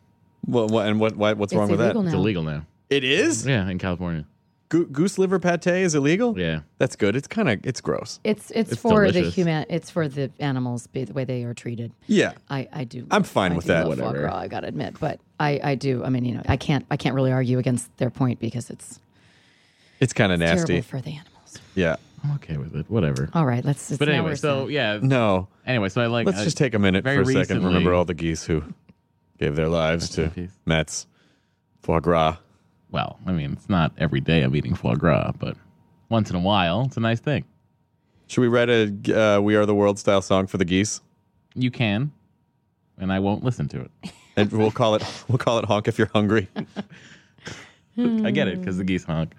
[SPEAKER 1] Well, what, and what, why what's
[SPEAKER 4] It's
[SPEAKER 1] wrong with that?
[SPEAKER 4] illegal
[SPEAKER 3] It's
[SPEAKER 4] now.
[SPEAKER 3] illegal now.
[SPEAKER 1] It is.
[SPEAKER 3] Yeah, in California.
[SPEAKER 1] Go- goose liver pate is illegal.
[SPEAKER 3] Yeah.
[SPEAKER 1] That's good. It's kind of it's gross.
[SPEAKER 4] It's it's,
[SPEAKER 3] It's
[SPEAKER 4] for the
[SPEAKER 3] delicious.
[SPEAKER 4] human. It's for the animals be- the way they are treated.
[SPEAKER 1] Yeah.
[SPEAKER 4] I, I do.
[SPEAKER 1] I'm fine
[SPEAKER 4] I
[SPEAKER 1] with
[SPEAKER 4] do
[SPEAKER 1] that,
[SPEAKER 4] love foie
[SPEAKER 1] whatever.
[SPEAKER 4] gras, I gotta admit, but I, I do. I mean, you know, I can't I can't really argue against their point because it's
[SPEAKER 1] It's kind of nasty.
[SPEAKER 4] terrible for the animals.
[SPEAKER 1] Yeah.
[SPEAKER 3] I'm okay with it. Whatever.
[SPEAKER 4] All right, let's. It's
[SPEAKER 3] but
[SPEAKER 4] now
[SPEAKER 3] anyway,
[SPEAKER 4] we're
[SPEAKER 3] so
[SPEAKER 4] sad.
[SPEAKER 3] yeah.
[SPEAKER 1] No.
[SPEAKER 3] Anyway, so I like.
[SPEAKER 1] Let's
[SPEAKER 3] I-
[SPEAKER 1] just take a minute for a
[SPEAKER 3] very
[SPEAKER 1] second. and
[SPEAKER 3] recently-
[SPEAKER 1] Remember all the geese who gave their lives
[SPEAKER 3] in
[SPEAKER 1] to
[SPEAKER 3] peace.
[SPEAKER 1] Mets foie gras.
[SPEAKER 3] Well, I mean, it's not every day I'm eating foie gras, but once in a while. It's a nice thing.
[SPEAKER 1] Should we write a uh, "We Are the World" style song for the geese?
[SPEAKER 3] You can, and I won't listen to it.
[SPEAKER 1] and we'll call it we'll call it honk if you're hungry.
[SPEAKER 3] I get it because the geese honk.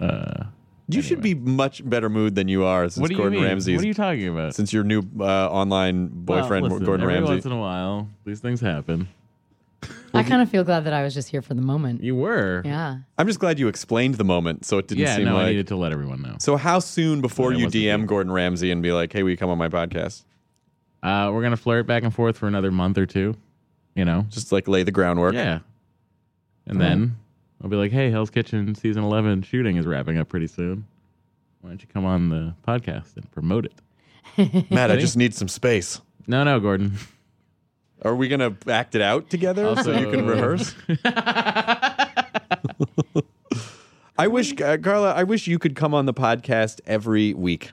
[SPEAKER 3] Uh,
[SPEAKER 1] You should be much better mood than you are since
[SPEAKER 3] what do you
[SPEAKER 1] Gordon
[SPEAKER 3] mean?
[SPEAKER 1] Ramsay.
[SPEAKER 3] What are you talking about?
[SPEAKER 1] Since your new uh, online boyfriend
[SPEAKER 3] Well, listen,
[SPEAKER 1] Gordon
[SPEAKER 3] every
[SPEAKER 1] Ramsay.
[SPEAKER 3] Once in a while, these things happen.
[SPEAKER 4] I kind of feel glad that I was just here for the moment.
[SPEAKER 3] You were.
[SPEAKER 4] Yeah.
[SPEAKER 1] I'm just glad you explained the moment, so it didn't
[SPEAKER 3] Yeah,
[SPEAKER 1] seem
[SPEAKER 3] no,
[SPEAKER 1] like.
[SPEAKER 3] I needed to let everyone know.
[SPEAKER 1] So how soon before
[SPEAKER 3] Yeah, it
[SPEAKER 1] you
[SPEAKER 3] wasn't
[SPEAKER 1] DM Gordon Ramsay and be like, "Hey, will you come on my podcast?"
[SPEAKER 3] Uh, we're gonna flirt back and forth for another month or two. You know.
[SPEAKER 1] Just like lay the groundwork.
[SPEAKER 3] Yeah. And then I'll be like, "Hey, Hell's Kitchen season 11 shooting is wrapping up pretty soon. Why don't you come on the podcast and promote it?"
[SPEAKER 1] Matt, I just need some space.
[SPEAKER 3] No, no, Gordon.
[SPEAKER 1] Are we gonna act it out together so you can
[SPEAKER 3] Also-
[SPEAKER 1] rehearse? I wish uh, Carla. I wish you could come on the podcast every week.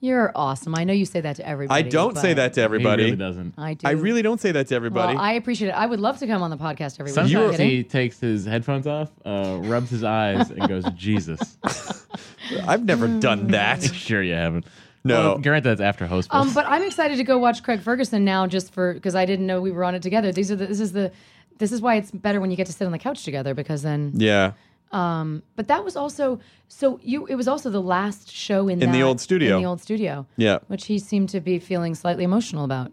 [SPEAKER 4] You're awesome. I know you say that to everybody.
[SPEAKER 1] I don't say
[SPEAKER 4] but
[SPEAKER 1] that to
[SPEAKER 3] He
[SPEAKER 1] everybody.
[SPEAKER 3] really doesn't.
[SPEAKER 4] I do.
[SPEAKER 1] I really don't say that to everybody.
[SPEAKER 4] Well, I appreciate it. I would love to come on the podcast every week.
[SPEAKER 3] Sometimes
[SPEAKER 4] Kidding?
[SPEAKER 3] he takes his headphones off, uh, rubs his eyes, and goes, "Jesus."
[SPEAKER 1] I've never done that.
[SPEAKER 3] sure, you haven't.
[SPEAKER 1] No.
[SPEAKER 3] Well, Grant, that's after host.
[SPEAKER 4] Um, but I'm excited to go watch Craig Ferguson now, just for because I didn't know we were on it together. These are the, this is the this is why it's better when you get to sit on the couch together because then.
[SPEAKER 1] Yeah.
[SPEAKER 4] But that was also so you. It was also the last show in
[SPEAKER 1] In the
[SPEAKER 4] that-
[SPEAKER 1] old studio.
[SPEAKER 4] In the old studio.
[SPEAKER 1] Yeah.
[SPEAKER 4] Which he seemed to be feeling slightly emotional about.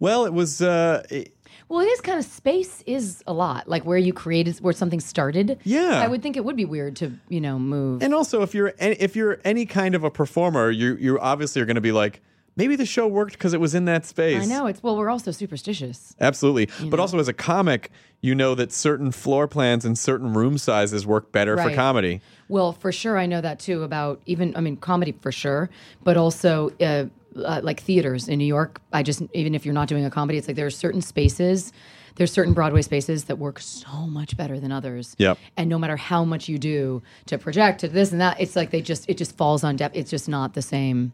[SPEAKER 1] Well, it was. Uh, it-
[SPEAKER 4] Well, it is kind of space is a lot like where you created where something started.
[SPEAKER 1] Yeah.
[SPEAKER 4] I would think it would be weird to you know move.
[SPEAKER 1] and also, if you're any, if you're any kind of a performer, you you obviously are going to be like, maybe the show worked because it was in that space.
[SPEAKER 4] I know it's well we're also superstitious.
[SPEAKER 1] Absolutely. But also, as a comic, you know that certain floor plans and certain room sizes work better for
[SPEAKER 4] Right.
[SPEAKER 1] comedy.
[SPEAKER 4] Well, for sure, I know that too about even, I mean, comedy for sure, but also uh, uh, like theaters in New York. I just, even if you're not doing a comedy, it's like there are certain spaces, there's certain Broadway spaces that work so much better than others.
[SPEAKER 1] Yep.
[SPEAKER 4] And no matter how much you do to project to this and that, it's like they just, it just falls on depth. It's just not the same.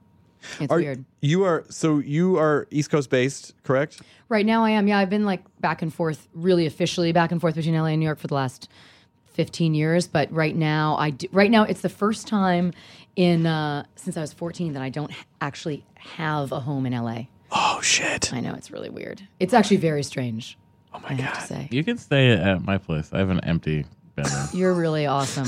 [SPEAKER 4] It's
[SPEAKER 1] Are-
[SPEAKER 4] weird.
[SPEAKER 1] You are so you are East Coast based, correct?
[SPEAKER 4] Right now, I am. Yeah, I've been like back and forth, really officially back and forth between LA and New York for the last fifteen years. But right now, I do, right now it's the first time in uh, since I was fourteen that I don't h- actually have a home in LA.
[SPEAKER 1] Oh shit!
[SPEAKER 4] I know it's really weird. It's actually very strange. Oh my I have to say,
[SPEAKER 3] You can stay at my place. I have an empty bedroom.
[SPEAKER 4] you're really awesome.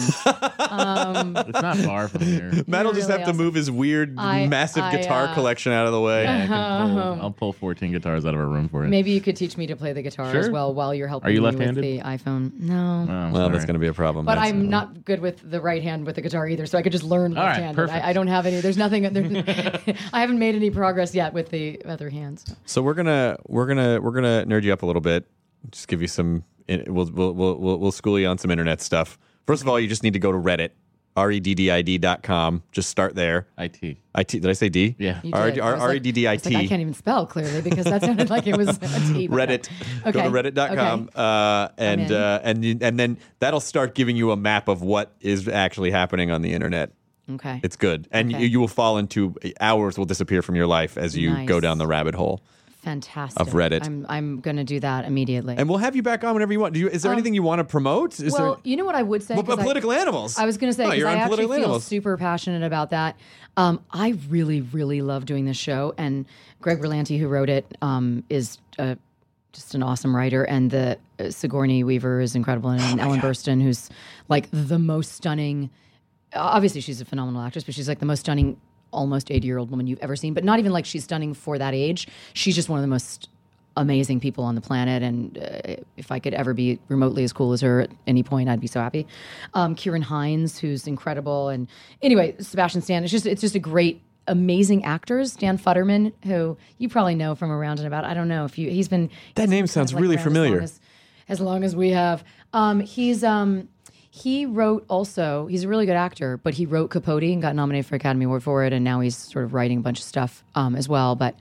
[SPEAKER 3] it's not far from here.
[SPEAKER 1] Matt'll
[SPEAKER 4] You're
[SPEAKER 1] just
[SPEAKER 4] really
[SPEAKER 1] have to
[SPEAKER 4] awesome.
[SPEAKER 1] move his weird,
[SPEAKER 4] I-
[SPEAKER 1] massive
[SPEAKER 4] I,
[SPEAKER 1] guitar
[SPEAKER 4] uh,
[SPEAKER 1] collection out of the way.
[SPEAKER 3] I can pull, I'll pull 14 guitars out of a room for you.
[SPEAKER 4] Uh-huh. Maybe you could teach me to play the guitar as
[SPEAKER 3] Sure.
[SPEAKER 4] well while you're helping
[SPEAKER 3] Are you
[SPEAKER 4] me
[SPEAKER 3] left-handed?
[SPEAKER 4] with the iPhone. No.
[SPEAKER 3] Oh,
[SPEAKER 1] well,
[SPEAKER 3] sorry.
[SPEAKER 1] that's going to be a problem.
[SPEAKER 4] But
[SPEAKER 1] That's-
[SPEAKER 4] I'm not good with the right hand with the guitar either, so I could just learn
[SPEAKER 3] All right,
[SPEAKER 4] left handed.
[SPEAKER 3] perfect.
[SPEAKER 4] I, I don't have any. There's nothing. There, I haven't made any progress yet with the other hands.
[SPEAKER 1] So we're gonna we're gonna we're gonna nerd you up a little bit. Just give you some. it- We'll we'll we'll we'll, we'll school you on some internet stuff. First of all, you just need to go to Reddit, r e d d i d dot com. Just start there.
[SPEAKER 3] IT.
[SPEAKER 1] I t did I say d?
[SPEAKER 3] Yeah.
[SPEAKER 4] You
[SPEAKER 1] R
[SPEAKER 4] did. I was like-
[SPEAKER 1] r e d d
[SPEAKER 4] I
[SPEAKER 1] i
[SPEAKER 4] was like, I
[SPEAKER 1] t.
[SPEAKER 4] can't even spell clearly because that sounded like it was a T. but-
[SPEAKER 1] Reddit. Go
[SPEAKER 4] Okay.
[SPEAKER 1] to reddit.com
[SPEAKER 4] Okay.
[SPEAKER 1] uh, and
[SPEAKER 4] in.
[SPEAKER 1] uh, and you, and then that'll start giving you a map of what is actually happening on the internet.
[SPEAKER 4] Okay.
[SPEAKER 1] It's good, and
[SPEAKER 4] Okay.
[SPEAKER 1] you, you will fall into hours will disappear from your life as you go
[SPEAKER 4] Nice.
[SPEAKER 1] down the rabbit hole.
[SPEAKER 4] fantastic.
[SPEAKER 1] of Reddit.
[SPEAKER 4] I'm I'm gonna do that immediately.
[SPEAKER 1] And we'll have you back on whenever you want. Do you, is there anything you want to promote? Is
[SPEAKER 4] Um, well,
[SPEAKER 1] there,
[SPEAKER 4] you know what I would say.
[SPEAKER 1] Well, but
[SPEAKER 4] 'cause I-
[SPEAKER 1] political animals.
[SPEAKER 4] I was going to say
[SPEAKER 1] No,
[SPEAKER 4] 'cause
[SPEAKER 1] you're
[SPEAKER 4] I
[SPEAKER 1] on
[SPEAKER 4] actually
[SPEAKER 1] political
[SPEAKER 4] feel
[SPEAKER 1] animals.
[SPEAKER 4] super passionate about that. Um, I really, really love doing this show, and Greg Berlanti, who wrote it, um, is uh, just an awesome writer, and the uh, Sigourney Weaver is incredible,
[SPEAKER 1] Oh
[SPEAKER 4] and Ellen Burstyn, who's like the most stunning obviously she's a phenomenal actress, but she's like the most stunning almost 80 year old woman you've ever seen. But not even like she's stunning for that age. She's just one of the most amazing people on the planet. And uh, if I could ever be remotely as cool as her at any point, I'd be so happy. Um, Kieran Hines, who's incredible, and anyway, Sebastian Stan. It's just it's just a great. Amazing actors, Dan Futterman, who you probably know from around and about. I don't know if you. He's been
[SPEAKER 1] That name sounds
[SPEAKER 4] like,
[SPEAKER 1] really
[SPEAKER 4] around as long
[SPEAKER 1] familiar.
[SPEAKER 4] as- as long as we have. Um, he's um, he wrote also. He's a really good actor, but he wrote Capote and got nominated for Academy Award for it, and now he's sort of writing a bunch of stuff um, as well. But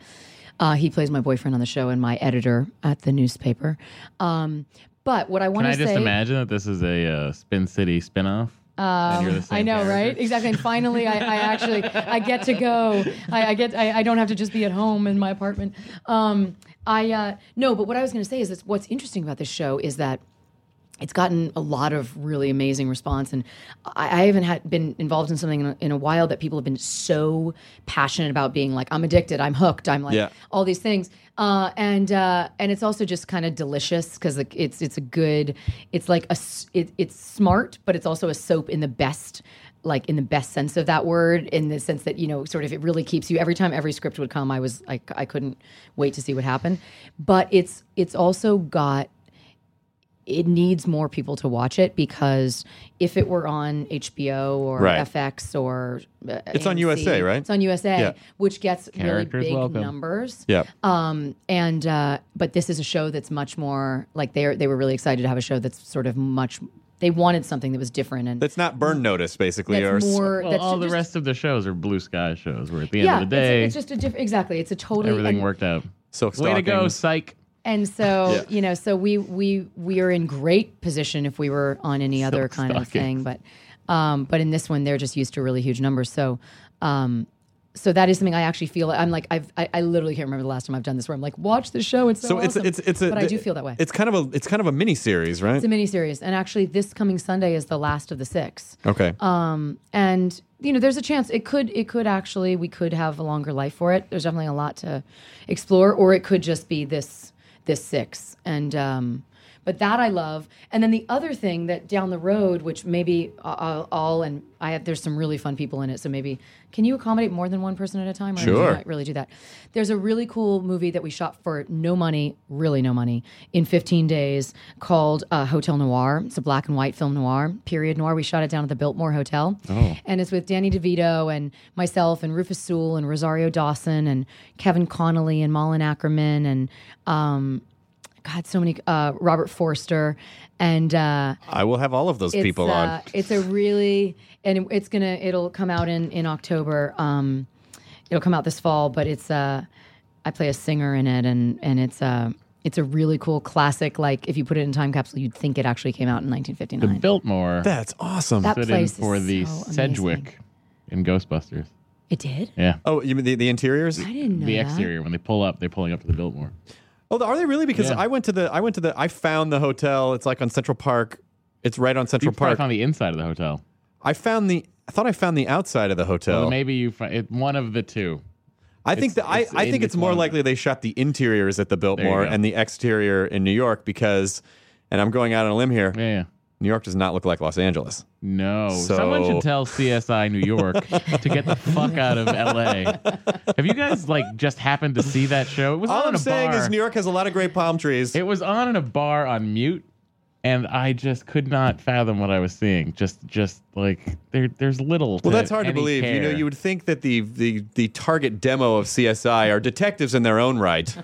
[SPEAKER 4] uh, he plays my boyfriend on the show and my editor at the newspaper. Um, but what I
[SPEAKER 3] Can
[SPEAKER 4] want
[SPEAKER 3] I
[SPEAKER 4] to
[SPEAKER 3] just
[SPEAKER 4] say,
[SPEAKER 3] imagine that this is a uh, Spin City spinoff? Um,
[SPEAKER 4] I know, right? Exactly. And finally, I, I actually I get to go. I, I get. I, I don't have to just be at home in my apartment. Um, I uh, no, but what I was going to say is that what's interesting about this show is that it's gotten a lot of really amazing response and i, I haven't had been involved in something in a, in a while that people have been so passionate about being like i'm addicted i'm hooked i'm like
[SPEAKER 1] Yeah.
[SPEAKER 4] all these things uh, and uh, and it's also just kind of delicious because like it's it's a good it's like a s- it, it's smart but it's also a soap in the best like in the best sense of that word in the sense that you know sort of it really keeps you every time every script would come i was I, I couldn't wait to see what happened but it's it's also got it needs more people to watch it because if it were on HBO or
[SPEAKER 1] Right.
[SPEAKER 4] FX or uh,
[SPEAKER 1] It's on
[SPEAKER 4] AMC,
[SPEAKER 1] USA, right?
[SPEAKER 4] It's on USA,
[SPEAKER 1] Yeah.
[SPEAKER 4] which gets
[SPEAKER 3] Characters
[SPEAKER 4] really big
[SPEAKER 3] welcome.
[SPEAKER 4] numbers.
[SPEAKER 1] Yeah.
[SPEAKER 4] Um, and uh, but this is a show that's much more like they are, they were really excited to have a show that's sort of much they wanted something that was different and
[SPEAKER 1] That's not burn notice, basically, or
[SPEAKER 4] that's
[SPEAKER 1] s-
[SPEAKER 4] more
[SPEAKER 3] Well,
[SPEAKER 4] that's
[SPEAKER 3] all the
[SPEAKER 4] just-
[SPEAKER 3] rest of the shows are blue sky shows where at the end
[SPEAKER 4] yeah,
[SPEAKER 3] of the day,
[SPEAKER 4] it's, it's just a different exactly. It's a totally
[SPEAKER 3] everything
[SPEAKER 4] and-
[SPEAKER 3] worked out.
[SPEAKER 1] silk
[SPEAKER 3] Way to go,
[SPEAKER 1] stockings.
[SPEAKER 3] psych.
[SPEAKER 4] And so you know, so we we we are in great position if we were on any other kind of thing,
[SPEAKER 3] stockings.
[SPEAKER 4] but um, but in this one they're just used to really huge numbers. So um, so that is something I actually feel. I'm like I've I, I literally can't remember the last time I've done this where I'm like watch the show. It's so,
[SPEAKER 1] So it's
[SPEAKER 4] awesome.
[SPEAKER 1] it's it's a.
[SPEAKER 4] but I do feel that way.
[SPEAKER 1] It's kind of a it's kind of a mini series, right?
[SPEAKER 4] it's a miniseries, and actually this coming Sunday is the last of the six.
[SPEAKER 1] okay.
[SPEAKER 4] Um, and you know, there's a chance it could it could actually we could have a longer life for it. There's definitely a lot to explore, or it could just be this this six. And um, but that I love. And then the other thing that down the road, which maybe I'll, I'll and I have, there's some really fun people in it, so maybe can you accommodate more than one person at a time? Or do you
[SPEAKER 1] Sure.
[SPEAKER 4] not really do that. There's a really cool movie that we shot for no money, really no money, in 15 days called uh, Hotel Noir. It's a black and white film noir, period noir. We shot it down at the Biltmore Hotel. And it's with Danny DeVito and myself and Rufus Sewell and Rosario Dawson and Kevin Connolly and Malin Ackerman and, um, God, so many, uh, Robert Forster. And, uh,
[SPEAKER 1] I will have all of those people
[SPEAKER 4] uh,
[SPEAKER 1] on.
[SPEAKER 4] It's a really and it- it's gonna it'll come out in in October. Um, it'll come out this fall, but it's uh, I play a singer in it, and and it's uh, it's a really cool classic. Like if you put it in time capsule, you'd think it actually came out in 1959.
[SPEAKER 3] Biltmore
[SPEAKER 1] That's awesome.
[SPEAKER 4] That
[SPEAKER 3] put in
[SPEAKER 4] place
[SPEAKER 3] for
[SPEAKER 4] is
[SPEAKER 3] the
[SPEAKER 4] so amazing.
[SPEAKER 3] Sedgwick in Ghostbusters.
[SPEAKER 4] It did.
[SPEAKER 3] Yeah.
[SPEAKER 1] oh, you mean the, the interiors?
[SPEAKER 4] I didn't know
[SPEAKER 3] the
[SPEAKER 4] that.
[SPEAKER 3] exterior when they pull up, they're pulling up to the Biltmore.
[SPEAKER 1] Oh, are they really? Because
[SPEAKER 3] Yeah.
[SPEAKER 1] I went to the I went to the I found the hotel. It's like on Central Park. It's right on
[SPEAKER 3] You
[SPEAKER 1] Central
[SPEAKER 3] probably
[SPEAKER 1] Park.
[SPEAKER 3] found the inside of the hotel.
[SPEAKER 1] I found the I thought I found the outside of the hotel.
[SPEAKER 3] Well, maybe you find it, one of the two.
[SPEAKER 1] I think
[SPEAKER 3] It's-
[SPEAKER 1] that I,
[SPEAKER 3] it's
[SPEAKER 1] I
[SPEAKER 3] in
[SPEAKER 1] think it's more
[SPEAKER 3] between.
[SPEAKER 1] likely they shot the interiors at the Biltmore
[SPEAKER 3] go.
[SPEAKER 1] and the exterior in New York because, and I'm going out on a limb here.
[SPEAKER 3] Yeah. yeah.
[SPEAKER 1] New York does not look like Los Angeles.
[SPEAKER 3] No.
[SPEAKER 1] So-
[SPEAKER 3] Someone should tell CSI New York to get the fuck out of LA. Have you guys like just happened to see that show? It was
[SPEAKER 1] All
[SPEAKER 3] on
[SPEAKER 1] I'm
[SPEAKER 3] a
[SPEAKER 1] saying
[SPEAKER 3] bar.
[SPEAKER 1] is New York has a lot of great palm trees.
[SPEAKER 3] It was on in a bar on mute, and I just could not fathom what I was seeing. Just, just like there, there's little.
[SPEAKER 1] well, that's hard to
[SPEAKER 3] any
[SPEAKER 1] believe. You know,
[SPEAKER 3] care.
[SPEAKER 1] you would think that the, the the target demo of CSI are detectives in their own right,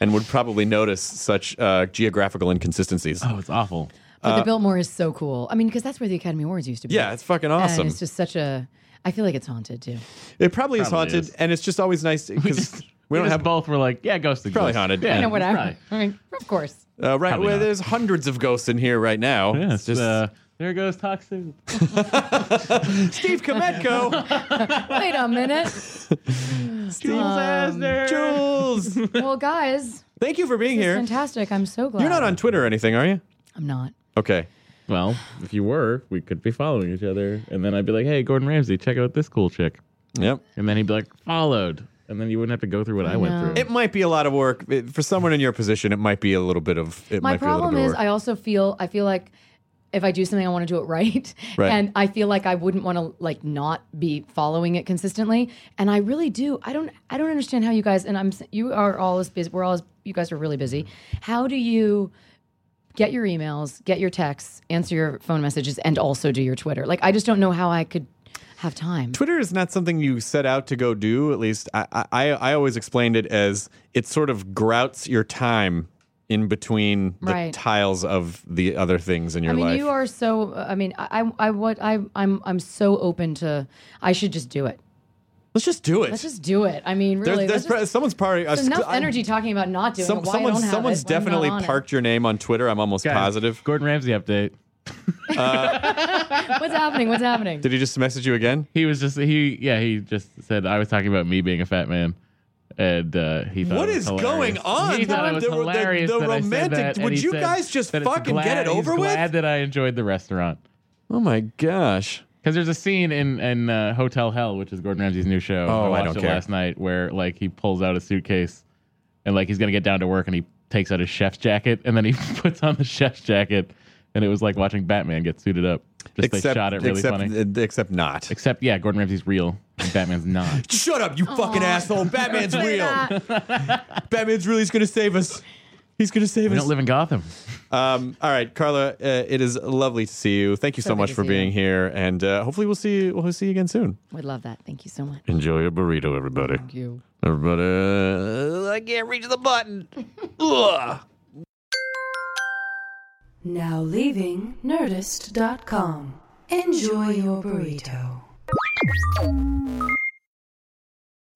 [SPEAKER 1] and would probably notice such uh, geographical inconsistencies.
[SPEAKER 3] Oh, it's awful.
[SPEAKER 4] But the Biltmore is so cool. I mean, because that's where the Academy Awards used to be.
[SPEAKER 1] Uh, Yeah, it's fucking
[SPEAKER 4] And
[SPEAKER 1] awesome.
[SPEAKER 4] it's just such a. I feel like it's haunted too.
[SPEAKER 1] it probably, is
[SPEAKER 3] Probably
[SPEAKER 1] haunted,
[SPEAKER 3] is.
[SPEAKER 1] and it's just always nice because we, don't have
[SPEAKER 3] both. We're like, yeah, ghost exists.
[SPEAKER 1] Probably haunted. You
[SPEAKER 3] Yeah,
[SPEAKER 4] You know,
[SPEAKER 3] it's
[SPEAKER 4] whatever.
[SPEAKER 3] probably-
[SPEAKER 4] I mean, of course.
[SPEAKER 1] Uh, right,
[SPEAKER 3] Probably
[SPEAKER 1] well,
[SPEAKER 3] not.
[SPEAKER 1] there's hundreds of ghosts in here right now.
[SPEAKER 3] Yeah,
[SPEAKER 1] it's just
[SPEAKER 3] uh, there goes talk soup.
[SPEAKER 1] Steve Kometko,
[SPEAKER 4] Wait a minute.
[SPEAKER 3] Jules Asner.
[SPEAKER 1] Jules.
[SPEAKER 4] well, guys,
[SPEAKER 1] Thank you for being
[SPEAKER 4] it's
[SPEAKER 1] here.
[SPEAKER 4] fantastic. I'm so glad.
[SPEAKER 1] You're not on Twitter or anything, are you?
[SPEAKER 4] I'm not.
[SPEAKER 1] Okay.
[SPEAKER 3] Well, if you were, we could be following each other, and then I'd be like, hey, Gordon Ramsay, check out this cool chick,
[SPEAKER 1] Yep.
[SPEAKER 3] and then he'd be like, followed, and then you wouldn't have to go through what I, went
[SPEAKER 4] know.
[SPEAKER 3] through.
[SPEAKER 1] It might be a lot of work It- for someone in your position. It might be a little bit of. It
[SPEAKER 4] my
[SPEAKER 1] might
[SPEAKER 4] problem
[SPEAKER 1] be a
[SPEAKER 4] is
[SPEAKER 1] little bit
[SPEAKER 4] i also feel i feel like if i do something i want to do it right,
[SPEAKER 1] Right.
[SPEAKER 4] and i feel like i wouldn't want to like not be following it consistently and i really do i don't i don't understand how you guys and i'm s- you are all as busy we're all as you guys are really busy how do you get your emails get your texts answer your phone messages and also do your twitter like i just don't know how i could have time
[SPEAKER 1] Twitter is not something you set out to go do. At least I, I, I I always explained it as it sort of grouts your time in between
[SPEAKER 4] Right.
[SPEAKER 1] the tiles of the other things in your
[SPEAKER 4] I mean,
[SPEAKER 1] life.
[SPEAKER 4] you are so. I mean, I, I, I, what, I, I'm, I'm so open to. I should just do it.
[SPEAKER 1] Let's just do it.
[SPEAKER 4] Let's just do it. I mean,
[SPEAKER 1] There's-
[SPEAKER 4] really,
[SPEAKER 1] there's
[SPEAKER 4] let's just-
[SPEAKER 1] pro- someone's probably uh,
[SPEAKER 4] There's enough energy talking about not doing
[SPEAKER 1] Some,
[SPEAKER 4] it. Why I
[SPEAKER 1] someone's
[SPEAKER 4] don't have
[SPEAKER 1] someone's
[SPEAKER 4] it, why I'm not
[SPEAKER 1] definitely
[SPEAKER 4] on it.
[SPEAKER 1] parked your name on Twitter. I'm almost
[SPEAKER 3] Guys,
[SPEAKER 1] positive.
[SPEAKER 3] Gordon Ramsay update.
[SPEAKER 4] What's happening? What's happening?
[SPEAKER 1] Did he just message you again?
[SPEAKER 3] He was just he yeah he just said I was talking about me being a fat man, and uh, he thought
[SPEAKER 1] What
[SPEAKER 3] it was
[SPEAKER 1] is going
[SPEAKER 3] hilarious.
[SPEAKER 1] on?
[SPEAKER 3] He thought it was
[SPEAKER 1] The- the-
[SPEAKER 3] hilarious.
[SPEAKER 1] the
[SPEAKER 3] that I said
[SPEAKER 1] romantic-
[SPEAKER 3] that, and
[SPEAKER 1] would
[SPEAKER 3] he
[SPEAKER 1] you
[SPEAKER 3] said
[SPEAKER 1] guys just
[SPEAKER 3] that it's
[SPEAKER 1] fucking get
[SPEAKER 3] glad-
[SPEAKER 1] it over
[SPEAKER 3] he's
[SPEAKER 1] with?
[SPEAKER 3] Glad that I enjoyed the restaurant
[SPEAKER 1] Oh my gosh.
[SPEAKER 3] because there's a scene in in uh, Hotel Hell, which is Gordon Ramsay's new show.
[SPEAKER 1] Oh, I
[SPEAKER 3] watched
[SPEAKER 1] don't
[SPEAKER 3] it
[SPEAKER 1] care.
[SPEAKER 3] Last night, where like he pulls out a suitcase and like he's gonna get down to work, and he takes out his chef's jacket, and then he puts on the chef's jacket, and it was like watching Batman get suited up. Just they shot it really
[SPEAKER 1] except,
[SPEAKER 3] funny.
[SPEAKER 1] Except not.
[SPEAKER 3] Except yeah, Gordon Ramsay's real, and Batman's not.
[SPEAKER 1] Shut up, you fucking asshole. Batman's real. Batman's really is going to save us. He's going to save
[SPEAKER 3] we
[SPEAKER 1] us.
[SPEAKER 3] don't live in Gotham.
[SPEAKER 1] um, all right, Carla, uh, it is lovely to see you. Thank you so,
[SPEAKER 4] So good
[SPEAKER 1] much
[SPEAKER 4] to
[SPEAKER 1] for
[SPEAKER 4] see
[SPEAKER 1] being
[SPEAKER 4] you.
[SPEAKER 1] here, and uh, hopefully we'll see you, we'll see you again soon.
[SPEAKER 4] Would love that. Thank you so much.
[SPEAKER 1] Enjoy your burrito, everybody.
[SPEAKER 4] Thank you.
[SPEAKER 1] Everybody, uh, I can't reach the button. Ugh.
[SPEAKER 2] Now leaving Nerdist.com. Enjoy your burrito.